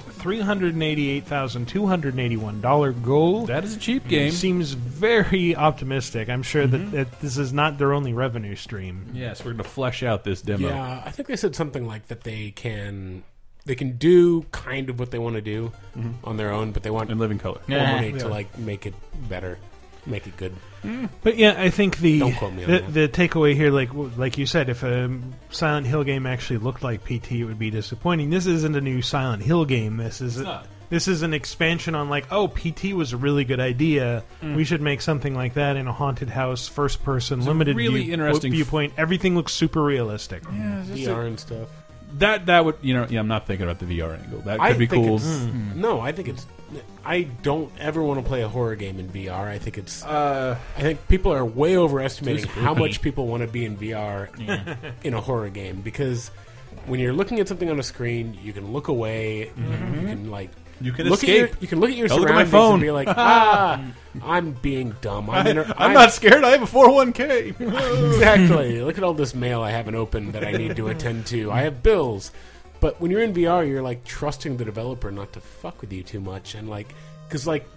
Speaker 1: $388,281 goal.
Speaker 2: That is a cheap game. Mm-hmm.
Speaker 1: Seems very optimistic. I'm sure that, that this is not their only revenue stream.
Speaker 2: Yes, we're going to flesh out this demo.
Speaker 5: Yeah, I think they said something like that. They can they can do kind of what they want to do
Speaker 2: Mhm.
Speaker 5: on their own, but they want
Speaker 2: and live in color.
Speaker 1: Yeah.
Speaker 5: to
Speaker 1: Yeah.
Speaker 5: like make it better, make it good.
Speaker 1: But yeah, I think the
Speaker 5: Don't quote me on
Speaker 1: the,
Speaker 5: that.
Speaker 1: the takeaway here, like like you said, if a Silent Hill game actually looked like PT, it would be disappointing. This isn't a new Silent Hill game. This is
Speaker 2: not.
Speaker 1: this is an expansion on like, oh, PT was a really good idea.
Speaker 2: Mm.
Speaker 1: We should make something like that in a haunted house, first person,
Speaker 2: It's a
Speaker 1: limited
Speaker 2: really
Speaker 1: view-
Speaker 2: interesting-
Speaker 1: viewpoint. Everything looks super realistic.
Speaker 2: Yeah, just
Speaker 5: VR
Speaker 2: a-
Speaker 5: and stuff.
Speaker 2: That that would you know yeah, I'm not thinking about the VR angle. That could
Speaker 5: I
Speaker 2: be
Speaker 5: think
Speaker 2: cool.
Speaker 5: it's-
Speaker 2: Hmm.
Speaker 5: No, I think it's. I don't ever want to play a horror game in VR. I think it's.
Speaker 2: Uh,
Speaker 5: I think people are way overestimating
Speaker 2: Too spooky.
Speaker 5: how much people want to be in VR
Speaker 2: Yeah.
Speaker 5: in a horror game because when you're looking at something on a screen, you can look away. You can like.
Speaker 2: Mm-hmm. You can
Speaker 5: look At
Speaker 2: escape.
Speaker 5: your, you can look at your
Speaker 2: I'll Oh, look at my
Speaker 5: surroundings
Speaker 2: phone.
Speaker 5: and be like, ah, I'm being dumb. I'm,
Speaker 2: I-
Speaker 5: inter-
Speaker 2: I'm not scared. I have a 401k.
Speaker 5: exactly. Look at all this mail I haven't opened that I need to attend to. I have bills. But when you're in VR, you're like trusting the developer not to fuck with you too much, and like, because like,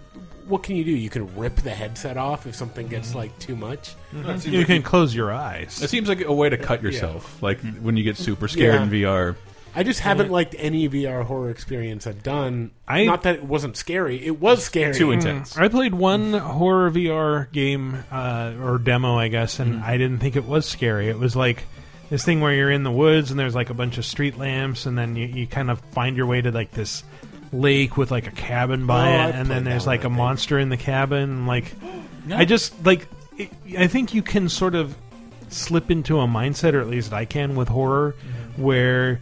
Speaker 5: what can you do? You can rip the headset off if something gets like too much.
Speaker 1: Mhm. You can close your eyes.
Speaker 2: It seems like a way to cut
Speaker 5: Yeah. Mm-hmm.
Speaker 2: yourself, like when you get super scared
Speaker 5: Yeah.
Speaker 2: in VR.
Speaker 5: I just haven't liked any VR horror experience I've done.
Speaker 1: I-
Speaker 5: not that it wasn't scary; it was scary.
Speaker 1: Mm. I played one horror
Speaker 5: Mm.
Speaker 1: VR game uh, or demo, I guess, and I didn't think it was scary. It was like this thing where you're in the woods and there's like a bunch of street lamps, and then you, you kind of find your way to like this lake with like a cabin by
Speaker 5: Oh, I
Speaker 1: it, and then
Speaker 5: played
Speaker 1: there's
Speaker 5: that
Speaker 1: like a monster in the cabin. Like,
Speaker 5: Yeah.
Speaker 1: I just like, it, I think you can sort of slip into a mindset, or at least I can with horror,
Speaker 5: Mm-hmm.
Speaker 1: where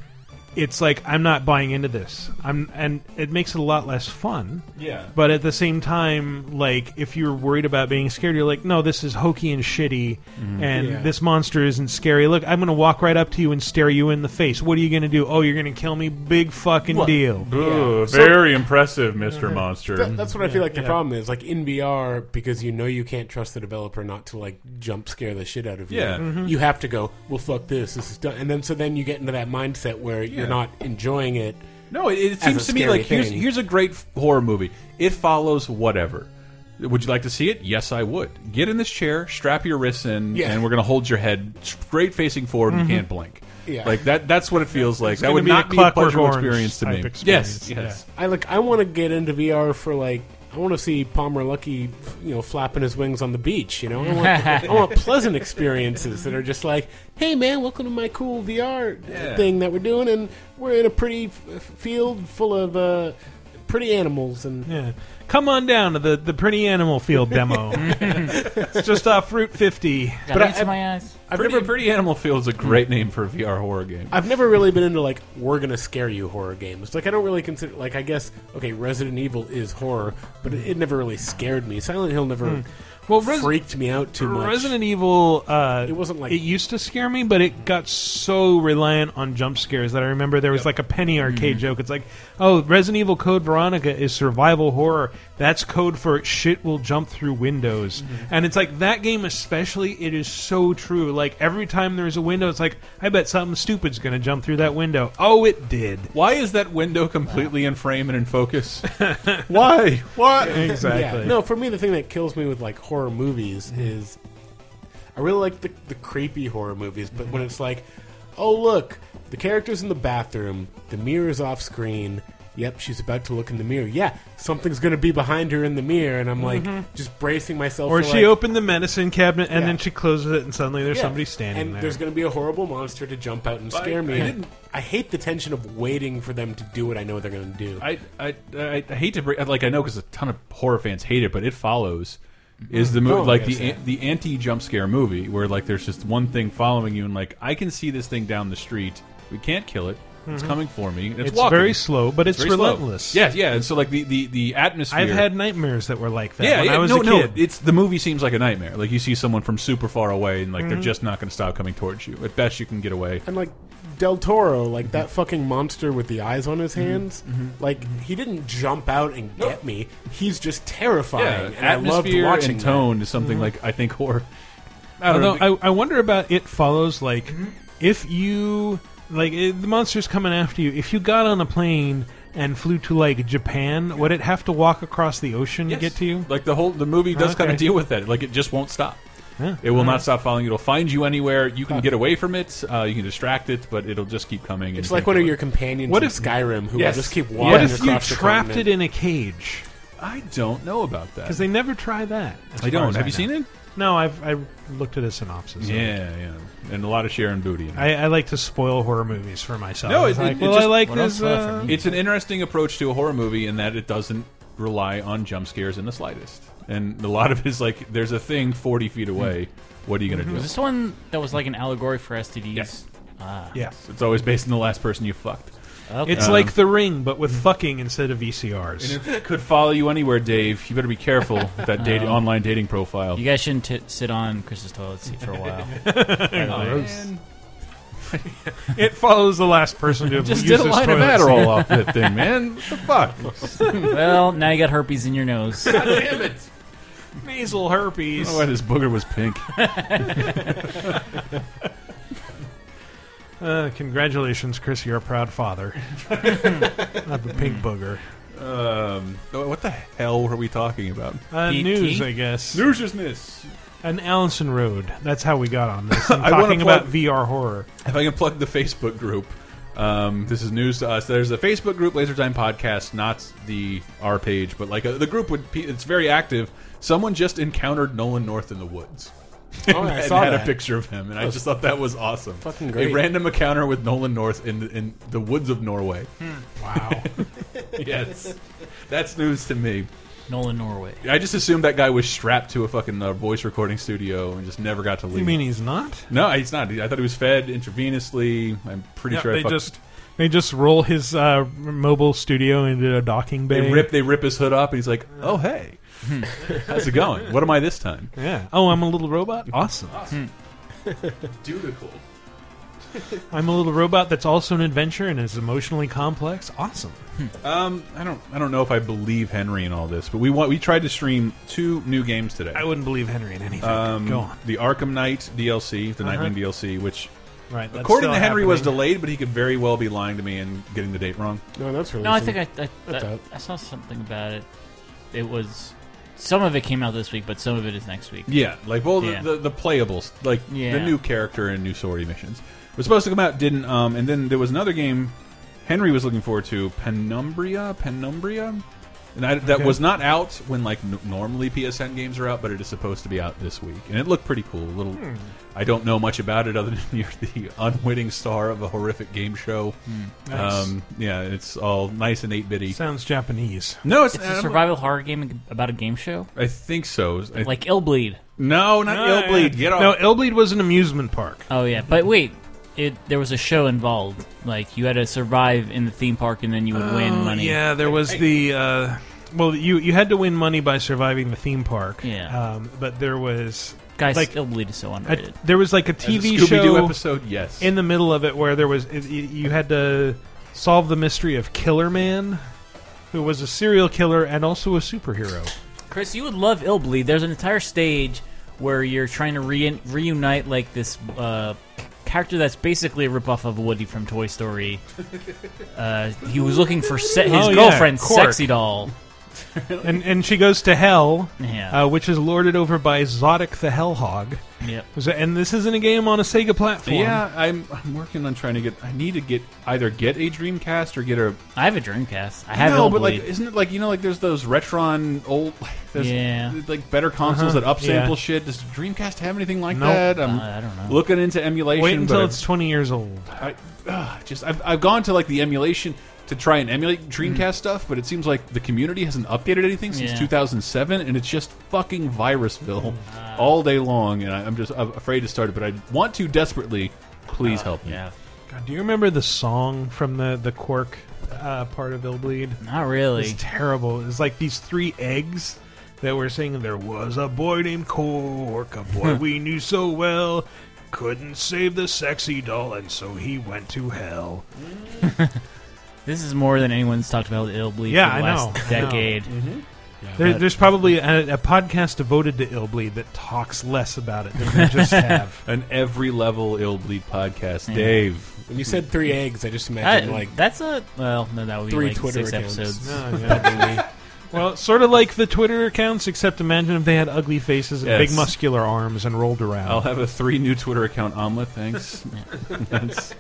Speaker 1: it's like I'm not buying into this. I'm, and it makes it a lot less fun.
Speaker 2: Yeah.
Speaker 1: But at the same time, like if you're worried about being scared, you're like, no, this is hokey and shitty,
Speaker 2: Mhm.
Speaker 1: and
Speaker 2: Yeah.
Speaker 1: this monster isn't scary. Look, I'm gonna walk right up to you and stare you in the face. What are you gonna do? Oh, you're gonna kill me? Big fucking
Speaker 5: Well,
Speaker 1: deal.
Speaker 2: Ooh,
Speaker 5: Yeah. So- Mm-hmm.
Speaker 2: very impressive, Mister Monster.
Speaker 5: That- that's what I feel like the
Speaker 1: yeah.
Speaker 5: problem is. Like in VR, because you know you can't trust the developer not to like jump scare the shit out of you.
Speaker 2: Yeah.
Speaker 1: Mm-hmm.
Speaker 2: Mhm.
Speaker 5: You have to go. Well, fuck this. This is done. And then so then you get into that mindset where
Speaker 2: Yeah.
Speaker 5: you're not enjoying it.
Speaker 2: No, it, it
Speaker 5: as
Speaker 2: seems
Speaker 5: a
Speaker 2: to me
Speaker 5: scary
Speaker 2: like here's,
Speaker 5: thing.
Speaker 2: here's a great f- horror movie. It follows whatever. Would you like to see it? Yes, I would. Get in this chair, strap your wrists in,
Speaker 5: Yeah.
Speaker 2: and we're going to hold your head straight facing forward. and
Speaker 5: Mhm.
Speaker 2: You can't blink.
Speaker 5: Yeah.
Speaker 2: Like that. That's what it feels like.
Speaker 5: It's
Speaker 2: That
Speaker 5: gonna
Speaker 2: would
Speaker 5: be
Speaker 2: not be
Speaker 5: the
Speaker 2: a
Speaker 5: Clockwork
Speaker 2: pleasurable
Speaker 5: Orange
Speaker 2: experience to me.
Speaker 5: type
Speaker 2: Yes.
Speaker 5: experience,
Speaker 2: Yes.
Speaker 5: I like. I want to get into VR for like. I want to see Palmer Lucky, you know, flapping his wings on the beach. You know, I want, I want pleasant experiences that are just like, "Hey, man, welcome to my cool VR
Speaker 2: Yeah.
Speaker 5: thing that we're doing, and we're in a pretty f- field full of uh, pretty animals." And
Speaker 1: yeah, come on down to the the pretty animal field demo. it's just off Route 50.
Speaker 5: Got But I- lights in my
Speaker 3: eyes.
Speaker 5: I've
Speaker 2: pretty,
Speaker 5: never-
Speaker 2: pretty Animal Field is a great name for a VR horror game.
Speaker 5: I've never really been into like we're gonna scare you horror games. Like I don't really consider like I guess okay, Resident Evil is horror, but it, it never really scared me. Silent Hill never
Speaker 1: Hmm. Well, Res-
Speaker 5: freaked me out too much.
Speaker 1: Resident Evil. Uh,
Speaker 5: it wasn't like
Speaker 1: it used to scare me, but it got so reliant on jump scares that I remember there was like a penny
Speaker 5: Mm-hmm.
Speaker 1: arcade joke. It's like, oh, Resident Evil Code Veronica is survival horror. That's code for shit will jump through windows.
Speaker 5: Mm-hmm.
Speaker 1: And it's like that game especially, it is so true. Like every time there's a window, it's like, I bet something stupid's gonna jump through that window. Oh, it did.
Speaker 2: Why is that window completely in frame and in focus? Why? What?
Speaker 5: Yeah. No, for me, the thing that kills me with like horror movies
Speaker 1: Hmm.
Speaker 5: is I really like the, the creepy horror movies, but when it's like, oh look, the character's in the bathroom, the mirror's off screen. Yep, she's about to look in the mirror. Yeah, something's going to be behind her in the mirror, and I'm like
Speaker 1: Mhm.
Speaker 5: just bracing myself.
Speaker 1: Or
Speaker 5: for,
Speaker 1: she
Speaker 5: like,
Speaker 1: opened the medicine cabinet and
Speaker 5: Yeah.
Speaker 1: then she closes it, and suddenly there's
Speaker 5: Yeah.
Speaker 1: somebody standing
Speaker 5: and
Speaker 1: there.
Speaker 5: there's going to be a horrible monster to jump out and
Speaker 2: But
Speaker 5: scare me.
Speaker 2: I didn't-
Speaker 5: I hate the tension of waiting for them to do what I know they're going to do.
Speaker 2: I, I, I I hate to bring like I know because a ton of horror fans hate it, but it follows is the movie
Speaker 5: Oh,
Speaker 2: like
Speaker 5: yes,
Speaker 2: the
Speaker 5: yeah.
Speaker 2: an- the anti jump scare movie where like there's just one thing following you and like I can see this thing down the street. We can't kill it. It's
Speaker 1: Mhm.
Speaker 2: coming for me. It's,
Speaker 1: It's
Speaker 2: walking.
Speaker 1: very slow, but it's
Speaker 2: very slow.
Speaker 1: relentless.
Speaker 2: Yeah, yeah. And so like the the the atmosphere.
Speaker 1: I've had nightmares that were like that
Speaker 2: yeah,
Speaker 1: when
Speaker 2: yeah,
Speaker 1: I was
Speaker 2: no,
Speaker 1: a
Speaker 2: no.
Speaker 1: kid.
Speaker 2: It's the movie seems like a nightmare. Like you see someone from super far away, and like
Speaker 1: Mm-hmm.
Speaker 2: they're
Speaker 5: Mhm.
Speaker 2: just not going to stop coming towards you. At best, you can get away.
Speaker 5: And like Del Toro, like that fucking monster with the eyes on
Speaker 2: Mm-hmm.
Speaker 5: his hands, like he didn't jump out and get me. He's just terrifying,
Speaker 2: Yeah,
Speaker 5: and I loved
Speaker 2: atmosphere
Speaker 5: watching
Speaker 2: and
Speaker 5: that.
Speaker 2: tone is something like I think horror.
Speaker 1: I don't
Speaker 2: know.
Speaker 1: know. I, I wonder about it follows. Like,
Speaker 2: Mm-hmm.
Speaker 1: if you like if the monster's coming after you, if you got on a plane and flew to like Japan, would it have to walk across the ocean to get to you?
Speaker 2: Like the whole the movie does kind of
Speaker 1: Okay.
Speaker 2: deal with that. Like it just won't stop.
Speaker 1: Yeah.
Speaker 2: It will
Speaker 1: All
Speaker 2: not
Speaker 1: right.
Speaker 2: stop following you. It'll find you anywhere. You can
Speaker 5: Fuck.
Speaker 2: get away from it. Uh, you can distract it, but it'll just keep coming. and
Speaker 5: It's
Speaker 2: you
Speaker 5: like
Speaker 2: can't
Speaker 5: one
Speaker 2: kill
Speaker 5: of
Speaker 2: it.
Speaker 5: your companions
Speaker 2: What
Speaker 5: in
Speaker 2: if-
Speaker 5: Skyrim who
Speaker 2: Yes.
Speaker 5: will just keep
Speaker 2: Yes.
Speaker 5: walking
Speaker 1: what if you
Speaker 5: across the
Speaker 1: trapped it
Speaker 5: continent.
Speaker 1: in a cage?
Speaker 2: I don't know about that.
Speaker 1: Because they never try that. as far
Speaker 2: I don't.
Speaker 1: as
Speaker 2: Have you
Speaker 1: know.
Speaker 2: seen it?
Speaker 1: No, I've I looked at a synopsis. of it.
Speaker 2: Yeah, yeah, and a lot of Sharon Booty. In it.
Speaker 1: I, I like to spoil horror movies for myself.
Speaker 2: No,
Speaker 1: it's
Speaker 2: it,
Speaker 1: like,
Speaker 2: it- it
Speaker 1: well,
Speaker 2: just-
Speaker 1: I like this. Uh,
Speaker 2: it's an interesting approach to a horror movie in that it doesn't rely on jump scares in the slightest. And a lot of it is like, there's a thing 40 feet away. What are you going to do?
Speaker 3: Was this one that was like an allegory for STDs?
Speaker 2: Yes.
Speaker 3: Ah.
Speaker 1: Yes.
Speaker 2: It's always based on the last person you fucked.
Speaker 1: It's
Speaker 2: Um,
Speaker 1: like The Ring, but with fucking instead of VCRs.
Speaker 2: and if it could follow you anywhere, Dave, you better be careful with that date,
Speaker 3: Um,
Speaker 2: online dating profile.
Speaker 3: You guys shouldn't t- sit on Chris's toilet seat for a while.
Speaker 2: Gross.
Speaker 1: it follows the last person to have
Speaker 3: Just
Speaker 1: used
Speaker 3: did a
Speaker 1: this
Speaker 3: line of
Speaker 1: toilet seat.
Speaker 3: Adderall
Speaker 2: off that thing, man. What the fuck?
Speaker 3: well, now you got herpes in your nose.
Speaker 1: God damn it! Nasal
Speaker 2: I
Speaker 1: herpes.
Speaker 2: don't know why this booger was pink.
Speaker 1: Uh, congratulations, Chris. You're a proud father. Not the pink booger.
Speaker 2: um, what the hell were we talking about?
Speaker 1: Uh, news, I guess.
Speaker 2: Newsness.
Speaker 1: An Allison Road. That's how we got on this. I'm
Speaker 2: I wanna
Speaker 1: talking
Speaker 2: plug-
Speaker 1: about VR horror.
Speaker 2: If I can plug the Facebook group, um, this is news to us. There's a Facebook group, Laser Time Podcast, not the our page, but like uh the group would. Be, it's very active. Someone just encountered Nolan North in the woods. and,
Speaker 5: Oh, yeah, I
Speaker 2: and
Speaker 5: saw
Speaker 2: had a
Speaker 5: that.
Speaker 2: picture of him, and I
Speaker 5: That's
Speaker 2: just thought that was awesome.
Speaker 5: fucking great.
Speaker 2: A random encounter with Nolan North in the, in the woods of Norway.
Speaker 1: Hmm.
Speaker 5: Wow.
Speaker 2: yes, that's news to me.
Speaker 3: Nolan Norway.
Speaker 2: I just assumed that guy was strapped to a fucking uh, voice recording studio and just never got to leave.
Speaker 1: mean he's not?
Speaker 2: No, he's not. I thought he was fed intravenously. I'm pretty
Speaker 1: Yeah,
Speaker 2: sure I
Speaker 1: they
Speaker 2: fucked-
Speaker 1: just they just roll his uh, mobile studio into a docking bay.
Speaker 2: They rip they rip his hood up, and he's like, "Oh hey, how's it going? What am I this time?"
Speaker 1: Yeah. Oh, I'm a little robot.
Speaker 2: Mm-hmm.
Speaker 1: Awesome.
Speaker 2: Hmm. Dutiful.
Speaker 1: I'm a little robot that's also an adventure and is emotionally complex. Awesome.
Speaker 2: Um, I don't, I don't know if I believe Henry in all this, but we want, we tried to stream two new games today.
Speaker 1: I wouldn't believe Henry in anything.
Speaker 2: Um,
Speaker 1: Go on.
Speaker 2: The Arkham Knight DLC, the
Speaker 1: Uh-huh.
Speaker 2: Nightwing DLC, which,
Speaker 1: Right, that's
Speaker 2: according to
Speaker 1: still
Speaker 2: Henry, was
Speaker 1: happening.
Speaker 2: delayed, but he could very well be lying to me and getting the date wrong.
Speaker 5: No, that's really.
Speaker 3: No, I think I, I, I, I saw something about it. It was some of it came out this week, but some of it is next week.
Speaker 2: Yeah, like well,
Speaker 3: Yeah.
Speaker 2: the, the the playables, like the
Speaker 3: Yeah.
Speaker 2: new character and new story missions was supposed to come out, didn't. Um, and then there was another game Henry was looking forward to, Penumbria, Penumbria, and I, that
Speaker 1: Okay.
Speaker 2: was not out when like n normally PSN games are out, but it is supposed to be out this week, and it looked pretty cool. A little,
Speaker 1: Hmm.
Speaker 2: I don't know much about it other than you're the unwitting star of a horrific game show.
Speaker 1: Hmm. Nice.
Speaker 2: Um, yeah, it's all nice and eight bitty.
Speaker 1: Sounds Japanese.
Speaker 2: No, it's,
Speaker 3: It's
Speaker 2: I
Speaker 3: a
Speaker 2: don't-
Speaker 3: survival horror game about a game show,
Speaker 2: I think so. I-
Speaker 3: like Illbleed.
Speaker 2: no, not
Speaker 1: No,
Speaker 2: Illbleed.
Speaker 1: yeah.
Speaker 2: Get off.
Speaker 1: No, Illbleed was an amusement park.
Speaker 3: Oh yeah, but wait, it there was a show involved. Like you had to survive in the theme park, and then you would win
Speaker 1: Oh,
Speaker 3: money.
Speaker 1: Yeah, there was the. Uh, well, you you had to win money by surviving the theme park.
Speaker 3: Yeah.
Speaker 1: Um, but there was
Speaker 3: guys,
Speaker 1: like
Speaker 3: Illbleed is so
Speaker 1: a,
Speaker 3: underrated.
Speaker 1: there was like a
Speaker 2: As a
Speaker 1: TV
Speaker 2: Scooby-Doo
Speaker 1: show
Speaker 2: episode, yes.
Speaker 1: in the middle of it where there was it, you, you had to solve the mystery of Killer Man, who was a serial killer and also a superhero.
Speaker 3: Chris, you would love Illbleed. There's an entire stage where you're trying to re- reunite like this uh, c- character that's basically a ripoff of Woody from Toy Story. Uh, he was looking for se- his
Speaker 1: Oh, yeah,
Speaker 3: girlfriend's
Speaker 1: Cork.
Speaker 3: sexy doll.
Speaker 1: and and she goes to hell,
Speaker 3: Yeah.
Speaker 1: uh, which is lorded over by Zodic the Hellhog.
Speaker 3: Yep.
Speaker 1: Was it- And this isn't a game on a Sega platform.
Speaker 2: Yeah, I'm, I'm working on trying to get. I need to get either get a Dreamcast or get a.
Speaker 3: I have a Dreamcast. I have
Speaker 2: no,
Speaker 3: Illbleed.
Speaker 2: but like, isn't it like you know, like there's those Retron old, there's
Speaker 3: Yeah.
Speaker 2: like better consoles
Speaker 1: Uh-huh,
Speaker 2: that upsample
Speaker 1: yeah.
Speaker 2: shit. Does Dreamcast have anything like
Speaker 1: Nope.
Speaker 2: that? I'm
Speaker 3: Uh, I don't know.
Speaker 2: Looking into emulation.
Speaker 1: Wait until
Speaker 2: but
Speaker 1: it's twenty years old.
Speaker 2: I, uh, just I've, I've gone to like the emulation to try and emulate Dreamcast stuff, but it seems like the community hasn't updated anything since
Speaker 3: Hmm. Yeah.
Speaker 2: 2007, and it's just fucking Virusville
Speaker 3: Ah.
Speaker 2: all day long. And I, I'm just I'm afraid to start it, but I want to desperately. Please help me.
Speaker 3: Oh, yeah.
Speaker 1: God, do you remember the song from the the Quirk uh, part of Illbleed?
Speaker 3: Not
Speaker 1: It
Speaker 3: really.
Speaker 1: was terrible. It was like these three eggs that were singing. There was a boy named Cork, a boy we knew so well. Couldn't save the sexy doll, and so he went to hell.
Speaker 3: This is more than anyone's talked about Illbleed
Speaker 1: Yeah,
Speaker 3: for
Speaker 1: I
Speaker 3: the
Speaker 1: know.
Speaker 3: last
Speaker 1: I know.
Speaker 3: decade.
Speaker 1: There, there's probably a, a podcast devoted to Illbleed that talks less about it than we just have.
Speaker 2: An every level ill bleed podcast, Dave.
Speaker 5: When you said three eggs, I just
Speaker 3: That-
Speaker 5: imagined like
Speaker 3: that's a well, no, that would be
Speaker 5: Three
Speaker 3: like
Speaker 5: Twitter
Speaker 3: six
Speaker 5: accounts.
Speaker 3: episodes.
Speaker 1: No, yeah.
Speaker 5: probably
Speaker 1: Well, sort of like the Twitter accounts, except imagine if they had ugly faces and
Speaker 2: Yes.
Speaker 1: big muscular arms and rolled around.
Speaker 2: I'll have a three new Twitter account omelet. Thanks. That's-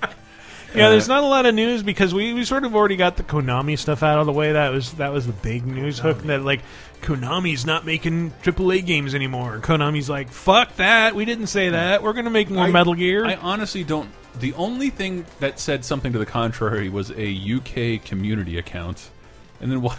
Speaker 1: yeah, there's
Speaker 2: Uh,
Speaker 1: not a lot of news because we, we sort of already got the Konami stuff out of the way. That was that was the big news hook that like Konami's not making AAA games anymore. Konami's like, fuck that. We didn't say that. We're gonna make more
Speaker 2: I-
Speaker 1: Metal Gear.
Speaker 2: I honestly don't. The only thing that said something to the contrary was a UK community account, and then why?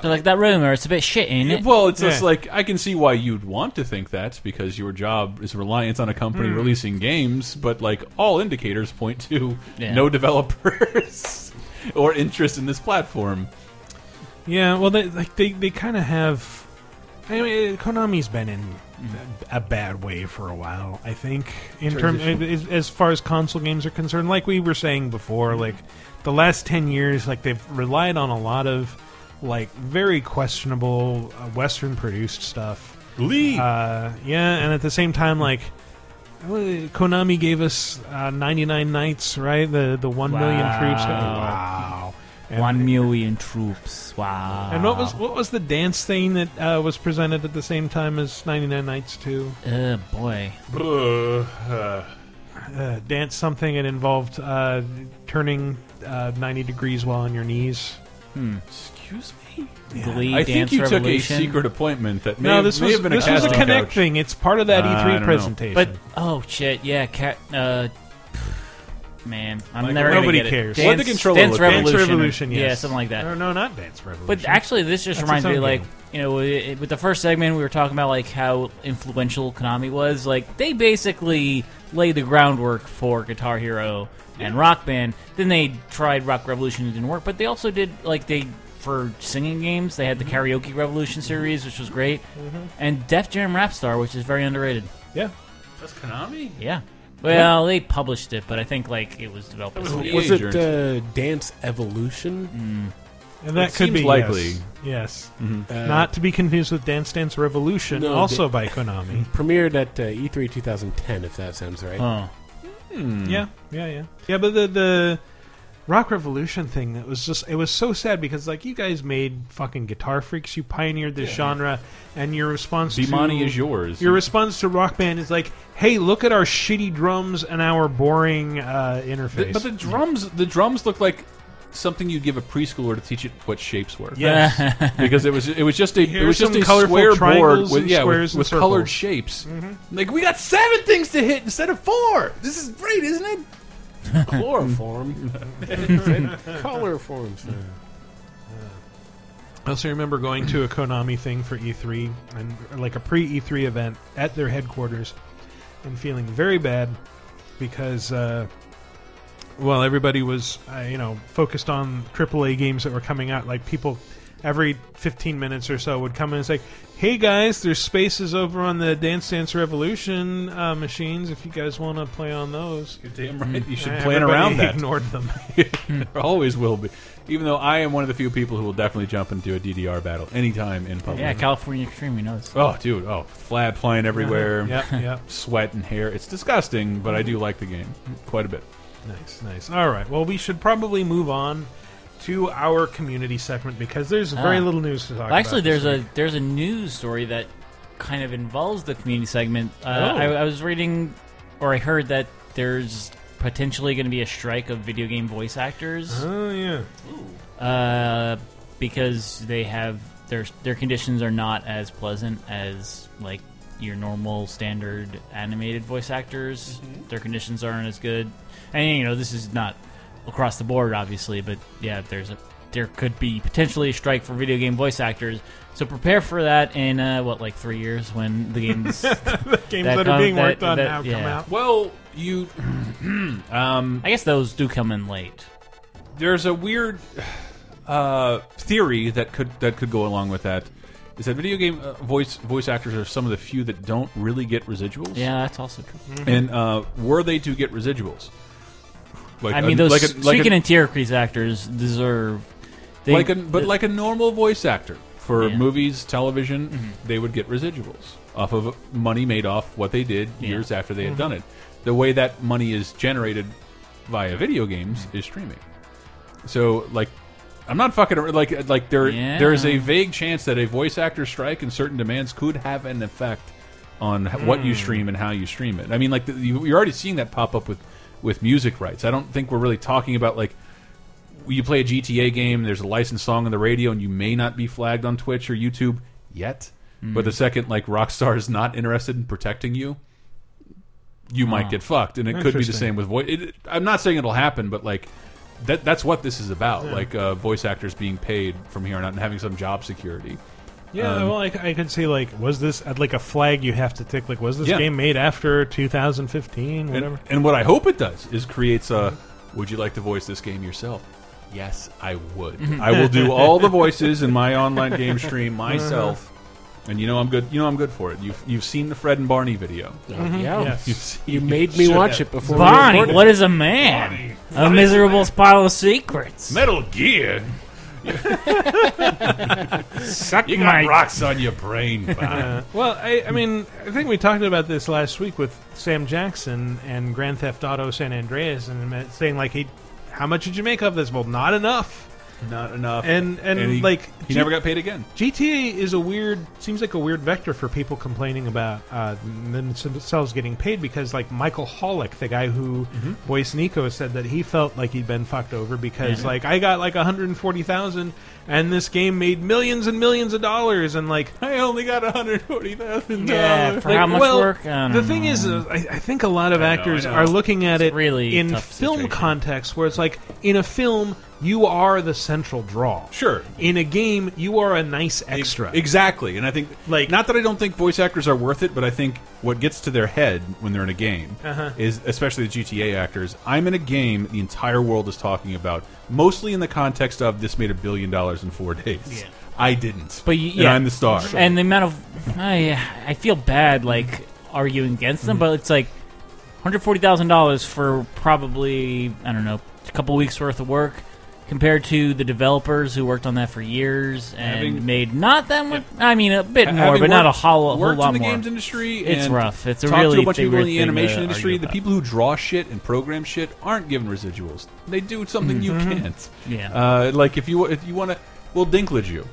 Speaker 3: They're like that rumor, it's a bit shit, ain't it?
Speaker 2: Well, it's just
Speaker 1: Yeah.
Speaker 2: like I can see why you'd want to think that because your job is reliant on a company
Speaker 1: Hmm.
Speaker 2: releasing games, but like all indicators point to
Speaker 3: Yeah.
Speaker 2: no developers or interest in this platform.
Speaker 1: yeah, well, they like they, they kind of have. I mean, Konami's been in a, a bad way for a while. I think in terms
Speaker 2: Transition.
Speaker 1: as, as far as console games are concerned, like we were saying before, like the last ten years, like they've relied on a lot of like very questionable uh, Western produced stuff.
Speaker 2: Lee,
Speaker 1: Uh, yeah, and at the same time, like uh, Konami gave us uh, 99 Nights, right? The the one million troops. Oh,
Speaker 3: Wow.
Speaker 1: Wow. And-
Speaker 3: One million troops. Wow.
Speaker 1: and what was what was the dance thing that uh, was presented at the same time as 99 Nights 2?
Speaker 3: Oh boy.
Speaker 1: Uh, dance something. It involved uh, turning uh, 90 degrees while on your knees.
Speaker 2: Hmm.
Speaker 3: Excuse me.
Speaker 1: Glee,
Speaker 2: I think
Speaker 1: Dance
Speaker 2: you
Speaker 1: Revolution.
Speaker 2: took a secret appointment that may,
Speaker 1: no,
Speaker 2: have-
Speaker 1: this
Speaker 2: may
Speaker 1: was
Speaker 2: have been a
Speaker 1: this was a
Speaker 2: casting
Speaker 1: Connect
Speaker 2: couch.
Speaker 1: thing. It's part of that
Speaker 2: Uh, I don't
Speaker 1: E3
Speaker 2: know.
Speaker 1: presentation.
Speaker 3: But oh shit, yeah, cat. Uh, man, I'm
Speaker 1: Like,
Speaker 3: never gonna
Speaker 1: nobody
Speaker 3: get it.
Speaker 1: cares.
Speaker 3: Dance,
Speaker 1: Let the controller
Speaker 3: Dance
Speaker 1: look.
Speaker 3: Revolution,
Speaker 1: Dance Revolution,
Speaker 3: yeah,
Speaker 1: yes.
Speaker 3: something like that.
Speaker 1: No, no, not Dance Revolution.
Speaker 3: But actually, this just
Speaker 1: That's
Speaker 3: reminds
Speaker 1: its
Speaker 3: me,
Speaker 1: own
Speaker 3: like
Speaker 1: game.
Speaker 3: you know, it, with the first segment we were talking about, like how influential Konami was. Like they basically laid the groundwork for Guitar Hero and Rock Band. Then they tried Rock Revolution, it didn't work. But they also did like they for singing games. They had
Speaker 1: Mm-hmm.
Speaker 3: the Karaoke Revolution series, which was great,
Speaker 2: Mhm.
Speaker 3: and Def Jam Rap Star, which is very underrated.
Speaker 1: Yeah.
Speaker 2: That's Konami.
Speaker 3: Yeah. Well, they published it, but I think like it was developed. by somebody
Speaker 5: was
Speaker 3: else.
Speaker 5: it uh, Dance Evolution?
Speaker 1: And that could be Yes. yes.
Speaker 5: Uh,
Speaker 1: Not to be confused with Dance Dance Revolution,
Speaker 5: No,
Speaker 1: also
Speaker 5: da-
Speaker 1: by Konami.
Speaker 5: Premiered at uh, E3 2010, if that sounds
Speaker 3: Oh.
Speaker 5: right.
Speaker 1: Huh.
Speaker 2: Mm.
Speaker 1: Yeah, yeah, yeah, yeah. But the the rock revolution thing that was just it was so sad because like you guys made fucking guitar freaks, you pioneered this
Speaker 2: Yeah.
Speaker 1: genre, and your response to
Speaker 2: Bimani is yours.
Speaker 1: Your response to rock band is like, hey, look at our shitty drums and our boring uh, interface.
Speaker 2: Th- but the drums, the drums look like something you'd give a preschooler to teach it what shapes were.
Speaker 1: Yes.
Speaker 2: because it was it was just a it
Speaker 1: Here's
Speaker 2: was just
Speaker 1: some
Speaker 2: a
Speaker 1: colorful
Speaker 2: square board
Speaker 1: triangles
Speaker 2: with
Speaker 1: and
Speaker 2: yeah
Speaker 1: squares
Speaker 2: with,
Speaker 1: and
Speaker 2: with colored
Speaker 1: circles. Mm-hmm.
Speaker 2: shapes. Like we got seven things to hit instead of four. This is great, isn't it?
Speaker 5: Chloroform. Color forms.
Speaker 1: I also remember going to a Konami thing for E3 and or like a pre E3 event at their headquarters and feeling very bad because uh, well everybody was uh, you know focused on AAA games that were coming out like people every 15 minutes or so would come in and say hey guys there's spaces over on the Dance Dance Revolution uh, machines if you guys want to play on those
Speaker 2: you're damn right you should
Speaker 1: Uh,
Speaker 2: plan
Speaker 1: everybody
Speaker 2: around that.
Speaker 1: ignored them
Speaker 2: there always will be. Even though I am one of the few people who will definitely jump into a DDR battle anytime in public.
Speaker 3: Yeah, California Extreme, we know this.
Speaker 2: Oh, dude! Oh, flab flying everywhere.
Speaker 1: Yep, yep.
Speaker 2: Sweat and hair. It's disgusting, but I do like the game quite a bit.
Speaker 1: Nice, nice. All right. Well, we should probably move on to our community segment because there's very
Speaker 3: Ah.
Speaker 1: little news to talk
Speaker 3: Well,
Speaker 1: about.
Speaker 3: Actually,
Speaker 1: this
Speaker 3: there's
Speaker 1: week.
Speaker 3: a there's a news story that kind of involves the community segment. Uh,
Speaker 1: Oh.
Speaker 3: I, I was reading, or I heard that there's potentially going to be a strike of video game voice actors.
Speaker 1: Oh yeah.
Speaker 3: Uh, because they have their their conditions are not as pleasant as like your normal standard animated voice actors. Their conditions aren't as good, and you know this is not across the board, obviously, but yeah, there's a there could be potentially a strike for video game voice actors. So prepare for that in uh, what like three years when the games the
Speaker 1: games that are being worked on now come out.
Speaker 2: Well, you. um,
Speaker 3: I guess those do come in late.
Speaker 2: there's a weird uh, theory that could that could go along with that is that video game uh, voice voice actors are some of the few that don't really get residuals.
Speaker 3: Yeah, that's also true.
Speaker 2: And uh, were they to get residuals? Like
Speaker 3: I
Speaker 2: a-
Speaker 3: mean, those
Speaker 2: like a- like
Speaker 3: speaking
Speaker 2: a-
Speaker 3: and tear crease actors deserve. They,
Speaker 2: like a, but
Speaker 3: the-
Speaker 2: like a normal voice actor for
Speaker 3: Yeah. Mm-hmm.
Speaker 2: movies, television, they would get residuals off of money made off what they did years after they had
Speaker 3: Mm-hmm.
Speaker 1: Mhm.
Speaker 2: done it. The way that money is generated via video games
Speaker 3: Mm-hmm.
Speaker 2: is streaming. So like I'm not fucking ar- like like there
Speaker 3: Yeah.
Speaker 2: there is a vague chance that a voice actor strike and certain demands could have an effect on h- what you
Speaker 1: Mm.
Speaker 2: stream and how you stream it. I mean like the, you, you're already seeing that pop up with with music rights. I don't think we're really talking about like you play a GTA game, there's a licensed song on the radio, and you may not be flagged on Twitch or YouTube yet.
Speaker 1: Mm.
Speaker 2: But the second like Rockstar is not interested in protecting you, you might
Speaker 1: Ah.
Speaker 2: get fucked, and it could be the
Speaker 1: Interesting.
Speaker 2: same with voice. It, I'm not saying it'll happen, but like that that's what this is about.
Speaker 1: Yeah.
Speaker 2: Like uh, voice actors being paid from here on out and having some job security.
Speaker 1: Yeah,
Speaker 2: Um,
Speaker 1: well, I, I could see like was this uh, like a flag you have to tick? Like was this
Speaker 2: Yeah.
Speaker 1: game made after 2015?
Speaker 2: and-
Speaker 1: Whatever.
Speaker 2: And, what I hope it does is creates a. Would you like to voice this game yourself? Yes, I would. I will do all the voices in my online game stream myself,
Speaker 5: Uh-huh.
Speaker 2: and you know I'm good. You know I'm good for it. You've you've seen the Fred and Barney video.
Speaker 5: Mhm. yeah. Yes.
Speaker 2: You've seen-
Speaker 5: You made me
Speaker 2: should
Speaker 5: watch
Speaker 2: have.
Speaker 5: it before we
Speaker 3: Bonnie,
Speaker 5: recorded.
Speaker 3: what is a man? a miserable pile of secrets.
Speaker 2: Metal Gear.
Speaker 3: Suck
Speaker 2: you got
Speaker 3: my-
Speaker 2: rocks on your brain.
Speaker 1: Uh,
Speaker 2: Bob.
Speaker 1: well, I, I mean, I think we talked about this last week with Sam Jackson and Grand Theft Auto San Andreas, and him saying like, "He, how much did you make of this?" Well, not enough.
Speaker 2: Not enough.
Speaker 1: And and,
Speaker 2: he,
Speaker 1: like G-
Speaker 2: he never got paid again.
Speaker 1: GTA is a weird, seems like a weird vector for people complaining about uh, themselves getting paid because, like Michael Hollick, the guy who
Speaker 3: Mm-hmm.
Speaker 1: voiced Nico, said that he felt like he'd been fucked over because,
Speaker 2: Yeah.
Speaker 1: like, I got like one hundred and forty thousand, and this game made millions and millions of dollars, and like
Speaker 2: I only got one hundred forty thousand
Speaker 3: Yeah,
Speaker 2: dollars.
Speaker 3: for how much
Speaker 1: well,
Speaker 3: work? I don't
Speaker 1: the
Speaker 3: know.
Speaker 1: thing is, uh, I, I think a lot of
Speaker 3: I know, I
Speaker 1: actors
Speaker 3: know.
Speaker 1: are looking at
Speaker 3: It's
Speaker 1: it
Speaker 3: really
Speaker 1: in
Speaker 3: tough
Speaker 1: film context, where it's like in a film you are the central draw.
Speaker 2: Sure.
Speaker 1: In a game, you are a nice extra.
Speaker 2: Exactly, and I think like not that I don't think voice actors are worth it, but I think what gets to their head when they're in a game
Speaker 1: Uh-huh.
Speaker 2: is especially the GTA actors. I'm in a game the entire world is talking about, mostly in the context of this made a billion dollars in four days.
Speaker 3: Yeah.
Speaker 2: I didn't,
Speaker 3: But y-
Speaker 2: And
Speaker 3: yeah,
Speaker 2: I'm the star.
Speaker 3: And the amount of I I feel bad like arguing against
Speaker 2: Hmm.
Speaker 3: them, but it's like hundred forty thousand dollars for probably I don't know a couple weeks worth of work compared to the developers who worked on that for years and
Speaker 2: Having-
Speaker 3: made not that much. I mean, a bit
Speaker 2: Ha-
Speaker 3: more,
Speaker 2: having
Speaker 3: but not a
Speaker 2: worked-
Speaker 3: whole, whole
Speaker 2: worked
Speaker 3: lot
Speaker 2: in the
Speaker 3: more.
Speaker 2: games industry.
Speaker 3: It's
Speaker 2: and
Speaker 3: rough. It's a
Speaker 2: talked
Speaker 3: really
Speaker 2: to a bunch of people in
Speaker 3: thing
Speaker 2: the
Speaker 3: to
Speaker 2: animation
Speaker 3: argue
Speaker 2: industry. The
Speaker 3: about.
Speaker 2: people who draw shit and program shit aren't given residuals. They do something you
Speaker 3: Mhm.
Speaker 2: can't.
Speaker 3: Yeah.
Speaker 2: Uh, like if you if you want to, we'll dinklage you.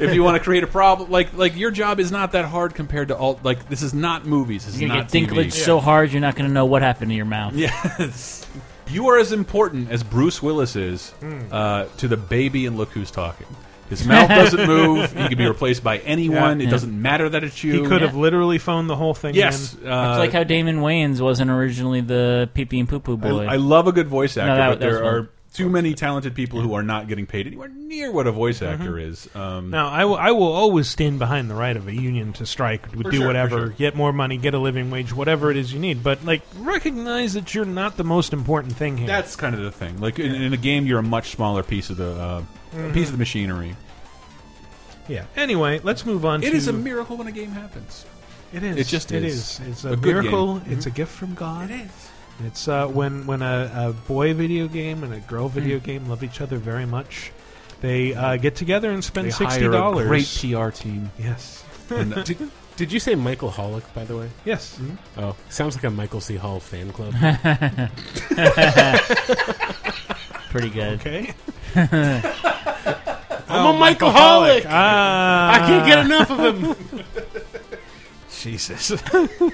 Speaker 2: if you want to create a problem, like like your job is not that hard compared to all. Like this is not movies. This
Speaker 3: You're
Speaker 2: is
Speaker 3: gonna
Speaker 2: not
Speaker 3: get dinklage
Speaker 2: TV.
Speaker 3: so hard you're not gonna know what happened to your mouth.
Speaker 2: Yes. You are as important as Bruce Willis is uh, to the baby in Look Who's Talking. His mouth doesn't move. He can be replaced by anyone.
Speaker 1: Yeah.
Speaker 2: It doesn't matter that it's you.
Speaker 1: He could have literally phoned the whole thing.
Speaker 2: Yes,
Speaker 1: in.
Speaker 2: uh,
Speaker 3: it's like how Damon Wayans wasn't originally the pee pee and poo poo
Speaker 2: I,
Speaker 3: boy.
Speaker 2: I love a good voice actor,
Speaker 3: No, that-
Speaker 2: but
Speaker 3: that's
Speaker 2: there
Speaker 3: one.
Speaker 2: are too many talented people who are not getting paid anywhere near what a voice actor is. Um,
Speaker 1: Now, I will- I will always stand behind the right of a union to strike, do
Speaker 2: sure, for
Speaker 1: whatever,
Speaker 2: sure.
Speaker 1: get more money, get a living wage, whatever it is you need. But like, recognize that you're not the most important thing here.
Speaker 2: that's kind of the thing. Like in, in a game, you're a much smaller piece of the uh,
Speaker 1: Mhm.
Speaker 2: piece of the machinery.
Speaker 1: yeah. Anyway, let's move on.
Speaker 2: It
Speaker 1: to,
Speaker 2: is a miracle when a game happens.
Speaker 1: It is.
Speaker 2: It just
Speaker 1: It
Speaker 2: is.
Speaker 1: is. It's a,
Speaker 2: A good
Speaker 1: miracle.
Speaker 2: game. Mm-hmm.
Speaker 1: It's a gift from God. It is. It's uh, when when a, a boy video game and a
Speaker 2: Mm.
Speaker 1: girl video game love each other very much, they uh, get together and spend
Speaker 2: They
Speaker 1: sixty
Speaker 2: hire a
Speaker 1: dollars.
Speaker 2: great PR team.
Speaker 1: Yes.
Speaker 5: did, did you say Michael Hollick, by the way?
Speaker 1: Yes.
Speaker 2: Mm-hmm.
Speaker 5: Oh, sounds like a Michael C. Hall fan club.
Speaker 3: Pretty good.
Speaker 1: Okay.
Speaker 5: I'm
Speaker 1: Oh,
Speaker 5: a Oh, Michael Hollick.
Speaker 1: Ah.
Speaker 5: I can't get enough of him.
Speaker 1: Jesus.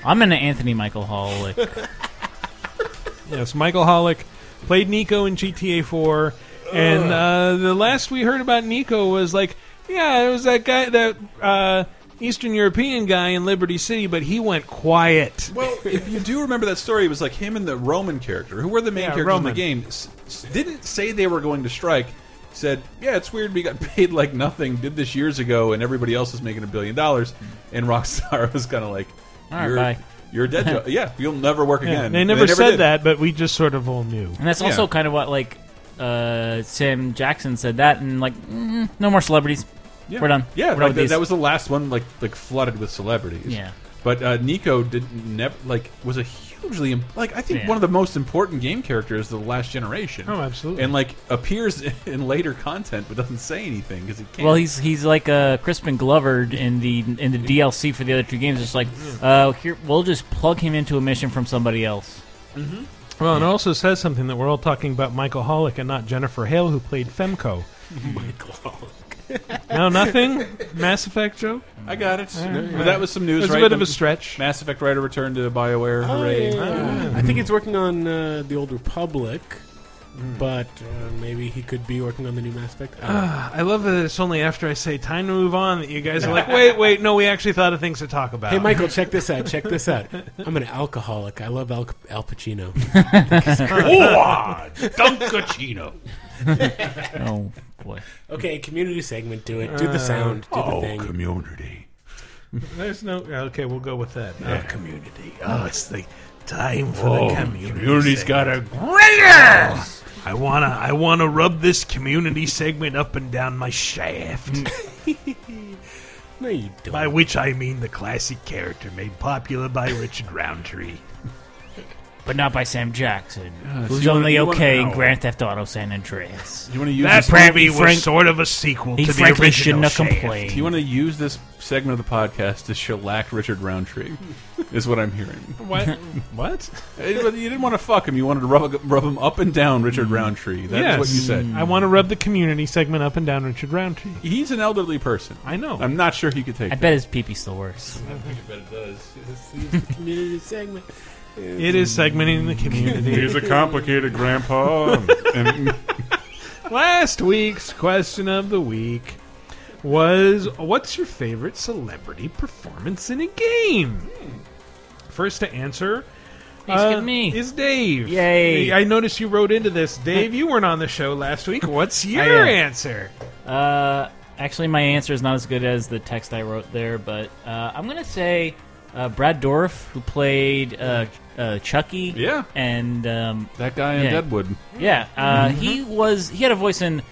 Speaker 3: I'm an Anthony Michael Hall. Like,
Speaker 1: Yes, Michael Hollick played Nico in GTA 4, and uh, the last we heard about Nico was like, yeah, it was that guy, that uh, Eastern European guy in Liberty City, but he went quiet.
Speaker 2: Well, if you do remember that story, it was like him and the Roman character, who were the main
Speaker 1: Yeah,
Speaker 2: characters in
Speaker 1: Roman.
Speaker 2: the game, s- s- didn't say they were going to strike. Said, "Yeah, it's weird. We got paid like nothing. Did this years ago, and everybody else is making a billion dollars." And Rockstar was kind of like,
Speaker 3: All right,
Speaker 2: "You're,
Speaker 3: bye."
Speaker 2: you're dead. jo- yeah, you'll never work
Speaker 1: Yeah,
Speaker 2: again."
Speaker 1: they
Speaker 2: And
Speaker 1: never said
Speaker 2: did.
Speaker 1: that, but we just sort of all knew.
Speaker 3: and that's also kind of what like uh, Sam Jackson said that, and like mm, no more celebrities.
Speaker 2: Yeah.
Speaker 3: We're done.
Speaker 2: Yeah,
Speaker 3: We're done
Speaker 2: like
Speaker 3: with
Speaker 2: that,
Speaker 3: these.
Speaker 2: that was the last one, like like flooded with celebrities.
Speaker 3: Yeah.
Speaker 2: But uh, Nico did never like was a hugely im- like I think
Speaker 1: Yeah.
Speaker 2: one of the most important game characters of the last generation.
Speaker 1: Oh, absolutely.
Speaker 2: And like appears in later content but doesn't say anything because he can't.
Speaker 3: Well, he's he's like uh, Crispin Glover in the in the DLC for the other two games. Just like uh, here, we'll just plug him into a mission from somebody else.
Speaker 1: Mhm. Well, and it also says something that we're all talking about Michael Hollick and not Jennifer Hale, who played Femco.
Speaker 5: Michael Hollick.
Speaker 1: no, nothing? Mass Effect joke?
Speaker 2: I got it.
Speaker 1: All
Speaker 2: Well,
Speaker 1: right.
Speaker 2: that was some news.
Speaker 1: It was
Speaker 2: right?
Speaker 1: a bit of
Speaker 2: The
Speaker 1: a stretch. Oh,
Speaker 2: Mass Effect writer returned to BioWare. Hooray!
Speaker 5: I think it's working on uh, the Old Republic, but uh, maybe he could be working on the new Mass Effect. Uh, I don't know.
Speaker 1: Ah, I love that it's only after I say time to move on that you guys are like, wait, wait, no, we actually thought of things to talk about.
Speaker 5: Hey, Michael, check this out. Check this out. I'm an alcoholic. I love Al, Al Pacino.
Speaker 1: Oh,
Speaker 2: Dunkachino.
Speaker 3: Oh, boy.
Speaker 5: Okay, community segment. Do it. Do
Speaker 2: Uh,
Speaker 5: the sound. Do
Speaker 2: oh,
Speaker 5: the
Speaker 19: Oh.
Speaker 5: thing.
Speaker 2: community.
Speaker 1: There's no. Okay, we'll go with that.
Speaker 19: Yeah, community. Oh, it's the
Speaker 1: time
Speaker 19: for
Speaker 2: Oh,
Speaker 19: the community.
Speaker 1: Community's
Speaker 19: got a
Speaker 1: ass. I wanna, I wanna rub this community segment up and down my shaft.
Speaker 5: no, you don't.
Speaker 19: By which I mean the classic character made popular by Richard Roundtree.
Speaker 3: But not by Sam Jackson,
Speaker 2: Uh,
Speaker 19: so
Speaker 3: who's
Speaker 19: you wanna-
Speaker 3: only
Speaker 19: you wanna-
Speaker 3: okay in
Speaker 19: no.
Speaker 3: Grand Theft Auto San Andreas.
Speaker 2: You want to use
Speaker 19: That
Speaker 2: this
Speaker 19: movie was sort of a sequel
Speaker 3: he
Speaker 19: to the
Speaker 3: frankly
Speaker 19: original
Speaker 3: shouldn't have
Speaker 19: Shaft.
Speaker 3: complained.
Speaker 2: Do you want to use this segment of the podcast to shellac Richard Roundtree? is what I'm hearing.
Speaker 1: What? what?
Speaker 2: It- but you didn't want to fuck him. You wanted to rub, rub him up and down Richard Roundtree. That's
Speaker 1: yes.
Speaker 2: what you said.
Speaker 1: I want to rub the community segment up and down Richard Roundtree.
Speaker 2: He's an elderly person.
Speaker 1: I know.
Speaker 2: I'm not sure he could take
Speaker 3: I
Speaker 2: that.
Speaker 3: bet his pee still works.
Speaker 2: I bet it does.
Speaker 5: community segment.
Speaker 1: It is segmenting the community.
Speaker 8: He's a complicated grandpa. and-
Speaker 1: Last week's question of the week was what's your favorite celebrity performance in a game?
Speaker 2: Hmm.
Speaker 1: First to answer
Speaker 3: He's
Speaker 1: uh,
Speaker 3: good me.
Speaker 1: is Dave.
Speaker 3: Yay.
Speaker 1: I noticed you wrote into this. Dave, you weren't on the show last week. What's your
Speaker 3: I, uh,
Speaker 1: answer?
Speaker 3: Uh, actually, my answer is not as good as the text I wrote there, but uh, I'm gonna say uh, Brad Dorff, who played uh, uh, Chucky.
Speaker 2: Yeah.
Speaker 3: And um,
Speaker 2: that guy in
Speaker 3: yeah.
Speaker 2: Deadwood.
Speaker 3: Yeah. Uh,
Speaker 2: Mhm.
Speaker 3: He was. He had a voice in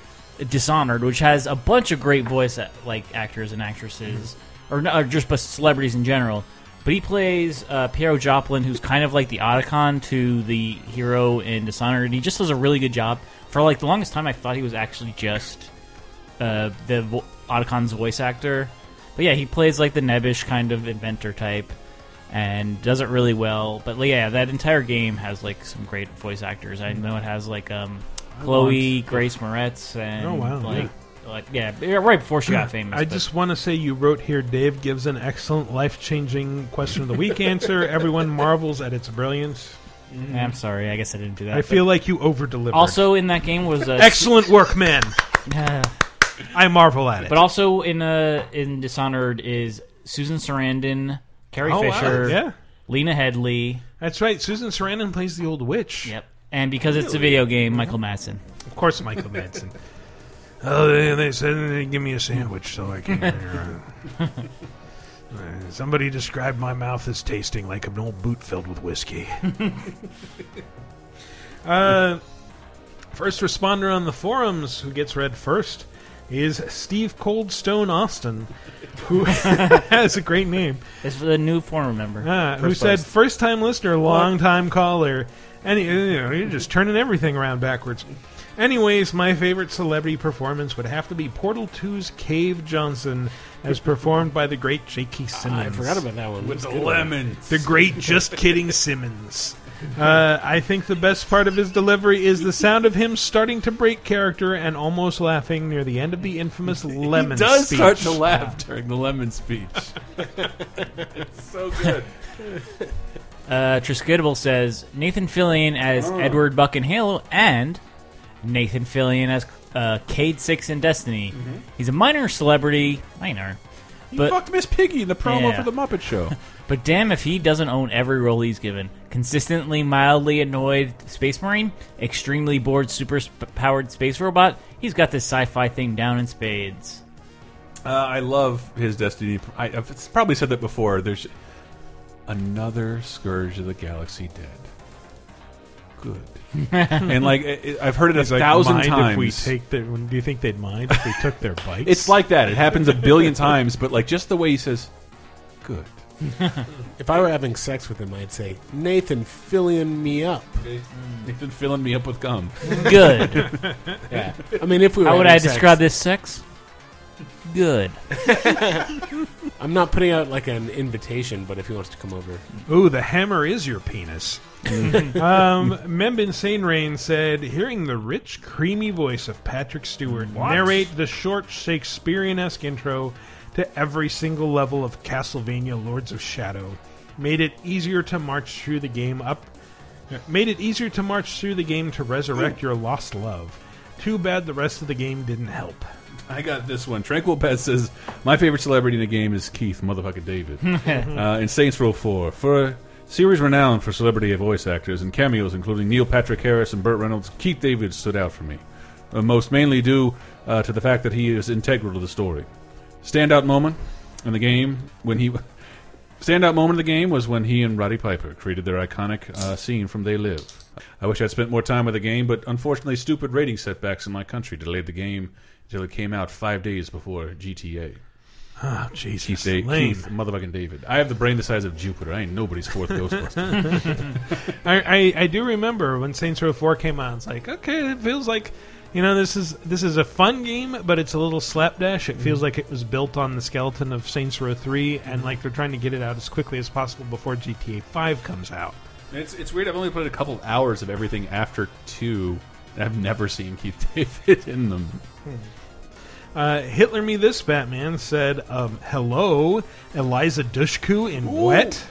Speaker 3: Dishonored, which has a bunch of great voice a- like actors and actresses, or, no- or just but celebrities in general. But he plays uh, Piero Joplin, who's kind of like the Otacon to the hero in Dishonored. And he just does a really good job. For like the longest time, I thought he was actually just uh, the vo- Otacon's voice actor. But yeah, he plays like the nebbish kind of inventor type and does it really well. But like, yeah, that entire game has like some great voice actors. I know it has like um,
Speaker 1: I
Speaker 3: Chloe
Speaker 1: want-
Speaker 3: Grace Moretz and
Speaker 1: Oh, wow,
Speaker 3: like like yeah, yeah, right before she got famous.
Speaker 1: I
Speaker 3: but-
Speaker 1: just want to say you wrote here Dave gives an excellent life changing question of the week answer. Everyone marvels at its brilliance.
Speaker 3: I'm sorry, I guess I didn't do that.
Speaker 1: I
Speaker 3: but-
Speaker 1: feel like you over delivered.
Speaker 3: Also in that game was uh,
Speaker 1: excellent work, man.
Speaker 3: Yeah.
Speaker 1: I marvel at it.
Speaker 3: But also in uh, in Dishonored is Susan Sarandon, Carrie
Speaker 1: Oh, wow.
Speaker 3: Fisher,
Speaker 1: Yeah.
Speaker 3: Lena Headley.
Speaker 1: That's right. Susan Sarandon plays the old witch.
Speaker 3: Yep. And because it's a video game,
Speaker 1: Mm-hmm.
Speaker 3: Michael Madsen.
Speaker 1: Of course, Michael Madsen. Oh, they, they said they'd give me a sandwich, so I came here. Uh, Somebody described my mouth as tasting like an old boot filled with whiskey. uh, first responder on the forums who gets read first is Steve Coldstone Austin, who has a great name.
Speaker 3: It's for the new forum member.
Speaker 1: Ah, who
Speaker 3: First
Speaker 1: said
Speaker 3: post.
Speaker 1: first time listener, long time caller. Any, you know, you're just turning everything around backwards. Anyways, my favorite celebrity performance would have to be Portal 2's Cave Johnson, as performed by the great J.K.
Speaker 2: Ah,
Speaker 1: Simmons.
Speaker 5: I forgot about that one.
Speaker 2: With
Speaker 5: It's
Speaker 2: the
Speaker 5: good.
Speaker 2: lemons.
Speaker 1: The great Just Kidding Simmons. Uh, I think the best part of his delivery is the sound of him starting to break character and almost laughing near the end of the infamous lemon
Speaker 2: he does
Speaker 1: speech.
Speaker 2: start to laugh during the lemon speech. it's so good.
Speaker 3: Uh, Triscadable says Nathan Fillion as Edward Buck in Halo and Nathan Fillion as uh, Cade Six in Destiny. He's a minor celebrity, minor,
Speaker 2: He
Speaker 3: but
Speaker 2: fucked Miss Piggy in the promo
Speaker 3: Yeah.
Speaker 2: for the Muppet Show.
Speaker 3: but damn if he doesn't own every role he's given. Consistently mildly annoyed space marine, extremely bored super sp- powered space robot. He's got this sci-fi thing down in spades.
Speaker 2: Uh, I love his Destiny. I, I've probably said that before. There's another Scourge of the Galaxy dead. Good. and like i I've heard it
Speaker 1: He's
Speaker 2: a
Speaker 1: like,
Speaker 2: thousand
Speaker 1: mind
Speaker 2: times.
Speaker 1: If we take their, do you think they'd mind if we took their bikes?
Speaker 2: it's like that. It happens a billion times. But like just the way he says, "Good."
Speaker 5: If I were having sex with him, I'd say, Nathan, filling me up.
Speaker 2: They've been filling me up with gum.
Speaker 3: Good.
Speaker 5: yeah. I mean, if we were
Speaker 3: how would
Speaker 5: having
Speaker 3: I
Speaker 5: sex-
Speaker 3: describe this sex? Good.
Speaker 5: I'm not putting out like an invitation, but if he wants to come over,
Speaker 1: Ooh, the hammer is your penis. um, Membin Sane Rain said, hearing the rich, creamy voice of Patrick Stewart narrate the short Shakespearean esque intro to every single level of Castlevania Lords of Shadow made it easier to march through the game up. Made it easier to march through the game to resurrect your lost love. Too bad the rest of the game didn't help.
Speaker 2: I got this one. Tranquil Pet says, "My favorite celebrity in the game is Keith, motherfucking David, uh, in Saints Row 4. For series renowned for celebrity voice actors and cameos, including Neil Patrick Harris and Burt Reynolds, Keith David stood out for me, uh, most mainly due uh, to the fact that he is integral to the story. Standout moment in the game when he." Standout moment of the game was when he and Roddy Piper created their iconic uh, scene from They Live. I wish I'd spent more time with the game, but unfortunately, stupid rating setbacks in my country delayed the game until it came out five days before GTA.
Speaker 1: Oh, Jesus.
Speaker 2: Keith, Da-
Speaker 1: Lame.
Speaker 2: Keith, motherfucking David. I have the brain the size of Jupiter. I ain't nobody's fourth Ghostbuster.
Speaker 1: I, I, I do remember when Saints Row 4 came out, it's like, okay, it feels like You know, this is this is a fun game, but it's a little slapdash. It feels like it was built on the skeleton of Saints Row Three, and like they're trying to get it out as quickly as possible before GTA Five comes out.
Speaker 2: It's, it's weird. I've only played a couple hours of everything after two, and I've never seen Keith David in them.
Speaker 1: Uh, Hitler Me This Batman said, um, "Hello, Eliza Dushku in Wet."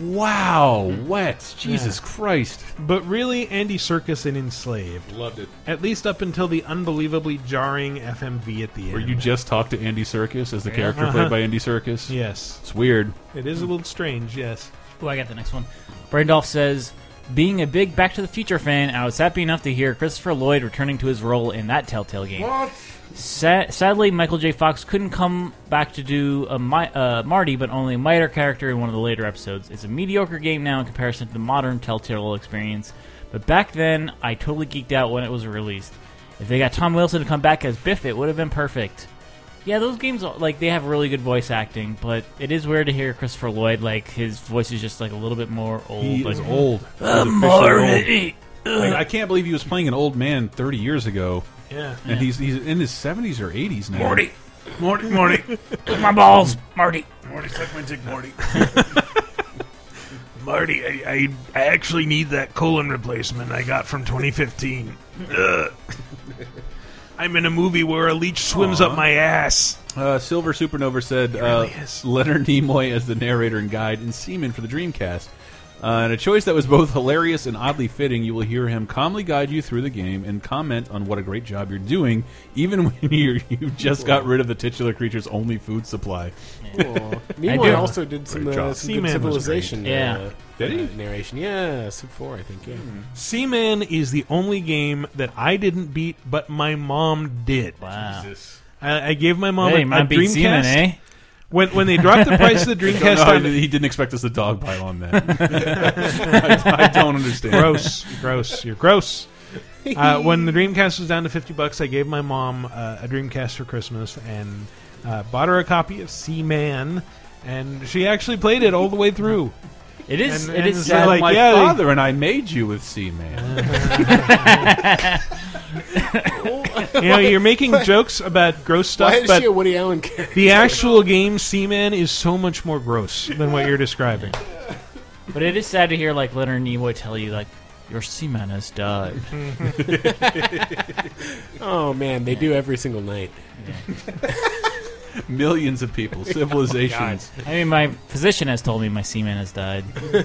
Speaker 2: Wow, Wet! Jesus Christ!
Speaker 1: But really, Andy Circus in Enslaved.
Speaker 2: Loved it.
Speaker 1: At least up until the unbelievably jarring FMV at the
Speaker 2: Where
Speaker 1: end.
Speaker 2: you just talk to Andy Circus as the character
Speaker 1: Uh-huh.
Speaker 2: played by Andy Circus.
Speaker 1: Yes,
Speaker 2: it's weird.
Speaker 1: It is a little strange. Yes.
Speaker 3: Oh, I got the next one. Brandolph says, being a big Back to the Future fan, I was happy enough to hear Christopher Lloyd returning to his role in that Telltale game.
Speaker 9: What?
Speaker 3: Sa- sadly, Michael J. Fox couldn't come back to do a Mi- uh, Marty, but only a minor character in one of the later episodes. It's a mediocre game now in comparison to the modern Telltale experience, but back then, I totally geeked out when it was released. If they got Tom Wilson to come back as Biff, it would have been perfect. Yeah, those games like they have really good voice acting, but it is weird to hear Christopher Lloyd like his voice is just like a little bit more old.
Speaker 2: He
Speaker 3: like,
Speaker 2: is old. He's
Speaker 3: "Uh,
Speaker 2: officially
Speaker 3: Marty!"
Speaker 2: old. Like, I can't believe he was playing an old man 30 years ago.
Speaker 3: Yeah.
Speaker 2: And he's he's in his 70s or 80s now.
Speaker 3: Morty.
Speaker 2: Morty,
Speaker 3: Morty. My balls, Marty.
Speaker 9: Marty, suck my dick, Marty.
Speaker 1: Marty, I, I, I actually need that colon replacement I got from 2015. Ugh. I'm in a movie where a leech swims
Speaker 2: Aw.
Speaker 1: up my ass.
Speaker 2: Uh, Silver Supernova said uh, Leonard Nimoy as the narrator and guide and Seaman for the Dreamcast. Uh, and a choice that was both hilarious and oddly fitting. You will hear him calmly guide you through the game and comment on what a great job you're doing, even when you you just got rid of the titular creature's only food supply.
Speaker 5: Cool.
Speaker 2: I
Speaker 5: Nimoy
Speaker 2: do.
Speaker 5: also did some,
Speaker 2: Great
Speaker 5: uh,
Speaker 2: job.
Speaker 5: some good civilization. Uh,
Speaker 2: Did he? Hmm.
Speaker 5: uh, narration? Yeah, sub four, I think. Yeah.
Speaker 1: Seaman is the only game that I didn't beat, but my mom did.
Speaker 3: Wow.
Speaker 1: I, I gave my mom
Speaker 3: Hey,
Speaker 1: a, a
Speaker 3: mom beat
Speaker 1: Dreamcast.
Speaker 3: Seaman, eh?
Speaker 1: When when they dropped the price of the
Speaker 2: I don't
Speaker 1: Dreamcast,
Speaker 2: know how
Speaker 1: on-
Speaker 2: he didn't expect us to dogpile on that. I, I don't understand.
Speaker 1: Gross, gross. You're gross. Uh, when the Dreamcast was down to fifty bucks, I gave my mom uh, a Dreamcast for Christmas and uh, bought her a copy of Seaman, and she actually played it all the way through.
Speaker 3: It is-
Speaker 1: And,
Speaker 3: it
Speaker 1: and
Speaker 3: is
Speaker 1: it's
Speaker 3: sad.
Speaker 1: like
Speaker 2: my
Speaker 1: yeah, they-
Speaker 2: father and I made you with Seaman.
Speaker 1: you know, you're making jokes about gross stuff,
Speaker 5: Why is
Speaker 1: but
Speaker 5: she a Woody Allen character?
Speaker 1: the actual game Seaman is so much more gross than what you're describing.
Speaker 3: But it is sad to hear like Leonard Nimoy tell you like your seaman has died.
Speaker 5: oh man, they do every single night.
Speaker 2: Millions of
Speaker 5: Oh
Speaker 2: people, civilizations.
Speaker 3: I mean, my physician has told me my seaman has died, but I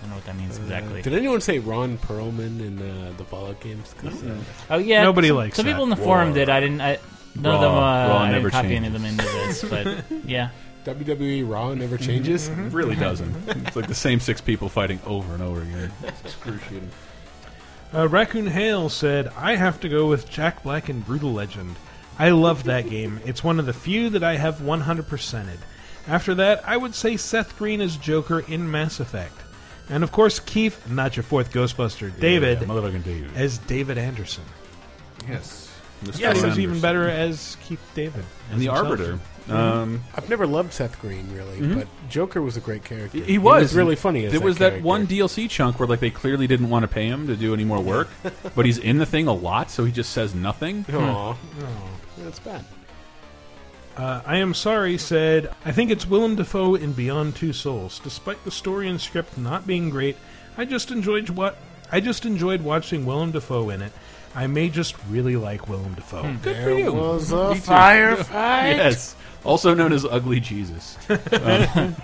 Speaker 3: don't know what that means exactly.
Speaker 5: Uh, did anyone say Ron Perlman in uh, the Fallout games? 'Cause, uh,
Speaker 3: Oh yeah,
Speaker 1: Nobody
Speaker 3: some,
Speaker 1: likes
Speaker 3: some
Speaker 1: that.
Speaker 3: people in the forum
Speaker 5: Raw.
Speaker 3: did. I didn't. I, none of them. Uh,
Speaker 2: Raw. Raw
Speaker 3: I
Speaker 2: never
Speaker 3: didn't copy any of
Speaker 2: changes.
Speaker 3: them into this, but yeah.
Speaker 5: WWE E Raw never
Speaker 2: Mm-hmm.
Speaker 5: changes.
Speaker 2: It really doesn't. It's like the same six people fighting over and over again. It's excruciating.
Speaker 1: Uh, Raccoon Hale said, I have to go with Jack Black and Brutal Legend. I love that game. It's one of the few that I have 100%ed. After that, I would say Seth Green as Joker in Mass Effect. And of course, Keith, not your fourth Ghostbuster, David,
Speaker 2: yeah, motherfucking David.
Speaker 1: as David Anderson.
Speaker 5: Mm-hmm.
Speaker 2: Yes. Mr.
Speaker 1: Yeah, he was
Speaker 2: Anderson.
Speaker 1: even better as Keith David.
Speaker 2: And the
Speaker 1: as himself.
Speaker 2: Arbiter. Um,
Speaker 5: I've never loved Seth Green really,
Speaker 1: Mhm.
Speaker 5: but Joker was a great character.
Speaker 2: Mm-hmm. he, was.
Speaker 5: really funny. As
Speaker 2: There
Speaker 5: that
Speaker 2: was
Speaker 5: character.
Speaker 2: that one DLC chunk where like they clearly didn't want to pay him to do any more work, but he's in the thing a lot, so he just says nothing.
Speaker 5: Aw. That's bad.
Speaker 1: Uh, I am sorry said, I think it's Willem Dafoe in Beyond Two Souls. Despite the story and script not being great, I just enjoyed what I just enjoyed watching Willem Dafoe in it. I may just really like Willem Dafoe.
Speaker 2: Good for
Speaker 5: There
Speaker 2: you.
Speaker 5: was
Speaker 2: Me
Speaker 5: uh, a
Speaker 2: too.
Speaker 5: firefight.
Speaker 2: Yes. Also known as Ugly Jesus. Um,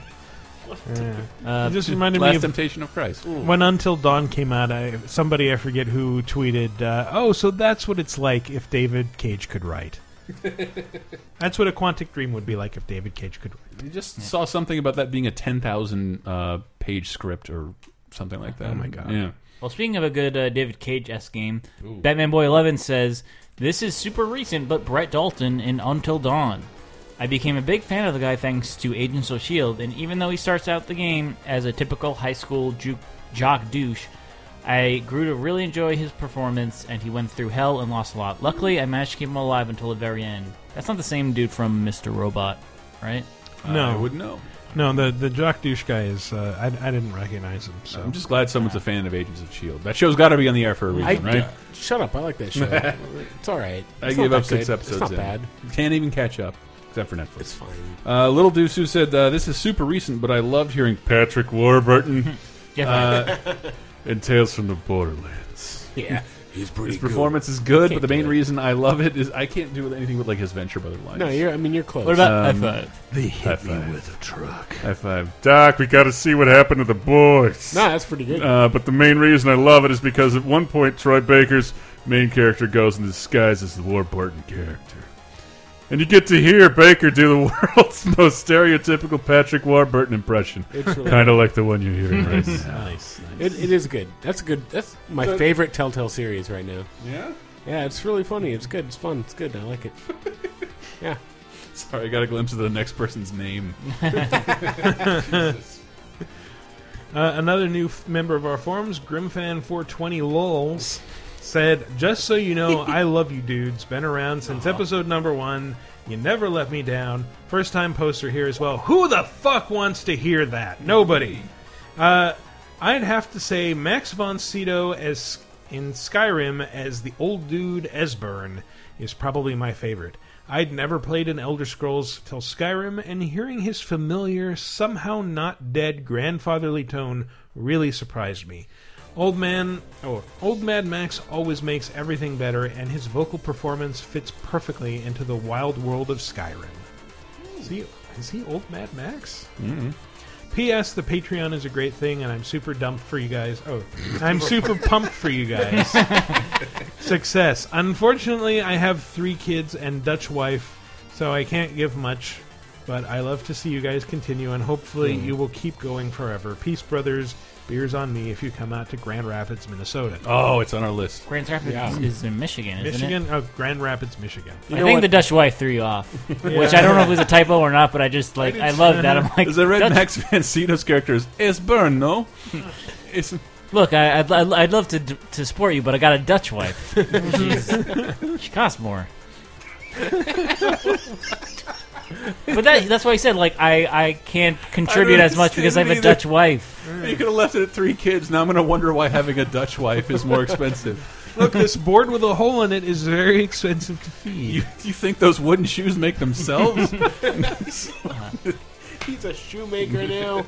Speaker 1: it just reminded
Speaker 2: Last
Speaker 1: me of
Speaker 2: Temptation of Christ.
Speaker 1: When Until Dawn came out, I, somebody I forget who tweeted, uh, "Oh, so that's what it's like if David Cage could write." that's what a Quantic Dream would be like if David Cage could write.
Speaker 2: You just saw something about that being a 10,000 uh, page script or something like that.
Speaker 1: Oh my God.
Speaker 2: Yeah.
Speaker 3: Well, speaking of a good uh, David Cage s game, Batman Boy Eleven says this is super recent, but Brett Dalton in Until Dawn. I became a big fan of the guy thanks to Agents of Shield, E and even though he starts out the game as a typical high school ju- jock douche, I grew to really enjoy his performance, and he went through hell and lost a lot. Luckily, I managed to keep him alive until the very end. That's not the same dude from Mr. Robot, right?
Speaker 1: No,
Speaker 2: I wouldn't know.
Speaker 1: No, the the jock douche guy is. Uh, I, I didn't recognize him. So
Speaker 2: I'm just glad someone's a fan of Agents of Shield. E That show's got to be on the air for a reason,
Speaker 5: I,
Speaker 2: right?
Speaker 5: Shut up. I like that show. it's all right.
Speaker 2: I
Speaker 5: It's not
Speaker 2: gave
Speaker 5: that
Speaker 2: up six
Speaker 5: good.
Speaker 2: episodes.
Speaker 5: It's not
Speaker 2: in.
Speaker 5: bad.
Speaker 2: Can't even catch up, except for Netflix. It's fine. Uh, Little Deuce said, uh, "This is super recent, but I loved hearing Patrick Warburton."
Speaker 8: Yeah.
Speaker 2: uh, in Tales from the Borderlands.
Speaker 5: Yeah, he's pretty
Speaker 2: His
Speaker 5: good.
Speaker 2: performance is good,
Speaker 5: Can't
Speaker 2: but the main
Speaker 5: do it.
Speaker 2: reason I love it is I can't do anything with like his Venture Brother lines.
Speaker 5: No, you're. I mean, you're close.
Speaker 2: Um,
Speaker 8: They hit
Speaker 2: high five.
Speaker 8: me
Speaker 17: with a truck.
Speaker 2: High five.
Speaker 8: Doc, we got to see what happened to the boys.
Speaker 5: Nah, that's pretty good.
Speaker 8: Uh, but the main reason I love it is because at one point Troy Baker's main character goes in disguise as the Warburton character. And you get to hear Baker do the world's most stereotypical Patrick Warburton impression.
Speaker 5: It's really
Speaker 8: kind
Speaker 5: good.
Speaker 8: of like the one you're hearing right now.
Speaker 5: nice, It, it is good. That's a good. That's my
Speaker 2: But-
Speaker 5: favorite Telltale series right now.
Speaker 2: Yeah?
Speaker 5: Yeah, it's really funny. It's good. It's fun. It's good. I like it. yeah.
Speaker 2: Sorry, I got a glimpse of the next person's name.
Speaker 1: Uh, another new f- member of our forums, Grimfan420 Lulz, said, Just so you know, I love you dudes. Been around since episode number one. You never let me down. First time poster here as well. Who the fuck wants to hear that? Nobody. Uh, I'd have to say Max von Sydow as in Skyrim as the old dude Esbern is probably my favorite. I'd never played an Elder Scrolls till Skyrim, and hearing his familiar, somehow not dead grandfatherly tone really surprised me. Old man, oh, old Mad Max always makes everything better, and his vocal performance fits perfectly into the wild world of Skyrim. Is he, is he old Mad Max?
Speaker 2: Mm.
Speaker 1: P.S. The Patreon is a great thing, and I'm super dumped for you guys. Oh, I'm super pumped for you guys. Success. Unfortunately, I have three kids and Dutch wife, so I can't give much. But I love to see you guys continue, and hopefully
Speaker 2: Mm.
Speaker 1: you will keep going forever. Peace, brothers. Beers on me if you come out to Grand Rapids, Minnesota.
Speaker 2: Oh, it's on our list.
Speaker 3: Grand Rapids is in Michigan, isn't
Speaker 1: Michigan, it? Oh, Grand Rapids, Michigan.
Speaker 3: I think the Dutch wife threw you off, which I don't know if it was a typo or not, but I just like I, love that. I'm like,
Speaker 2: Is the red
Speaker 3: Dutch-
Speaker 2: Max Vancino's character is Esbern, no? it's
Speaker 3: look, I, I'd, I'd, I'd love to d- to support you, but I got a Dutch wife. She's- she costs more. but that, that's why I said like I, I can't contribute as much because I have a
Speaker 2: understand
Speaker 3: Dutch wife.
Speaker 2: either. You could have left it at three kids. Now I'm going to wonder why having a Dutch wife is more expensive.
Speaker 1: Look, this board with a hole in it is very expensive to feed.
Speaker 2: You, you think those wooden shoes make themselves?
Speaker 5: He's a shoemaker now.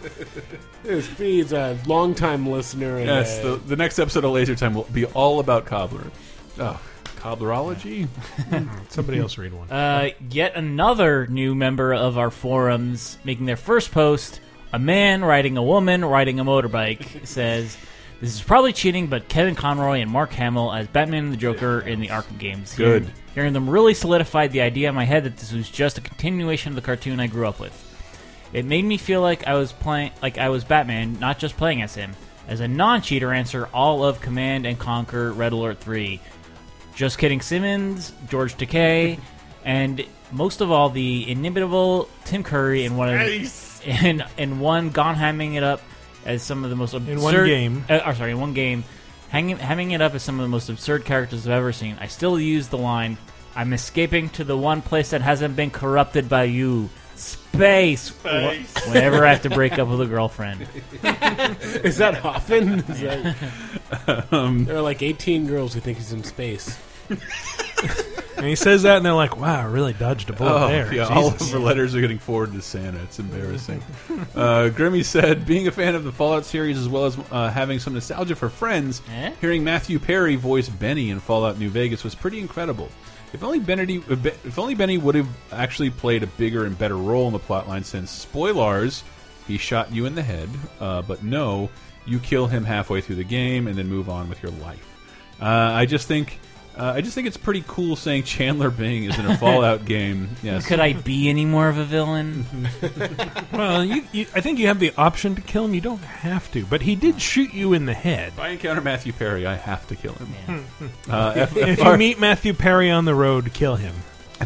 Speaker 5: This feed's a longtime listener. And
Speaker 2: yes,
Speaker 5: uh,
Speaker 2: the, the next episode of Laser Time will be all about cobbler. Oh, cobblerology?
Speaker 1: Somebody else read one.
Speaker 3: Uh, yet another new member of our forums making their first post. A man riding a woman riding a motorbike says, "This is probably cheating, but Kevin Conroy and Mark Hamill as Batman and the Joker in the Arkham games.
Speaker 2: Good.
Speaker 3: Hearing, hearing them really solidified the idea in my head that this was just a continuation of the cartoon I grew up with. It made me feel like I was playing, like I was Batman, not just playing as him. As a non-cheater answer, all of Command and Conquer, Red Alert Three, just kidding, Simmons, George Takei, and most of all, the inimitable Tim Curry in one of
Speaker 2: Nice.
Speaker 3: in in one gone hamming it up as some of the most absurd
Speaker 1: In one game.
Speaker 3: Uh, or sorry, in one game, hanging hamming it up as some of the most absurd characters I've ever seen. I still use the line, "I'm escaping to the one place that hasn't been corrupted by you." Space.
Speaker 5: Space.
Speaker 3: Wh- Whenever I have to break up with a girlfriend,
Speaker 5: is that often? Is that-
Speaker 2: Um,
Speaker 5: there are like 18 girls who think he's in space.
Speaker 1: And he says that, and they're like, wow, I really dodged a bullet
Speaker 2: Oh,
Speaker 1: there.
Speaker 2: yeah, all
Speaker 1: Jesus.
Speaker 2: of our letters are getting forwarded to Santa. It's embarrassing. uh, Grimmy said, being a fan of the Fallout series as well as uh, having some nostalgia for Friends,
Speaker 1: Eh?
Speaker 2: hearing Matthew Perry voice Benny in Fallout New Vegas was pretty incredible. If only Benny, if only Benny would have actually played a bigger and better role in the plotline. Since spoilers, he shot you in the head, uh, but no, you kill him halfway through the game and then move on with your life. Uh, I just think. Uh, I just think it's pretty cool saying Chandler Bing is in a Fallout game. Yes.
Speaker 3: could I be any more of a villain?
Speaker 1: Mm-hmm. well, you, you, I think you have the option to kill him. You don't have to, but he did shoot you in the head.
Speaker 2: If I encounter Matthew Perry, I have to kill him. Uh, F-
Speaker 1: if
Speaker 2: FR
Speaker 1: you meet Matthew Perry on the road, kill him.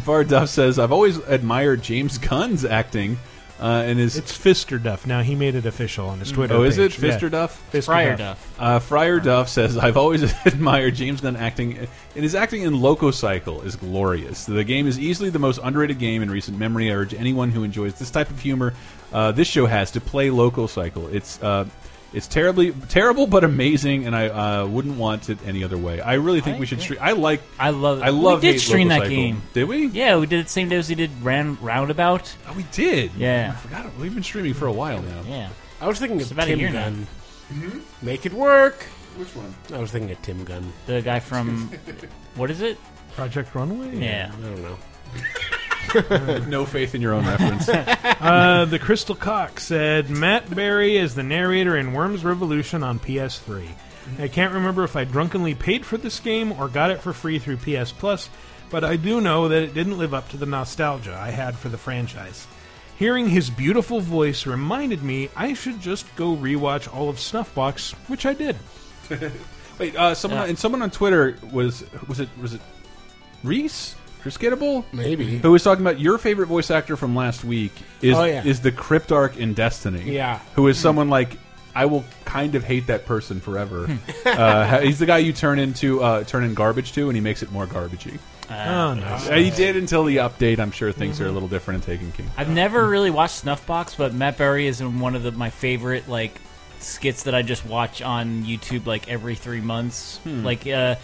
Speaker 2: FR Duff says, I've always admired James Gunn's acting. Uh, and his
Speaker 1: it's Fister Duff. Now he made it official on his Twitter.
Speaker 2: Oh, is it
Speaker 1: page.
Speaker 2: Fister
Speaker 1: Yeah.
Speaker 2: Duff?
Speaker 1: Fister
Speaker 3: Friar Duff.
Speaker 2: Uh, Friar Duff says, "I've always admired James Gunn acting, and his acting in Loco Cycle is glorious. The game is easily the most underrated game in recent memory. I urge anyone who enjoys this type of humor, uh, this show has, to play Loco Cycle. It's uh, it's terribly terrible, but amazing, and I uh, wouldn't want it any other way. I really think we should. Stream, I like.
Speaker 3: I love.
Speaker 2: I love.
Speaker 3: We did
Speaker 2: hate
Speaker 3: stream
Speaker 2: Loco
Speaker 3: that
Speaker 2: Cycle.
Speaker 3: game.
Speaker 2: Did we?
Speaker 3: Yeah, we did it same day as we did Ran Roundabout.
Speaker 2: Oh, we did.
Speaker 3: Yeah.
Speaker 2: I forgot. it. We've been streaming for a while now.
Speaker 3: Yeah.
Speaker 5: I was thinking
Speaker 3: It's
Speaker 5: of
Speaker 3: about a
Speaker 5: Tim
Speaker 3: year now.
Speaker 5: Gunn. Make it work.
Speaker 2: Mm-hmm. Which one?
Speaker 5: I was thinking of Tim Gunn.
Speaker 3: The guy from what is it?
Speaker 1: Project Runway.
Speaker 3: Yeah.
Speaker 5: I don't know.
Speaker 2: no faith in your own reference.
Speaker 1: uh, the Crystal Cock said Matt Berry is the narrator in Worms Revolution on PS3. I can't remember if I drunkenly paid for this game or got it for free through PS Plus, but I do know that it didn't live up to the nostalgia I had for the franchise. Hearing his beautiful voice reminded me I should just go rewatch all of Snuffbox, which I did.
Speaker 2: Wait, uh, someone and someone on Twitter was was it was it Reese Chris Gittable?
Speaker 5: Maybe.
Speaker 2: who was talking about your favorite voice actor from last week is
Speaker 5: Oh, yeah.
Speaker 2: is the Cryptarch in Destiny?
Speaker 5: Yeah. Hmm.
Speaker 2: who is someone like I will kind of hate that person forever.
Speaker 5: Hmm.
Speaker 2: uh, he's the guy you turn into uh, turn in garbage to, and he makes it more garbagey.
Speaker 3: Oh, nice.
Speaker 2: Uh, He did until the update. I'm sure things are a little different in Taken King.
Speaker 3: I've never really watched Snuffbox, but Matt Berry is in one of the, my favorite like skits that I just watch on YouTube like every three months.
Speaker 9: Hmm.
Speaker 3: Like uh,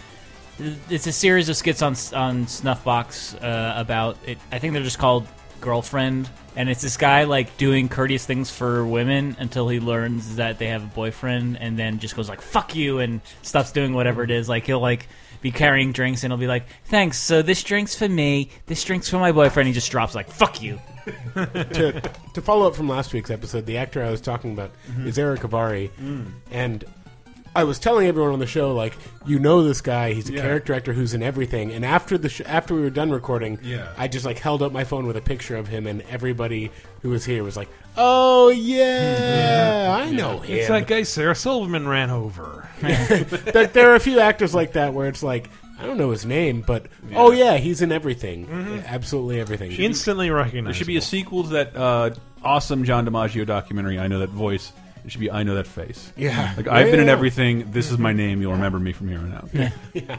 Speaker 3: it's a series of skits on on Snuffbox uh, about it. I think they're just called Girlfriend, and it's this guy like doing courteous things for women until he learns that they have a boyfriend, and then just goes like "fuck you" and stops doing whatever it is. Like he'll like. Be carrying drinks and he'll be like, "Thanks. So this drink's for me. This drink's for my boyfriend." He just drops like, "Fuck you."
Speaker 5: to, to follow up from last week's episode, the actor I was talking about
Speaker 3: Mhm.
Speaker 5: is Eric Avari,
Speaker 3: Mm.
Speaker 5: and I was telling everyone on the show like, you know this guy, he's a
Speaker 2: Yeah.
Speaker 5: character actor who's in everything. And after the sh- after we were done recording,
Speaker 2: Yeah.
Speaker 5: I just like held up my phone with a picture of him, and everybody who was here was like, oh yeah, I know him.
Speaker 1: It's that guy Sarah Silverman ran over.
Speaker 5: Like, there are a few actors like that where it's like. I don't know his name, but oh yeah, he's in everything, absolutely everything.
Speaker 1: Instantly
Speaker 2: There
Speaker 1: recognized.
Speaker 2: should be a sequel to that uh, awesome John DiMaggio documentary. I know that voice. It should be I know that face.
Speaker 1: Yeah.
Speaker 2: like I've
Speaker 1: Yeah,
Speaker 2: been in
Speaker 1: yeah. Mm-hmm.
Speaker 2: everything. This is my name. You'll remember me from here on out.
Speaker 1: Yeah.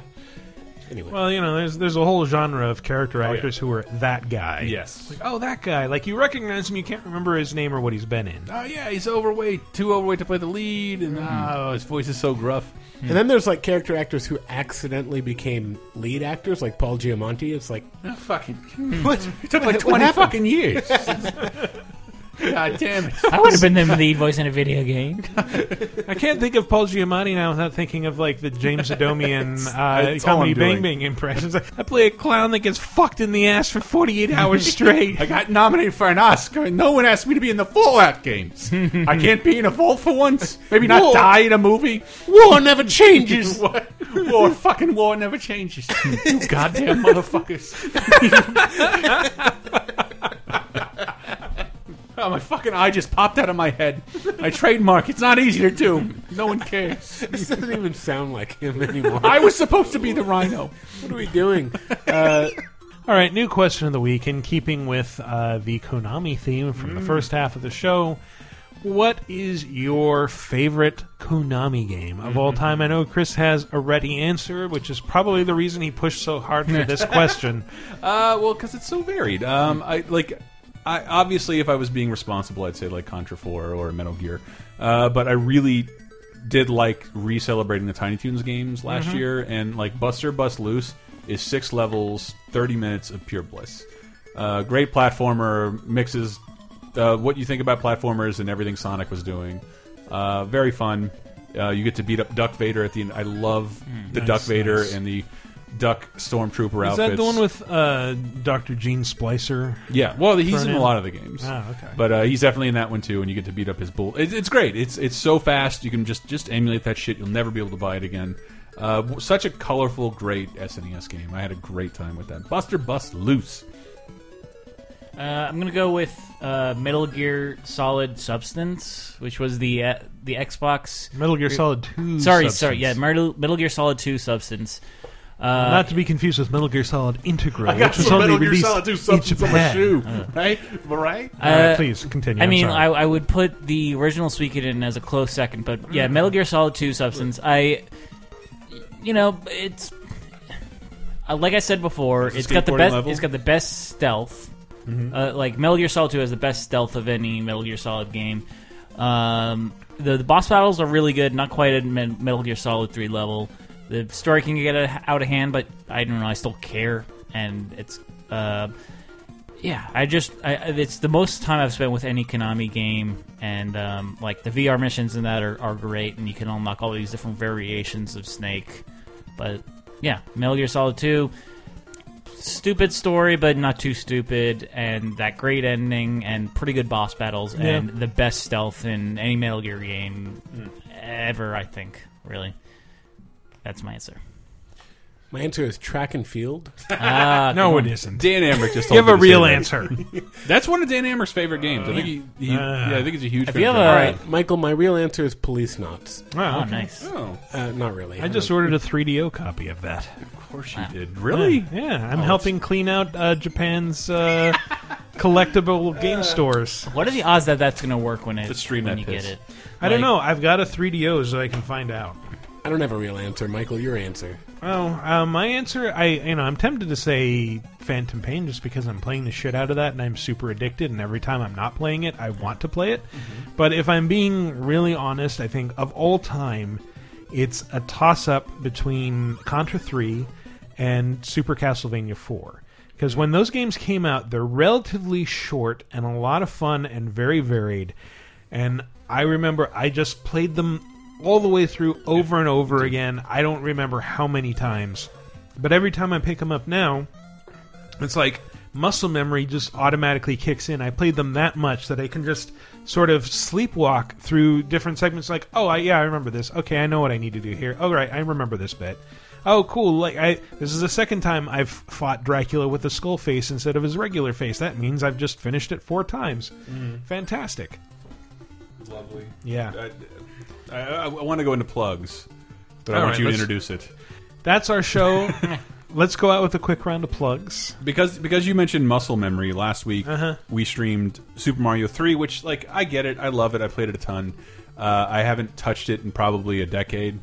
Speaker 5: Anyway.
Speaker 1: Well, you know, there's there's a whole genre of character
Speaker 2: Oh, yeah.
Speaker 1: actors who are that guy.
Speaker 2: Yes.
Speaker 1: Like, oh, that guy. Like you recognize him, you can't remember his name or what he's been in.
Speaker 2: Oh yeah, he's overweight, too overweight to play the lead, and
Speaker 1: Mm-hmm.
Speaker 2: oh, his voice is so gruff.
Speaker 5: And then there's like character actors who accidentally became lead actors, like Paul Giamatti. It's like
Speaker 2: Oh, fucking
Speaker 5: what?
Speaker 2: It took like
Speaker 5: What
Speaker 2: twenty
Speaker 5: happened?
Speaker 2: fucking years. God damn it!
Speaker 3: I would have been the lead voice in a video game.
Speaker 1: I can't think of Paul Giamatti now without thinking of like the James Adomian uh,
Speaker 2: it's all
Speaker 1: comedy
Speaker 2: I'm
Speaker 1: Bang
Speaker 2: doing.
Speaker 1: Bang impressions. I play a clown that gets fucked in the ass for 48 hours straight.
Speaker 2: I got nominated for an Oscar, and no one asked me to be in the Fallout games. I can't be in a Vault for once. Maybe not
Speaker 1: War-
Speaker 2: die in a movie.
Speaker 5: War never changes.
Speaker 2: what? War fucking war never changes. you goddamn motherfuckers. oh, my fucking eye just popped out of my head. My trademark. It's not easy to do. No one cares.
Speaker 5: This doesn't even sound like him anymore.
Speaker 2: I was supposed to be the Rhino.
Speaker 5: What are we doing?
Speaker 1: All right, new question of the week. In keeping with uh, the Konami theme from the first half of the show, what is your favorite Konami game of all time? I know Chris has a ready answer, which is probably the reason he pushed so hard for this question.
Speaker 2: Uh, well, because it's so varied. Um, I like. I obviously, if I was being responsible, I'd say like Contra Four or Metal Gear. Uh, but I really did like re-celebrating the Tiny Toons games last
Speaker 1: Mhm.
Speaker 2: year, and like Buster Bust Loose is six levels, thirty minutes of pure bliss. Uh, great platformer mixes uh, what you think about platformers and everything Sonic was doing. Uh, very fun. Uh, you get to beat up Duck Vader at the end. I love
Speaker 1: Mm.
Speaker 2: the
Speaker 1: Nice,
Speaker 2: Duck Vader
Speaker 1: nice.
Speaker 2: and the Duck Stormtrooper
Speaker 1: Is
Speaker 2: outfits.
Speaker 1: that the one with uh, Dr. Gene Splicer?
Speaker 2: Yeah, well, he's
Speaker 1: thrown
Speaker 2: in a lot of the games.
Speaker 1: Oh, okay.
Speaker 2: But uh, he's definitely in that one too, and you get to beat up his bull. It, it's great. It's it's so fast. You can just just emulate that shit. You'll never be able to buy it again. Uh, w- such a colorful, great SNES game. I had a great time with that. Buster Bust Loose.
Speaker 3: Uh, I'm gonna go with uh, Metal Gear Solid Substance, which was the uh, the Xbox
Speaker 1: Metal Gear Solid 2
Speaker 3: Sorry, sorry,
Speaker 1: Substance.
Speaker 3: yeah, Metal, Metal Gear Solid Two Substance. Uh,
Speaker 1: Not to be confused with Metal Gear Solid Integra,
Speaker 2: I got
Speaker 1: which was
Speaker 2: some
Speaker 1: only
Speaker 2: Metal Gear
Speaker 1: released
Speaker 2: Solid 2
Speaker 1: in
Speaker 2: substance on my
Speaker 1: Japan.
Speaker 2: shoe.
Speaker 1: Uh,
Speaker 2: Right? Am I right?
Speaker 1: Uh, please, continue,
Speaker 3: I
Speaker 1: I'm
Speaker 3: mean,
Speaker 1: sorry.
Speaker 3: I, I would put the original Suikoden as a close second, but
Speaker 2: Mm-hmm.
Speaker 3: yeah, Metal Gear Solid Two Substance. I, you know, it's uh, like I said before,
Speaker 2: It's a
Speaker 3: it's got the
Speaker 2: skateboarding
Speaker 3: best.
Speaker 2: level?
Speaker 3: It's got the best stealth.
Speaker 2: Mhm.
Speaker 3: Uh, like Metal Gear Solid Two has the best stealth of any Metal Gear Solid game. Um, the, the boss battles are really good, not quite at Me- Metal Gear Solid Three level. The story can get a- out of hand, but I don't know. I still care, and it's. Uh, yeah, I just I, I- it's the most time I've spent with any Konami game, and um, like the VR missions in that are, are great, and you can unlock all these different variations of Snake. But yeah, Metal Gear Solid Two, stupid story, but not too stupid, and that great ending, and pretty good boss battles,
Speaker 1: Yeah.
Speaker 3: and the best stealth in any Metal Gear game
Speaker 1: Hmm.
Speaker 3: ever, I think. Really, that's my answer.
Speaker 5: My answer is track and field.
Speaker 3: Ah,
Speaker 1: No, come it on. isn't.
Speaker 2: Dan Ambrick just
Speaker 1: Give
Speaker 2: told me
Speaker 1: a
Speaker 2: to
Speaker 1: real
Speaker 2: say that.
Speaker 1: answer.
Speaker 2: That's one of Dan Amber's favorite games. I think he, he Uh, yeah, I think it's a huge. favorite
Speaker 5: All
Speaker 2: game.
Speaker 5: right, Michael, my real answer is police knots.
Speaker 1: Wow, Oh, okay. nice.
Speaker 2: Oh.
Speaker 5: Uh, not really.
Speaker 1: I just ordered a 3DO copy of that. Of
Speaker 2: course
Speaker 1: you
Speaker 2: did. Really?
Speaker 1: Yeah, I'm
Speaker 2: Oh,
Speaker 1: helping clean out uh, Japan's uh, collectible game stores.
Speaker 3: What are the odds that that's going to work when it
Speaker 1: Let's stream
Speaker 3: when
Speaker 1: that
Speaker 3: you
Speaker 1: piss.
Speaker 3: get it?
Speaker 1: I don't
Speaker 3: Like-
Speaker 1: know. I've got a 3DO so I can find out.
Speaker 5: I don't have a real answer, Michael. Your answer.
Speaker 1: Oh, uh, my answer, I you know, I'm tempted to say Phantom Pain just because I'm playing the shit out of that and I'm super addicted. And every time I'm not playing it, I want to play it.
Speaker 2: Mm-hmm.
Speaker 1: But if I'm being really honest, I think of all time, it's a toss-up between Contra Three and Super Castlevania Four. Because when those games came out, they're relatively short and a lot of fun and very varied. And I remember I just played them all the way through over and over again. I don't remember how many times. But every time I pick them up now, it's like muscle memory just automatically kicks in. I played them that much that I can just sort of sleepwalk through different segments. Like, oh, I, yeah, I remember this. Okay, I know what I need to do here. All right, I remember this bit. Oh, cool! Like, I this is the second time I've fought Dracula with a skull face instead of his regular face. That means I've just finished it four times. Fantastic.
Speaker 2: Lovely.
Speaker 1: Yeah.
Speaker 2: I, I, I want to go into plugs, but I
Speaker 1: All
Speaker 2: want
Speaker 1: right,
Speaker 2: you to
Speaker 1: let's-
Speaker 2: introduce it
Speaker 1: That's our show. Let's go out with a quick round of plugs.
Speaker 2: because because you mentioned muscle memory last week.
Speaker 1: Uh-huh.
Speaker 2: We streamed Super Mario Three, which like I get it, I love it, I played it a ton. Uh, I haven't touched it in probably a decade,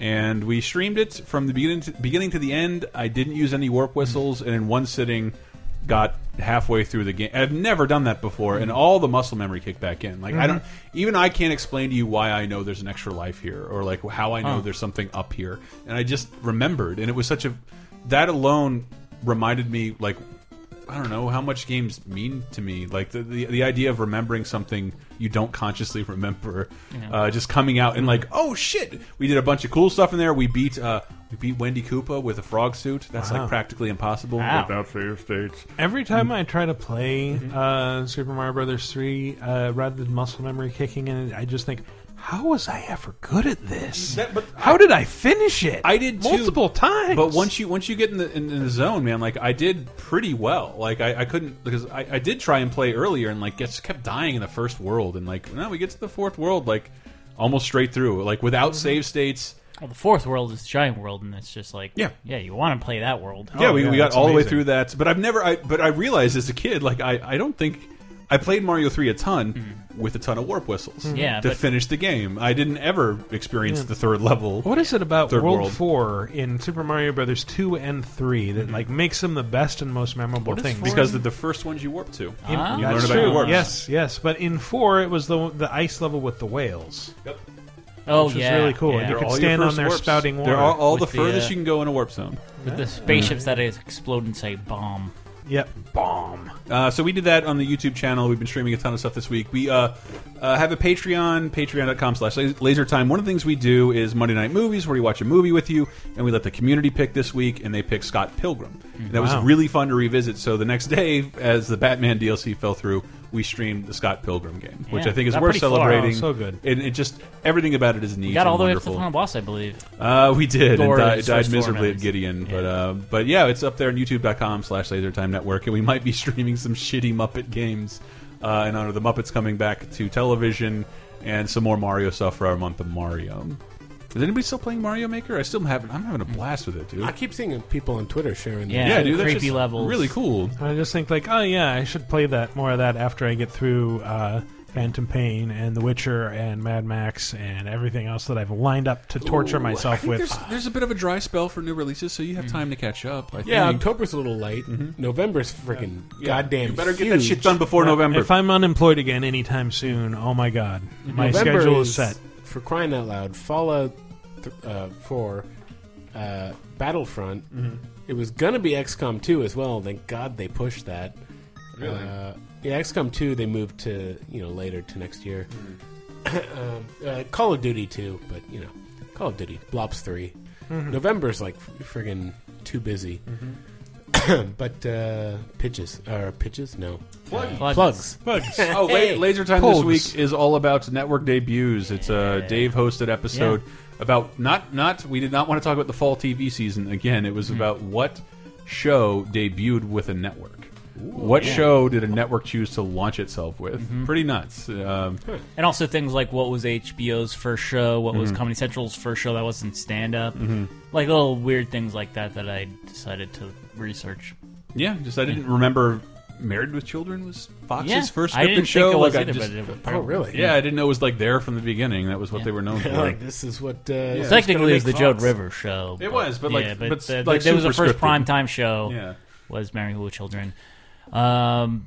Speaker 2: and we streamed it from the beginning to, beginning to the end. I didn't use any warp whistles, and in one sitting, got halfway through the game. I've never done that before,
Speaker 1: Mm-hmm.
Speaker 2: and all the muscle memory kicked back in. Like I
Speaker 1: Mhm.
Speaker 2: don't even I can't explain to you why I know there's an extra life here, or like how I know
Speaker 1: Huh.
Speaker 2: there's something up here. And I just remembered, and it was such a that alone reminded me like I don't know how much games mean to me. Like the the, the idea of remembering something you don't consciously remember,
Speaker 1: Yeah. Mm-hmm.
Speaker 2: uh, just coming out and like oh shit, we did a bunch of cool stuff in there. We beat uh, we beat Wendy Koopa with a frog suit. That's
Speaker 1: Wow.
Speaker 2: like practically impossible
Speaker 1: Wow.
Speaker 2: without fair states.
Speaker 1: Every
Speaker 2: Mm.
Speaker 1: time I try to play
Speaker 2: Mm-hmm.
Speaker 1: uh, Super Mario Brothers 3, uh, rather than muscle memory kicking in, I just think, how was I ever good at this? how did I finish it?
Speaker 2: I did too,
Speaker 1: multiple times.
Speaker 2: But once you once you get in the in, in the zone, man, like I did pretty well. Like I, I couldn't because I, I did try and play earlier and like just kept dying in the first world and like now we get to the fourth world like almost straight through like without save states.
Speaker 3: Well, the fourth world is giant world, and it's just like
Speaker 2: Yeah.
Speaker 3: yeah, you want to play that world.
Speaker 2: yeah, we, we got all the way through that. But I've never. I but I realized as a kid, like I, I don't think I played Mario three a ton with a ton of warp whistles.
Speaker 1: Mm. Hmm. Yeah,
Speaker 2: to
Speaker 1: but-
Speaker 2: finish the game, I didn't ever experience
Speaker 1: Yeah.
Speaker 2: the third level.
Speaker 1: What is it about
Speaker 2: third
Speaker 1: World,
Speaker 2: world?
Speaker 1: 4 in Super Mario Brothers 2 and 3 that like makes them the best and most memorable
Speaker 2: Mm-hmm. What is
Speaker 1: thing?
Speaker 2: four? Because of the first ones you warp to.
Speaker 1: In,
Speaker 2: Ah.
Speaker 1: that's
Speaker 2: You learn about
Speaker 1: true.
Speaker 2: the warps.
Speaker 1: Yes, yes. But in 4, it was the the ice level with the whales.
Speaker 2: Yep.
Speaker 3: Oh,
Speaker 1: which
Speaker 3: yeah,
Speaker 1: was really cool.
Speaker 3: yeah.
Speaker 1: And
Speaker 3: They're
Speaker 1: you could
Speaker 3: all your
Speaker 1: stand on
Speaker 2: first
Speaker 1: there
Speaker 2: warps.
Speaker 1: spouting water.
Speaker 2: They're all, all the
Speaker 3: With the,
Speaker 2: furthest
Speaker 3: uh,
Speaker 2: you can go in a warp zone.
Speaker 3: With the spaceships that explode and say bomb.
Speaker 1: Yep. Bomb.
Speaker 2: Uh, so we did that on the YouTube channel. We've been streaming a ton of stuff this week. We uh, uh, have a Patreon, patreon.com slash lasertime. One of the things we do is Monday Night Movies, where we watch a movie with you, and we let the community pick this week, and they pick Scott Pilgrim.
Speaker 3: Mm-hmm.
Speaker 2: And that
Speaker 1: Wow.
Speaker 2: was really fun to revisit. So the next day, as the Batman DLC fell through, we streamed the Scott Pilgrim game, which
Speaker 3: Yeah,
Speaker 2: I think is
Speaker 3: got
Speaker 2: worth
Speaker 3: pretty far.
Speaker 2: celebrating.
Speaker 3: Oh, so good.
Speaker 2: And it just, everything about it is neat
Speaker 3: We got all
Speaker 2: and
Speaker 3: the way up to
Speaker 2: wonderful.
Speaker 3: the final boss, I believe.
Speaker 2: Uh, we did,
Speaker 3: Or
Speaker 2: and di-
Speaker 3: its
Speaker 2: died
Speaker 3: first form,
Speaker 2: miserably
Speaker 3: at
Speaker 2: at Gideon. But uh, but yeah, it's up there on youtube.com slash lasertime network, and we might be streaming some shitty Muppet games uh, in honor of the Muppets coming back to television and some more Mario stuff for our month of Mario. Is anybody still playing Mario Maker? I still haven't. I'm having a blast with it, dude.
Speaker 5: I keep seeing people on Twitter sharing.
Speaker 2: Yeah,
Speaker 5: that.
Speaker 2: dude, that's Creepy just levels. really cool.
Speaker 1: I just think like, oh yeah, I should play that more of that after I get through uh, Phantom Pain and The Witcher and Mad Max and everything else that I've lined up to torture
Speaker 2: Ooh, I
Speaker 1: myself
Speaker 2: think
Speaker 1: with.
Speaker 2: There's, there's a bit of a dry spell for new releases, so you have time to catch up. I
Speaker 5: Yeah,
Speaker 2: think.
Speaker 5: October's a little late. November's freaking
Speaker 2: Mm-hmm. Yeah.
Speaker 5: goddamn.
Speaker 2: You better get that
Speaker 5: huge.
Speaker 2: shit done before
Speaker 1: Well,
Speaker 2: November.
Speaker 1: If I'm unemployed again anytime soon, oh my god, my
Speaker 5: November
Speaker 1: schedule is set.
Speaker 5: For crying out loud, Fallout th- uh, 4, uh, Battlefront.
Speaker 1: Mhm.
Speaker 5: It was gonna be XCOM 2 as well. Thank God they pushed that.
Speaker 2: Really?
Speaker 5: Uh, yeah, XCOM 2 they moved to you know later to next year.
Speaker 2: Mm-hmm.
Speaker 5: um, uh, Call of Duty 2, but you know Call of Duty Blobs 3.
Speaker 1: Mhm.
Speaker 5: November's like friggin' too busy.
Speaker 1: Mm-hmm.
Speaker 5: but uh, pitches or pitches? No
Speaker 2: Plugs.
Speaker 5: Uh, plugs.
Speaker 2: oh,
Speaker 5: Hey.
Speaker 2: la- Laser Time
Speaker 5: Plugs.
Speaker 2: this week is all about network debuts. It's a Dave hosted episode about not not we did not want to talk about the fall TV season again. It
Speaker 3: Hmm.
Speaker 2: was about what show debuted with a network. what
Speaker 3: yeah.
Speaker 2: show did a network choose to launch itself with?
Speaker 3: Mhm.
Speaker 2: Pretty nuts. Um,
Speaker 3: And also things like what was HBO's first show, what was
Speaker 2: Mhm.
Speaker 3: Comedy Central's first show that wasn't stand up,
Speaker 2: Mhm.
Speaker 3: like little weird things like that that I decided to research.
Speaker 2: yeah, just I didn't remember Married with Children was Fox's
Speaker 3: Yeah.
Speaker 2: first scripted
Speaker 3: I didn't think
Speaker 2: show.
Speaker 3: it was
Speaker 2: like, I
Speaker 3: either,
Speaker 2: just-
Speaker 3: but it- Oh, really?
Speaker 2: Yeah, I didn't know it was like there from the beginning. That was what they were known for.
Speaker 5: like this is what uh,
Speaker 2: Yeah.
Speaker 5: it's
Speaker 3: Technically,
Speaker 5: gonna
Speaker 3: it was
Speaker 5: make
Speaker 3: the Joe
Speaker 5: Fox.
Speaker 3: River show.
Speaker 2: It was, but, like-
Speaker 3: yeah, but,
Speaker 2: but s-
Speaker 3: uh,
Speaker 2: like
Speaker 3: there was
Speaker 2: super
Speaker 3: a first
Speaker 2: scripted.
Speaker 3: prime time show.
Speaker 2: Yeah.
Speaker 3: was Marrying with Children. Um,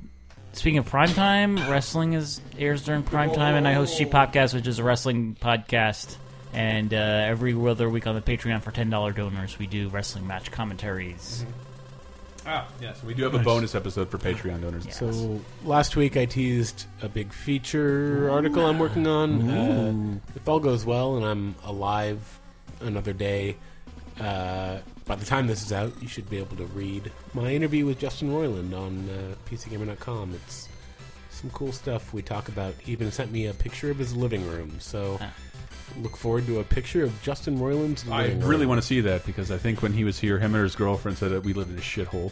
Speaker 3: speaking of prime time, wrestling is airs during prime time, and I host Cheap Podcast, which is a wrestling podcast. And uh, every other week on the Patreon for ten dollar donors, we do wrestling match commentaries.
Speaker 2: Ah, yes, we do have a
Speaker 5: Nice.
Speaker 2: bonus episode for Patreon donors.
Speaker 5: So last week I teased a big feature article I'm working on. Uh, if all goes well and I'm alive another day, uh, by the time this is out, you should be able to read my interview with Justin Roiland on uh, PCGamer.com. It's some cool stuff we talk about. He even sent me a picture of his living room. So look forward to a picture of Justin Roiland's
Speaker 2: I
Speaker 5: living room.
Speaker 2: really want to see that because I think when he was here, him and his girlfriend said that we live in a shithole.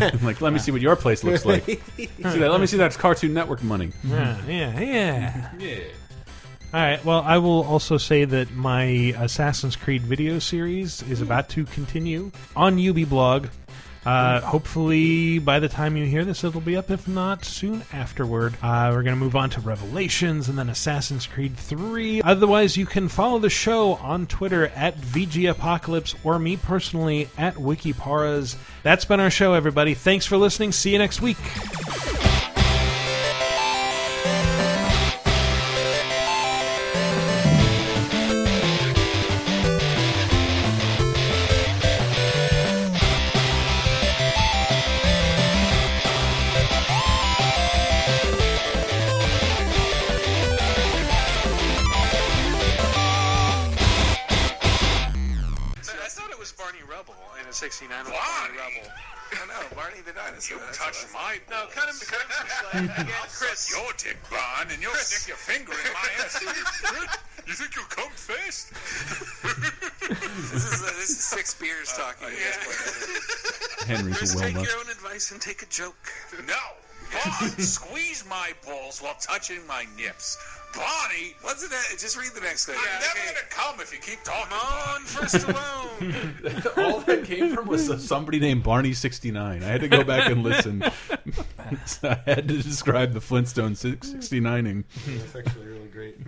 Speaker 2: I'm like, let me see what your place looks like. see that? Let me see that's Cartoon Network money.
Speaker 1: Yeah, yeah, yeah.
Speaker 2: Yeah.
Speaker 1: All right. Well, I will also say that my Assassin's Creed video series is about to continue on UbiBlog. Uh, hopefully, by the time you hear this, it'll be up. If not, soon afterward. Uh, we're going to move on to Revelations and then Assassin's Creed 3. Otherwise, you can follow the show on Twitter at VG Apocalypse or me personally at Wikiparas. That's been our show, everybody. Thanks for listening. See you next week.
Speaker 9: I thought it was Barney Rubble in a '69 was Barney Rubble. I know Barney the dinosaur. You touch my no, cut him, cut him some slack. Again, Chris, your dick, Barn, and you'll stick your finger in my ass. you think you'll come first? this is uh, this is six beers talking. at this point.
Speaker 2: Henry's
Speaker 9: Chris,
Speaker 2: a
Speaker 9: take
Speaker 2: Wilma.
Speaker 9: your own advice and take a joke. No, Barn, squeeze my balls while touching my nips. Barney, what's it? Just read the next thing. I'm never gonna come if you keep talking. Come on, first alone.
Speaker 2: All that came from was somebody named Barney sixty nine. I had to go back and listen. so I had to describe the Flintstone sixty nining.
Speaker 5: That's actually really great.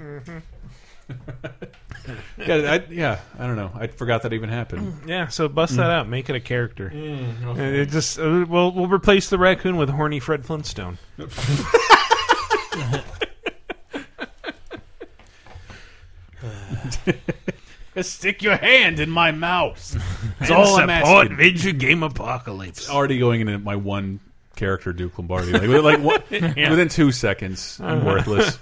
Speaker 2: Yeah, I, yeah, I don't know. I forgot that even happened.
Speaker 1: Yeah, so bust that out. Make it a character.
Speaker 2: Mm,
Speaker 1: Uh,
Speaker 2: okay.
Speaker 1: it just uh, we'll we'll replace the raccoon with horny Fred Flintstone.
Speaker 2: Stick your hand in my mouth. That's
Speaker 1: And
Speaker 2: all I'm
Speaker 1: support
Speaker 2: asking.
Speaker 1: video game apocalypse.
Speaker 2: It's already going into my one character, Duke Lombardi. Like, with- like what,
Speaker 1: Yeah.
Speaker 2: Uh-huh. within two seconds, I'm worthless.